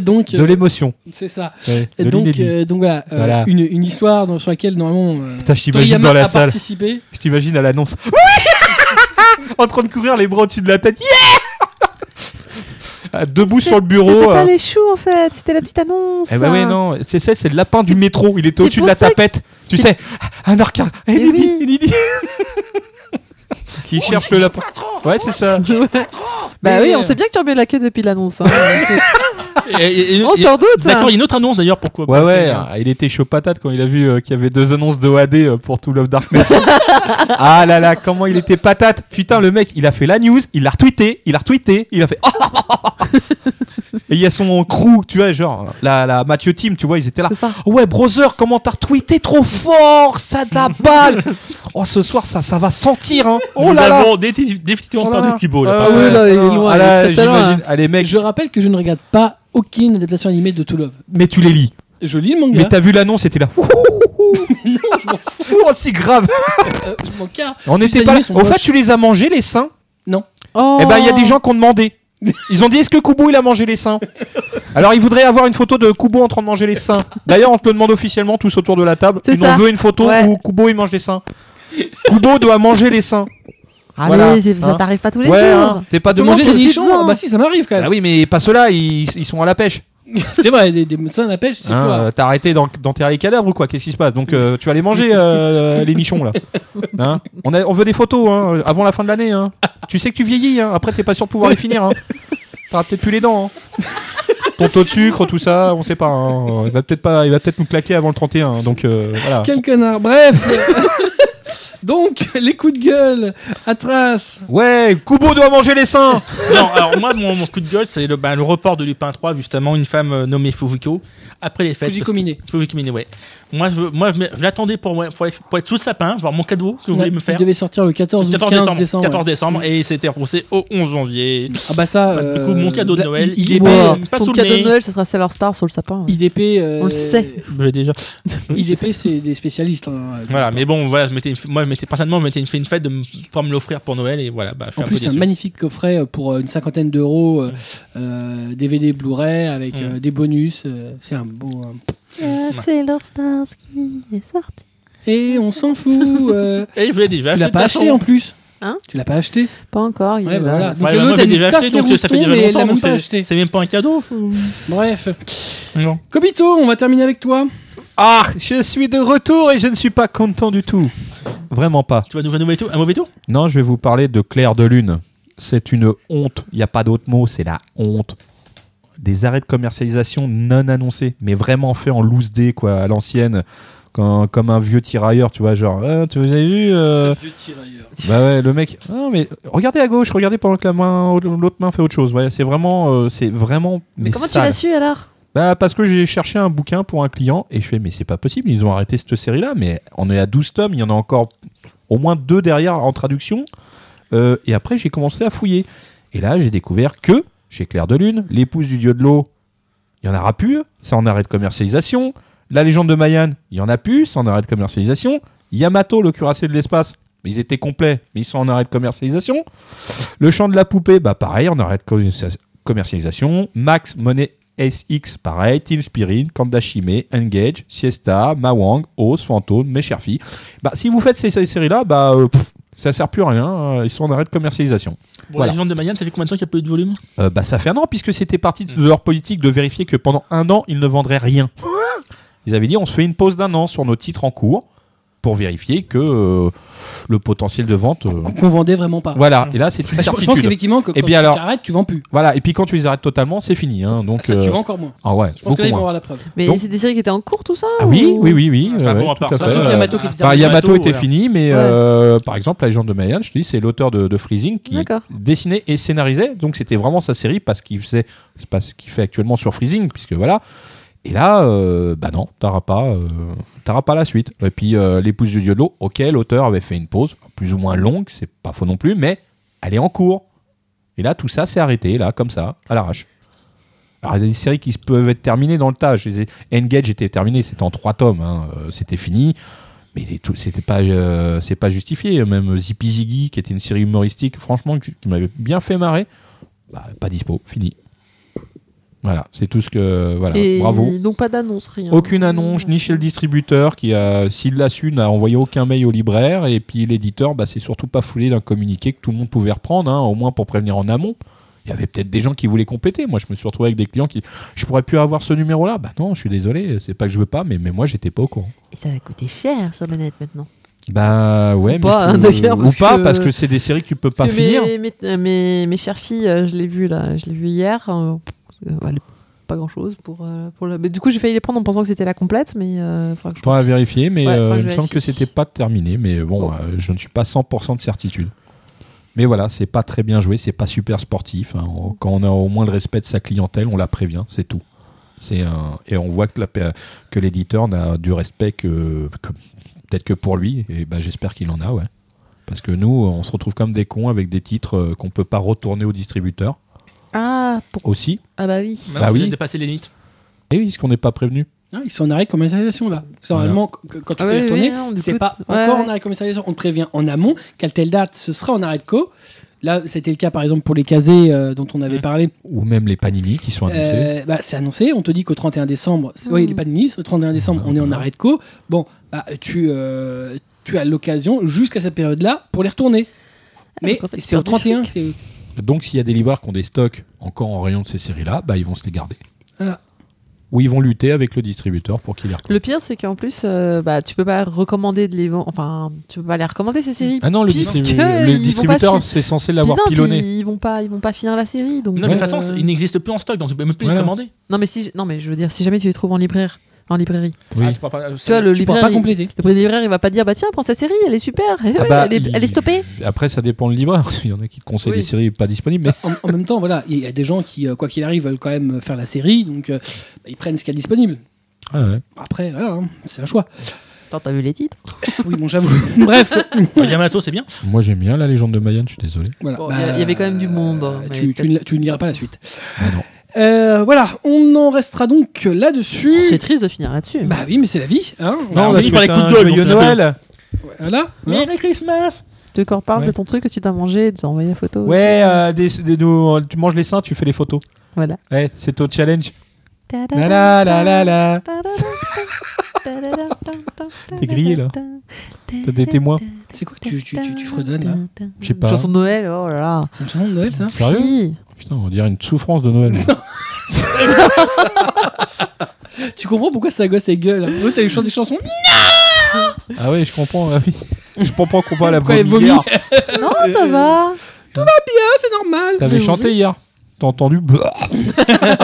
Donc,
De
euh,
l'émotion.
c'est ça.
Ouais,
Et
de
donc,
l'inédit.
euh, donc voilà, euh,
Voilà.
Une, une histoire dans- sur laquelle normalement euh,
Putain, je t'imagine
Toriyama
dans la
a
salle.
participé.
Je t'imagine à [laughs] l'annonce. Oui En train de courir, les bras au-dessus de la tête. Yeah Ah, Debout
c'est-
sur le
C'était
bureau.
pas
euh.
les choux, en fait. C'était la petite annonce.
Eh ben oui, non. C'est celle, c'est le lapin du métro. Il était
C'est
au-dessus de
pour
la
ça que-
tapette. Tu sais, Ah, un arc.
Mais
Il dit,
oui.
il dit. [laughs] Qui cherche le lapin. Ouais, c'est ça.
Bah
Mais-
oui, on sait bien que tu remets la queue depuis
[laughs]
l'annonce. hein.
Et- et- et-
Oh,
on
et-
s'en doute. hein.
D'accord, il y a une autre annonce d'ailleurs pourquoi.
Ouais, ouais,
hein.
euh, il était chaud patate quand il a vu euh, qu'il y avait deux annonces de OAD euh, pour tout Love
[laughs]
Darkness. ah là là, comment il était patate Putain, le mec, il a fait la news, il l'a retweeté, il l'a retweeté, il a fait... [laughs] Et il y a son crew, tu vois, genre, la, la Mathieu Team, tu vois, ils étaient là.
C'est ça.
Ouais, brother, comment t'as retweeté trop fort Ça de la balle [laughs] Oh, ce soir, ça, ça va sentir, hein Oh
Nous
là là
avons dé- dé- définitivement
Oh là
perdu
là.
Kibo.
Ah
là,
ouais,
par-
là, il est
non,
loin,
ah là,
il est très loin, hein.
j'imagine. Allez, mec,
Je rappelle que je ne regarde pas aucune adaptation animée de To Love.
mais tu les lis.
Hein
Je lis le manga.
Mais t'as vu l'annonce et t'es là. Ouh, [laughs]
je m'en fous,
oh, c'est grave
euh, je m'en carre.
On
Les
n'était pas là.
animés sont
Au fait,
moches.
tu les as mangés, les seins
Oh.
Eh ben, il y a des gens qui ont demandé. Ils ont dit est-ce que Kubo il a mangé les seins Alors ils voudraient avoir une photo de Kubo en train de manger les seins. D'ailleurs on te le demande officiellement tous autour de la table.
C'est
Ils
ça.
en veut une photo
Ouais.
où Kubo il mange les seins. Kubo doit manger les seins.
Oh. Allez,
Voilà,
c'est- ça
hein.
t'arrive pas tous les
ouais,
jours.
hein. t'es pas
De
de
manger
manque
des
de
nichons
pizza.
Bah si, ça m'arrive quand
Ah
même.
oui mais pas ceux-là, ils, ils sont à la pêche.
c'est vrai, des, des médecins à la pêche, c'est
Hein,
quoi
euh, T'as arrêté d'en- d'enterrer les cadavres ou quoi Qu'est-ce qui se passe Donc euh, tu vas les manger euh, les nichons là. Hein on, a- on veut des photos hein, avant la fin de l'année. hein. Tu sais que tu vieillis, hein. après t'es pas sûr de pouvoir les finir. Hein. T'auras peut-être plus les dents. hein. Ton taux de sucre, tout ça, on sait pas. hein. Il va peut-être pas, il va peut-être nous claquer avant le 31. Donc euh, voilà.
Ah.
Quel connard. Bref.
[laughs]
donc, les coups de gueule, Atras.
Ouais, Kubo doit manger les seins.
Non, alors moi, mon, mon coup de gueule, c'est le, bah, le report de Lupin 3, justement, une femme euh, nommée Fujiko, après les fêtes.
Fujiko Mine.
Fujiko Mine, ouais. Moi, je, veux- moi, je, me- je l'attendais pour, ouais, pour, être, pour être sous le sapin, voir mon cadeau que vous voulez me faire.
Il devait sortir le 14 ou le 15 décembre.
décembre, 14 décembre, et c'était repoussé au 11 janvier.
Ah bah ça.
Du coup,
euh,
mon cadeau de
là,
Noël,
il,
Eh
il est
IDP,
pas-
ben,
Wow.
pas
Ton
sous le
cadeau
nez.
de Noël, ce sera Sailor Star sur le sapin.
IDP. euh,
On le sait.
[laughs]
Je l'ai déjà.
IDP, c'est des spécialistes. hein.
Voilà, mais bon, voilà, je m'étais, moi, je m'étais, personnellement, je m'étais fait une fête de, me- pour me l'offrir pour Noël, et voilà, bah, je suis
En
un
plus,
peu
c'est un
déçu.
magnifique coffret euh, pour euh, une cinquantaine d'euros, euh, euh, DVD Blu-ray avec
Mm.
euh, des bonus. euh, c'est un beau. hein.
Ah,
Sailor Starsky est sorti.
Et on s'en fout.
[laughs]
euh,
Et je l'ai déjà
tu
acheté.
l'as
de
pas
toute façon.
acheté en plus.
Hein euh,
tu l'as pas acheté.
Pas encore. Il
Ouais,
est
bah voilà.
là.
Donc
Ouais,
le
bah,
l'autre
moi, je
a
l'ai
une
déjà
tasse
acheté,
de
donc ça
rouston,
fait déjà
mais elle
longtemps,
l'a même
donc
pas acheté.
C'est même pas un cadeau.
Bref,
Non.
Kobito, on va terminer avec toi.
Ah, je suis de retour et je ne suis pas content du tout. Vraiment pas.
Tu vas nous renouveler tout Un mauvais tour
Non, je vais vous parler de Claire de Lune. C'est une honte. Il n'y a pas d'autre mot, c'est la honte. des arrêts de commercialisation non annoncés, mais vraiment fait en loose dé, quoi, à l'ancienne. quand- comme un vieux tirailleur, tu vois, genre, Ah, tu vous avez vu euh,
Vieux tirailleur.
Bah ouais, le mec. Non mais regardez à gauche, regardez pendant que la main, l'autre main fait autre chose. Ouais, c'est vraiment, euh, c'est vraiment.
Mais, comment tu
sale.
l'as su alors
Bah parce que j'ai cherché un bouquin pour un client et je fais mais c'est pas possible, ils ont arrêté cette série là, mais on est à 12 tomes, il y en a encore au moins deux derrière en traduction. Euh, et après j'ai commencé à fouiller. Et là j'ai découvert que chez Claire de Lune, l'épouse du dieu de l'eau, il y en aura plus, c'est en arrêt de commercialisation. La légende de Mayan, il y en a plus, c'est en arrêt de commercialisation. Yamato, le cuirassé de l'espace, ils étaient complets, mais ils sont en arrêt de commercialisation. Le chant de la poupée, bah pareil, en arrêt de commercia- commercialisation. Max Monet SX, pareil. Team Spirit, Kandashime, Engage, Siesta, Mawang, Oz, Fantôme, Mes chères filles. Bah, si vous faites ces, ces séries-là, bah, euh, pff, ça sert plus à rien. euh, Ils sont en arrêt de commercialisation.
Bon,
Voilà.
La légende de Mayan, ça fait combien de temps qu'il n'y a pas eu de volume
Euh, bah, ça fait un an, puisque c'était parti de leur politique de vérifier que pendant un an, ils ne vendraient rien. Ils avaient dit on se fait une pause d'un an sur nos titres en cours pour vérifier que euh, le potentiel de vente. euh,
Qu'on vendait vraiment pas.
voilà, et là, c'est
Parce que
une
Bah, je pense
certitude.
qu'effectivement, que quand
Eh bien
tu
alors-
t'arrêtes, tu vends plus.
Voilà, et puis quand tu les arrêtes totalement, c'est fini. hein, donc,
Ça, tu
euh,
vends encore moins.
ah ouais,
Je pense que là, ils vont
beaucoup moins.
avoir la preuve.
Mais
Donc-
c'est des séries qui étaient en cours, tout ça
Ah oui,
ou-
oui, oui, oui.
Oh. Enfin,
ouais,
bon, à
tout
part
à
ça,
fait.
sauf
Euh,
Yamato qui est
Enfin, Yamato
Yamato,
était
voilà.
fini, mais euh, par exemple, La légende de Mayan, je te dis, c'est l'auteur de, de Freezing qui
D'accord.
dessinait et scénarisait. Donc, c'était vraiment sa série parce qu'il faisait, c'est pas ce qu'il fait actuellement sur Freezing, puisque voilà. Et là, euh, bah non, t'auras pas, euh, t'auras pas la suite. Et puis, euh, L'épouse du dieu de l'eau, ok, l'auteur avait fait une pause, plus ou moins longue, c'est pas faux non plus, mais elle est en cours. Et là, tout ça s'est arrêté, là, comme ça, à l'arrache. Alors, il y a des séries qui se- peuvent être terminées dans le tas. Je les ai- Engage était terminé, c'était en trois tomes, hein, euh, c'était fini. Mais il est tout- c'était pas, euh, c'est pas justifié. Même Zippy Ziggy, qui était une série humoristique, franchement, qui qui m'avait bien fait marrer, bah, pas dispo, fini. Voilà, c'est tout ce que. Voilà,
Et
bravo.
Donc pas d'annonce, rien.
Aucune annonce, ni chez le distributeur qui a, s'il l'a su, n'a envoyé aucun mail au libraire. Et puis l'éditeur, bah, c'est surtout pas foulé d'un communiqué que tout le monde pouvait reprendre, hein, au moins pour prévenir en amont. Il y avait peut-être des gens qui voulaient compléter. Moi, je me suis retrouvé avec des clients qui, je pourrais plus avoir ce numéro-là. Bah non, je suis désolé, c'est pas que je veux pas, mais, mais moi, j'étais pas au courant.
Et ça va coûter cher sur le net maintenant.
Bah ouais,
Ou
mais
pas,
je
hein,
trouve-
d'ailleurs,
ou
parce
pas,
que-
parce que c'est des séries que tu peux pas
Parce que
finir.
Mes, mes, mes- mes chères filles, euh, je l'ai vu là, je l'ai vu hier. euh, euh, elle est pas grand chose pour, euh, pour le... mais du coup j'ai failli les prendre en pensant que c'était la complète mais euh, faudra que je-
Pas à vérifier, mais
Ouais,
euh,
faudra que
il me
je
semble que
vérifie.
c'était pas terminé. Mais bon, euh, je ne suis pas 100% de certitude. Mais voilà, c'est pas très bien joué, c'est pas super sportif. hein. On- quand on a au moins le respect de sa clientèle, on la prévient, c'est tout. C'est un et on voit que la pa- que l'éditeur n'a du respect que, que- peut-être que pour lui. Et bah, j'espère qu'il en a, ouais. Parce que nous, on se retrouve comme des cons avec des titres euh, qu'on peut pas retourner au distributeur
ah, pour-
aussi.
ah bah oui
Maintenant, ça
oui.
vient de dépasser les limites.
Et oui, ce qu'on n'est pas prévenu.
Hein, ils sont en arrêt de commercialisation là. Parce que
Voilà.
Normalement, qu- quand tu
Ah
peux
oui,
y retourner,
oui, on
c'est
écoute.
pas
Ouais,
encore
ouais.
en arrêt de commercialisation. On te prévient en amont qu'à telle date, ce sera en arrêt de co. Là, c'était le cas par exemple pour les casés euh, dont on avait
Mmh.
Mm.
parlé.
Ou même les panini qui sont annoncés.
Euh, bah, c'est annoncé, on te dit qu'au 31 décembre, c'est-
Mm.
oui, il n'est pas de ministre, au 31 décembre,
Ah,
on est en
voilà.
arrêt de co. Bon, bah, tu, euh, tu as l'occasion jusqu'à cette période-là pour les retourner. Mais
Ah, donc, en fait,
c'est au
tu perds du
31. t'es-
Donc, s'il y a des libraires qui ont des stocks encore en rayon de ces séries-là, bah, ils vont se les garder.
Voilà.
Ou ils vont lutter avec le distributeur pour qu'il les
le
retrouve.
pire c'est qu'en plus euh, bah tu peux pas recommander de les vendre- enfin tu peux pas les recommander ces séries
Ah non, le,
puisque
distribu-
ils
le
vont pas
distributeur,
fi-
c'est censé
Puis
l'avoir
non,
pilonné.
puis ils vont pas ils vont pas finir la série donc
Non, mais de toute
euh,
façon, c'est- il n'existe plus en stock, donc tu peux même plus
Voilà.
les commander.
non mais si non mais je veux dire si jamais tu les trouves en libraire en librairie
Oui.
Ah, tu pourras pas-
tu vois le
Tu pourras
libraire
pas
il-
compléter.
Le prix libraire, il va pas dire bah tiens, prends cette série, elle est super, Eh
Ah
ouais,
bah,
elle, est,
il-
elle est stoppée.
Après, ça dépend le libraire. [laughs] Il y en a qui te conseillent
Oui.
des séries pas disponibles, mais
[laughs]
En, en même temps, voilà, il y a des gens qui, euh, quoi qu'il arrive, veulent quand même euh, faire la série, donc euh, bah, ils prennent ce qu'il y a disponible.
Ah ouais.
Après, voilà, hein, c'est un choix.
Attends, t'as vu les titres
Oui, bon,
[laughs]
j'avoue. Bref,
Yamato, c'est bien.
moi j'aime bien la légende de Mayenne, je suis désolé.
Voilà. Bah,
Bon, il y a- il y avait quand même du monde, hein, mais
Tu, tu
peut-être-
ne, tu ne liras pas la suite.
Ah non.
Euh, voilà, on en restera donc là-dessus.
Oh, C'est triste de finir là-dessus.
bah oui, mais c'est la vie. Hein
Non, on
va-
a fini par les coups de gueule, donc c'est
Noël
Voilà. hein.
Merry Christmas
tu encore parles
Ouais.
de ton truc que tu t'as mangé, de envoyé la photo.
Ouais, euh, des- des- nous- tu manges les seins, tu fais les photos.
Voilà.
Ouais, c'est ton challenge. La
Ta-da-da,
la la la la.
ta-da-da, ta-da-da, ta-da-da,
T'es grillé, là. T'as des témoins
C'est quoi que tu, tu, tu, tu fredonnes là
hein, Je sais pas.
Chanson de Noël, oh là là.
C'est une chanson de Noël ça
Sérieux
Oui.
Putain, on dirait une souffrance de Noël.
Tu comprends pourquoi ça gosse et gueule hein Eux, t'as eu chanté des chansons
Ah oui, je comprends. ah oui. Je comprends qu'on parle à la
Pourquoi elle
vomir.
vomit
euh.
Non, ça va.
Ah, c'est normal
T'avais
Mais
chanté hier. t'as entendu Bah.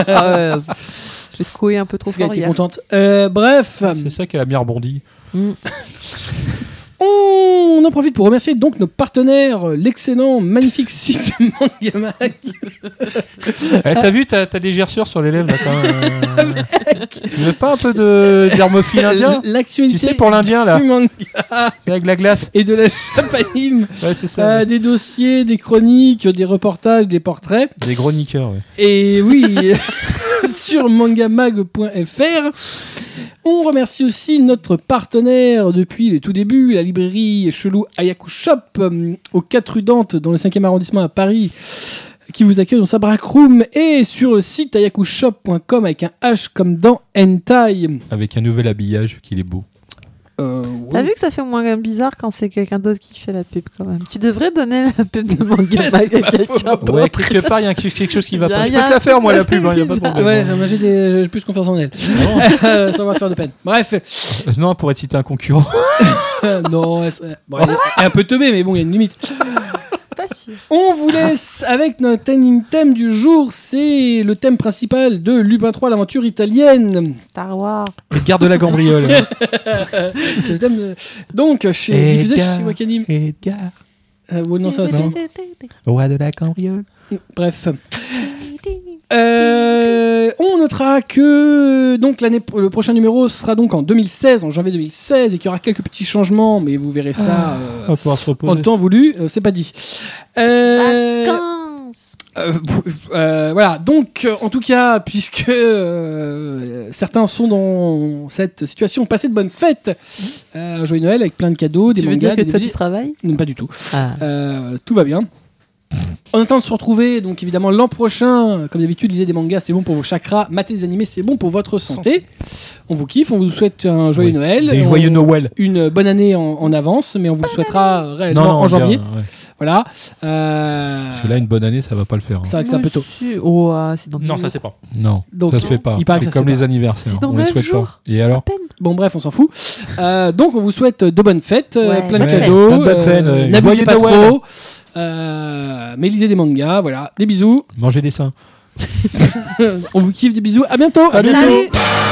Ah ouais, je l'ai secoué un peu trop
Parce qu'elle
fort
était
hier.
contente. Euh, bref,
Ah, C'est ça qu'elle a bien rebondi.
on en profite pour remercier donc nos partenaires, euh, l'excellent, magnifique site [laughs] Mangamag.
Eh, t'as vu, t'as t'as des gerçures sur les lèvres là quand même. Euh, Tu veux pas un peu de d'hermophile [laughs] indien
[laughs] L'actualité
Tu sais, pour l'indien [laughs] là,
du manga
avec la glace.
et de la [laughs] japanime.
Ouais, c'est ça.
Euh, des dossiers, des chroniques, des reportages, des portraits.
Des gros niqueurs, ouais.
Et oui, [laughs] sur mangamag.fr. On remercie aussi notre partenaire depuis les tout débuts, la librairie Chelou Ayaku Shop, euh, aux 4 rue Dante, dans le 5e arrondissement à Paris, qui vous accueille dans sa brack room et sur le site ayakushop.com avec un H comme dans Hentai.
Avec un nouvel habillage qu'il est beau.
Euh,
T'as
oui.
vu que ça fait moins bizarre quand c'est quelqu'un d'autre qui fait la pub quand même. Tu devrais donner la
[laughs]
pub de manga mag à quelqu'un d'autre.
Ouais, quelque part, il y a quelque chose qui va
Y a-
pas. Je
y a
peux te la faire, moi, la
un peu
pub, hein, y a pas de [laughs]
bizarre.
problème.
Ouais, j'ai- j'ai des- j'ai plus confiance en elle.
Ah
[laughs] Euh, Ça va faire de peine. Bref,
Euh, Non, pour être cité un [laughs] concurrent.
Euh, non, elle, elle- bon, elle est- elle est un peu teubée, mais bon, il y a une limite.
[laughs] Pas sûr.
On vous laisse avec notre ending thème du jour. C'est le thème principal de Lupin 3, l'aventure italienne.
Star Wars.
Garde la gambriole.
C'est le thème de- Donc, chez,
Et
diffusé
gars.
chez Wakanim.
Edgar,
Euh, ouais, non, ça,
Eh
c'est-
roi de la cambriole.
Bref. Euh, on notera que donc l'année le prochain numéro sera donc en 2016, en janvier 2016, et qu'il y aura quelques petits changements, mais vous verrez ça euh,
On va pouvoir se
en
reposer.
temps voulu. euh, c'est pas dit.
Ah,
Euh,
Vacances.
Euh, euh, voilà, donc euh, en tout cas, puisque euh, certains sont dans cette situation, passez de bonnes fêtes.
Mmh.
Euh, joyeux Noël avec plein de cadeaux, des
Tu veux
mangas,
dire que
des
toi tu
DVD.
travailles
Non, pas du tout.
ah.
Euh, tout va bien. En attendant de se retrouver, donc évidemment l'an prochain, comme d'habitude, lisez des mangas, c'est bon pour vos chakras, matez des animés, c'est bon pour votre santé. On vous kiffe, on vous souhaite un joyeux
Oui.
Noël,
Des
on-
joyeux Noël.
une bonne année en, en avance, mais on vous le souhaitera euh, réellement en
bien,
janvier.
ouais.
Voilà. Euh,
Parce que là, une bonne année, ça va pas le faire. hein.
c'est vrai que c'est un peu tôt.
Monsieur- Oh, ah, c'est dans
Non,
dix
ça
jours.
c'est pas.
Non,
Donc,
ça se fait pas.
il paraît que
C'est
ça se
comme
fait
les anniversaires.
C'est dans
on les
neuf
souhaite
jours.
pas. Et alors
Bon bref, on s'en fout. Euh, donc on vous souhaite de bonnes fêtes, euh,
Ouais,
plein de cadeaux,
bonnes
fêtes. Plein de bonnes fêtes, euh,
n'abusez
joyeux
pas
Noël.
trop, euh, mais lisez des mangas, voilà. Des bisous, [laughs]
Manger des seins.
on vous kiffe, des bisous, à bientôt.
À bientôt.
Salut.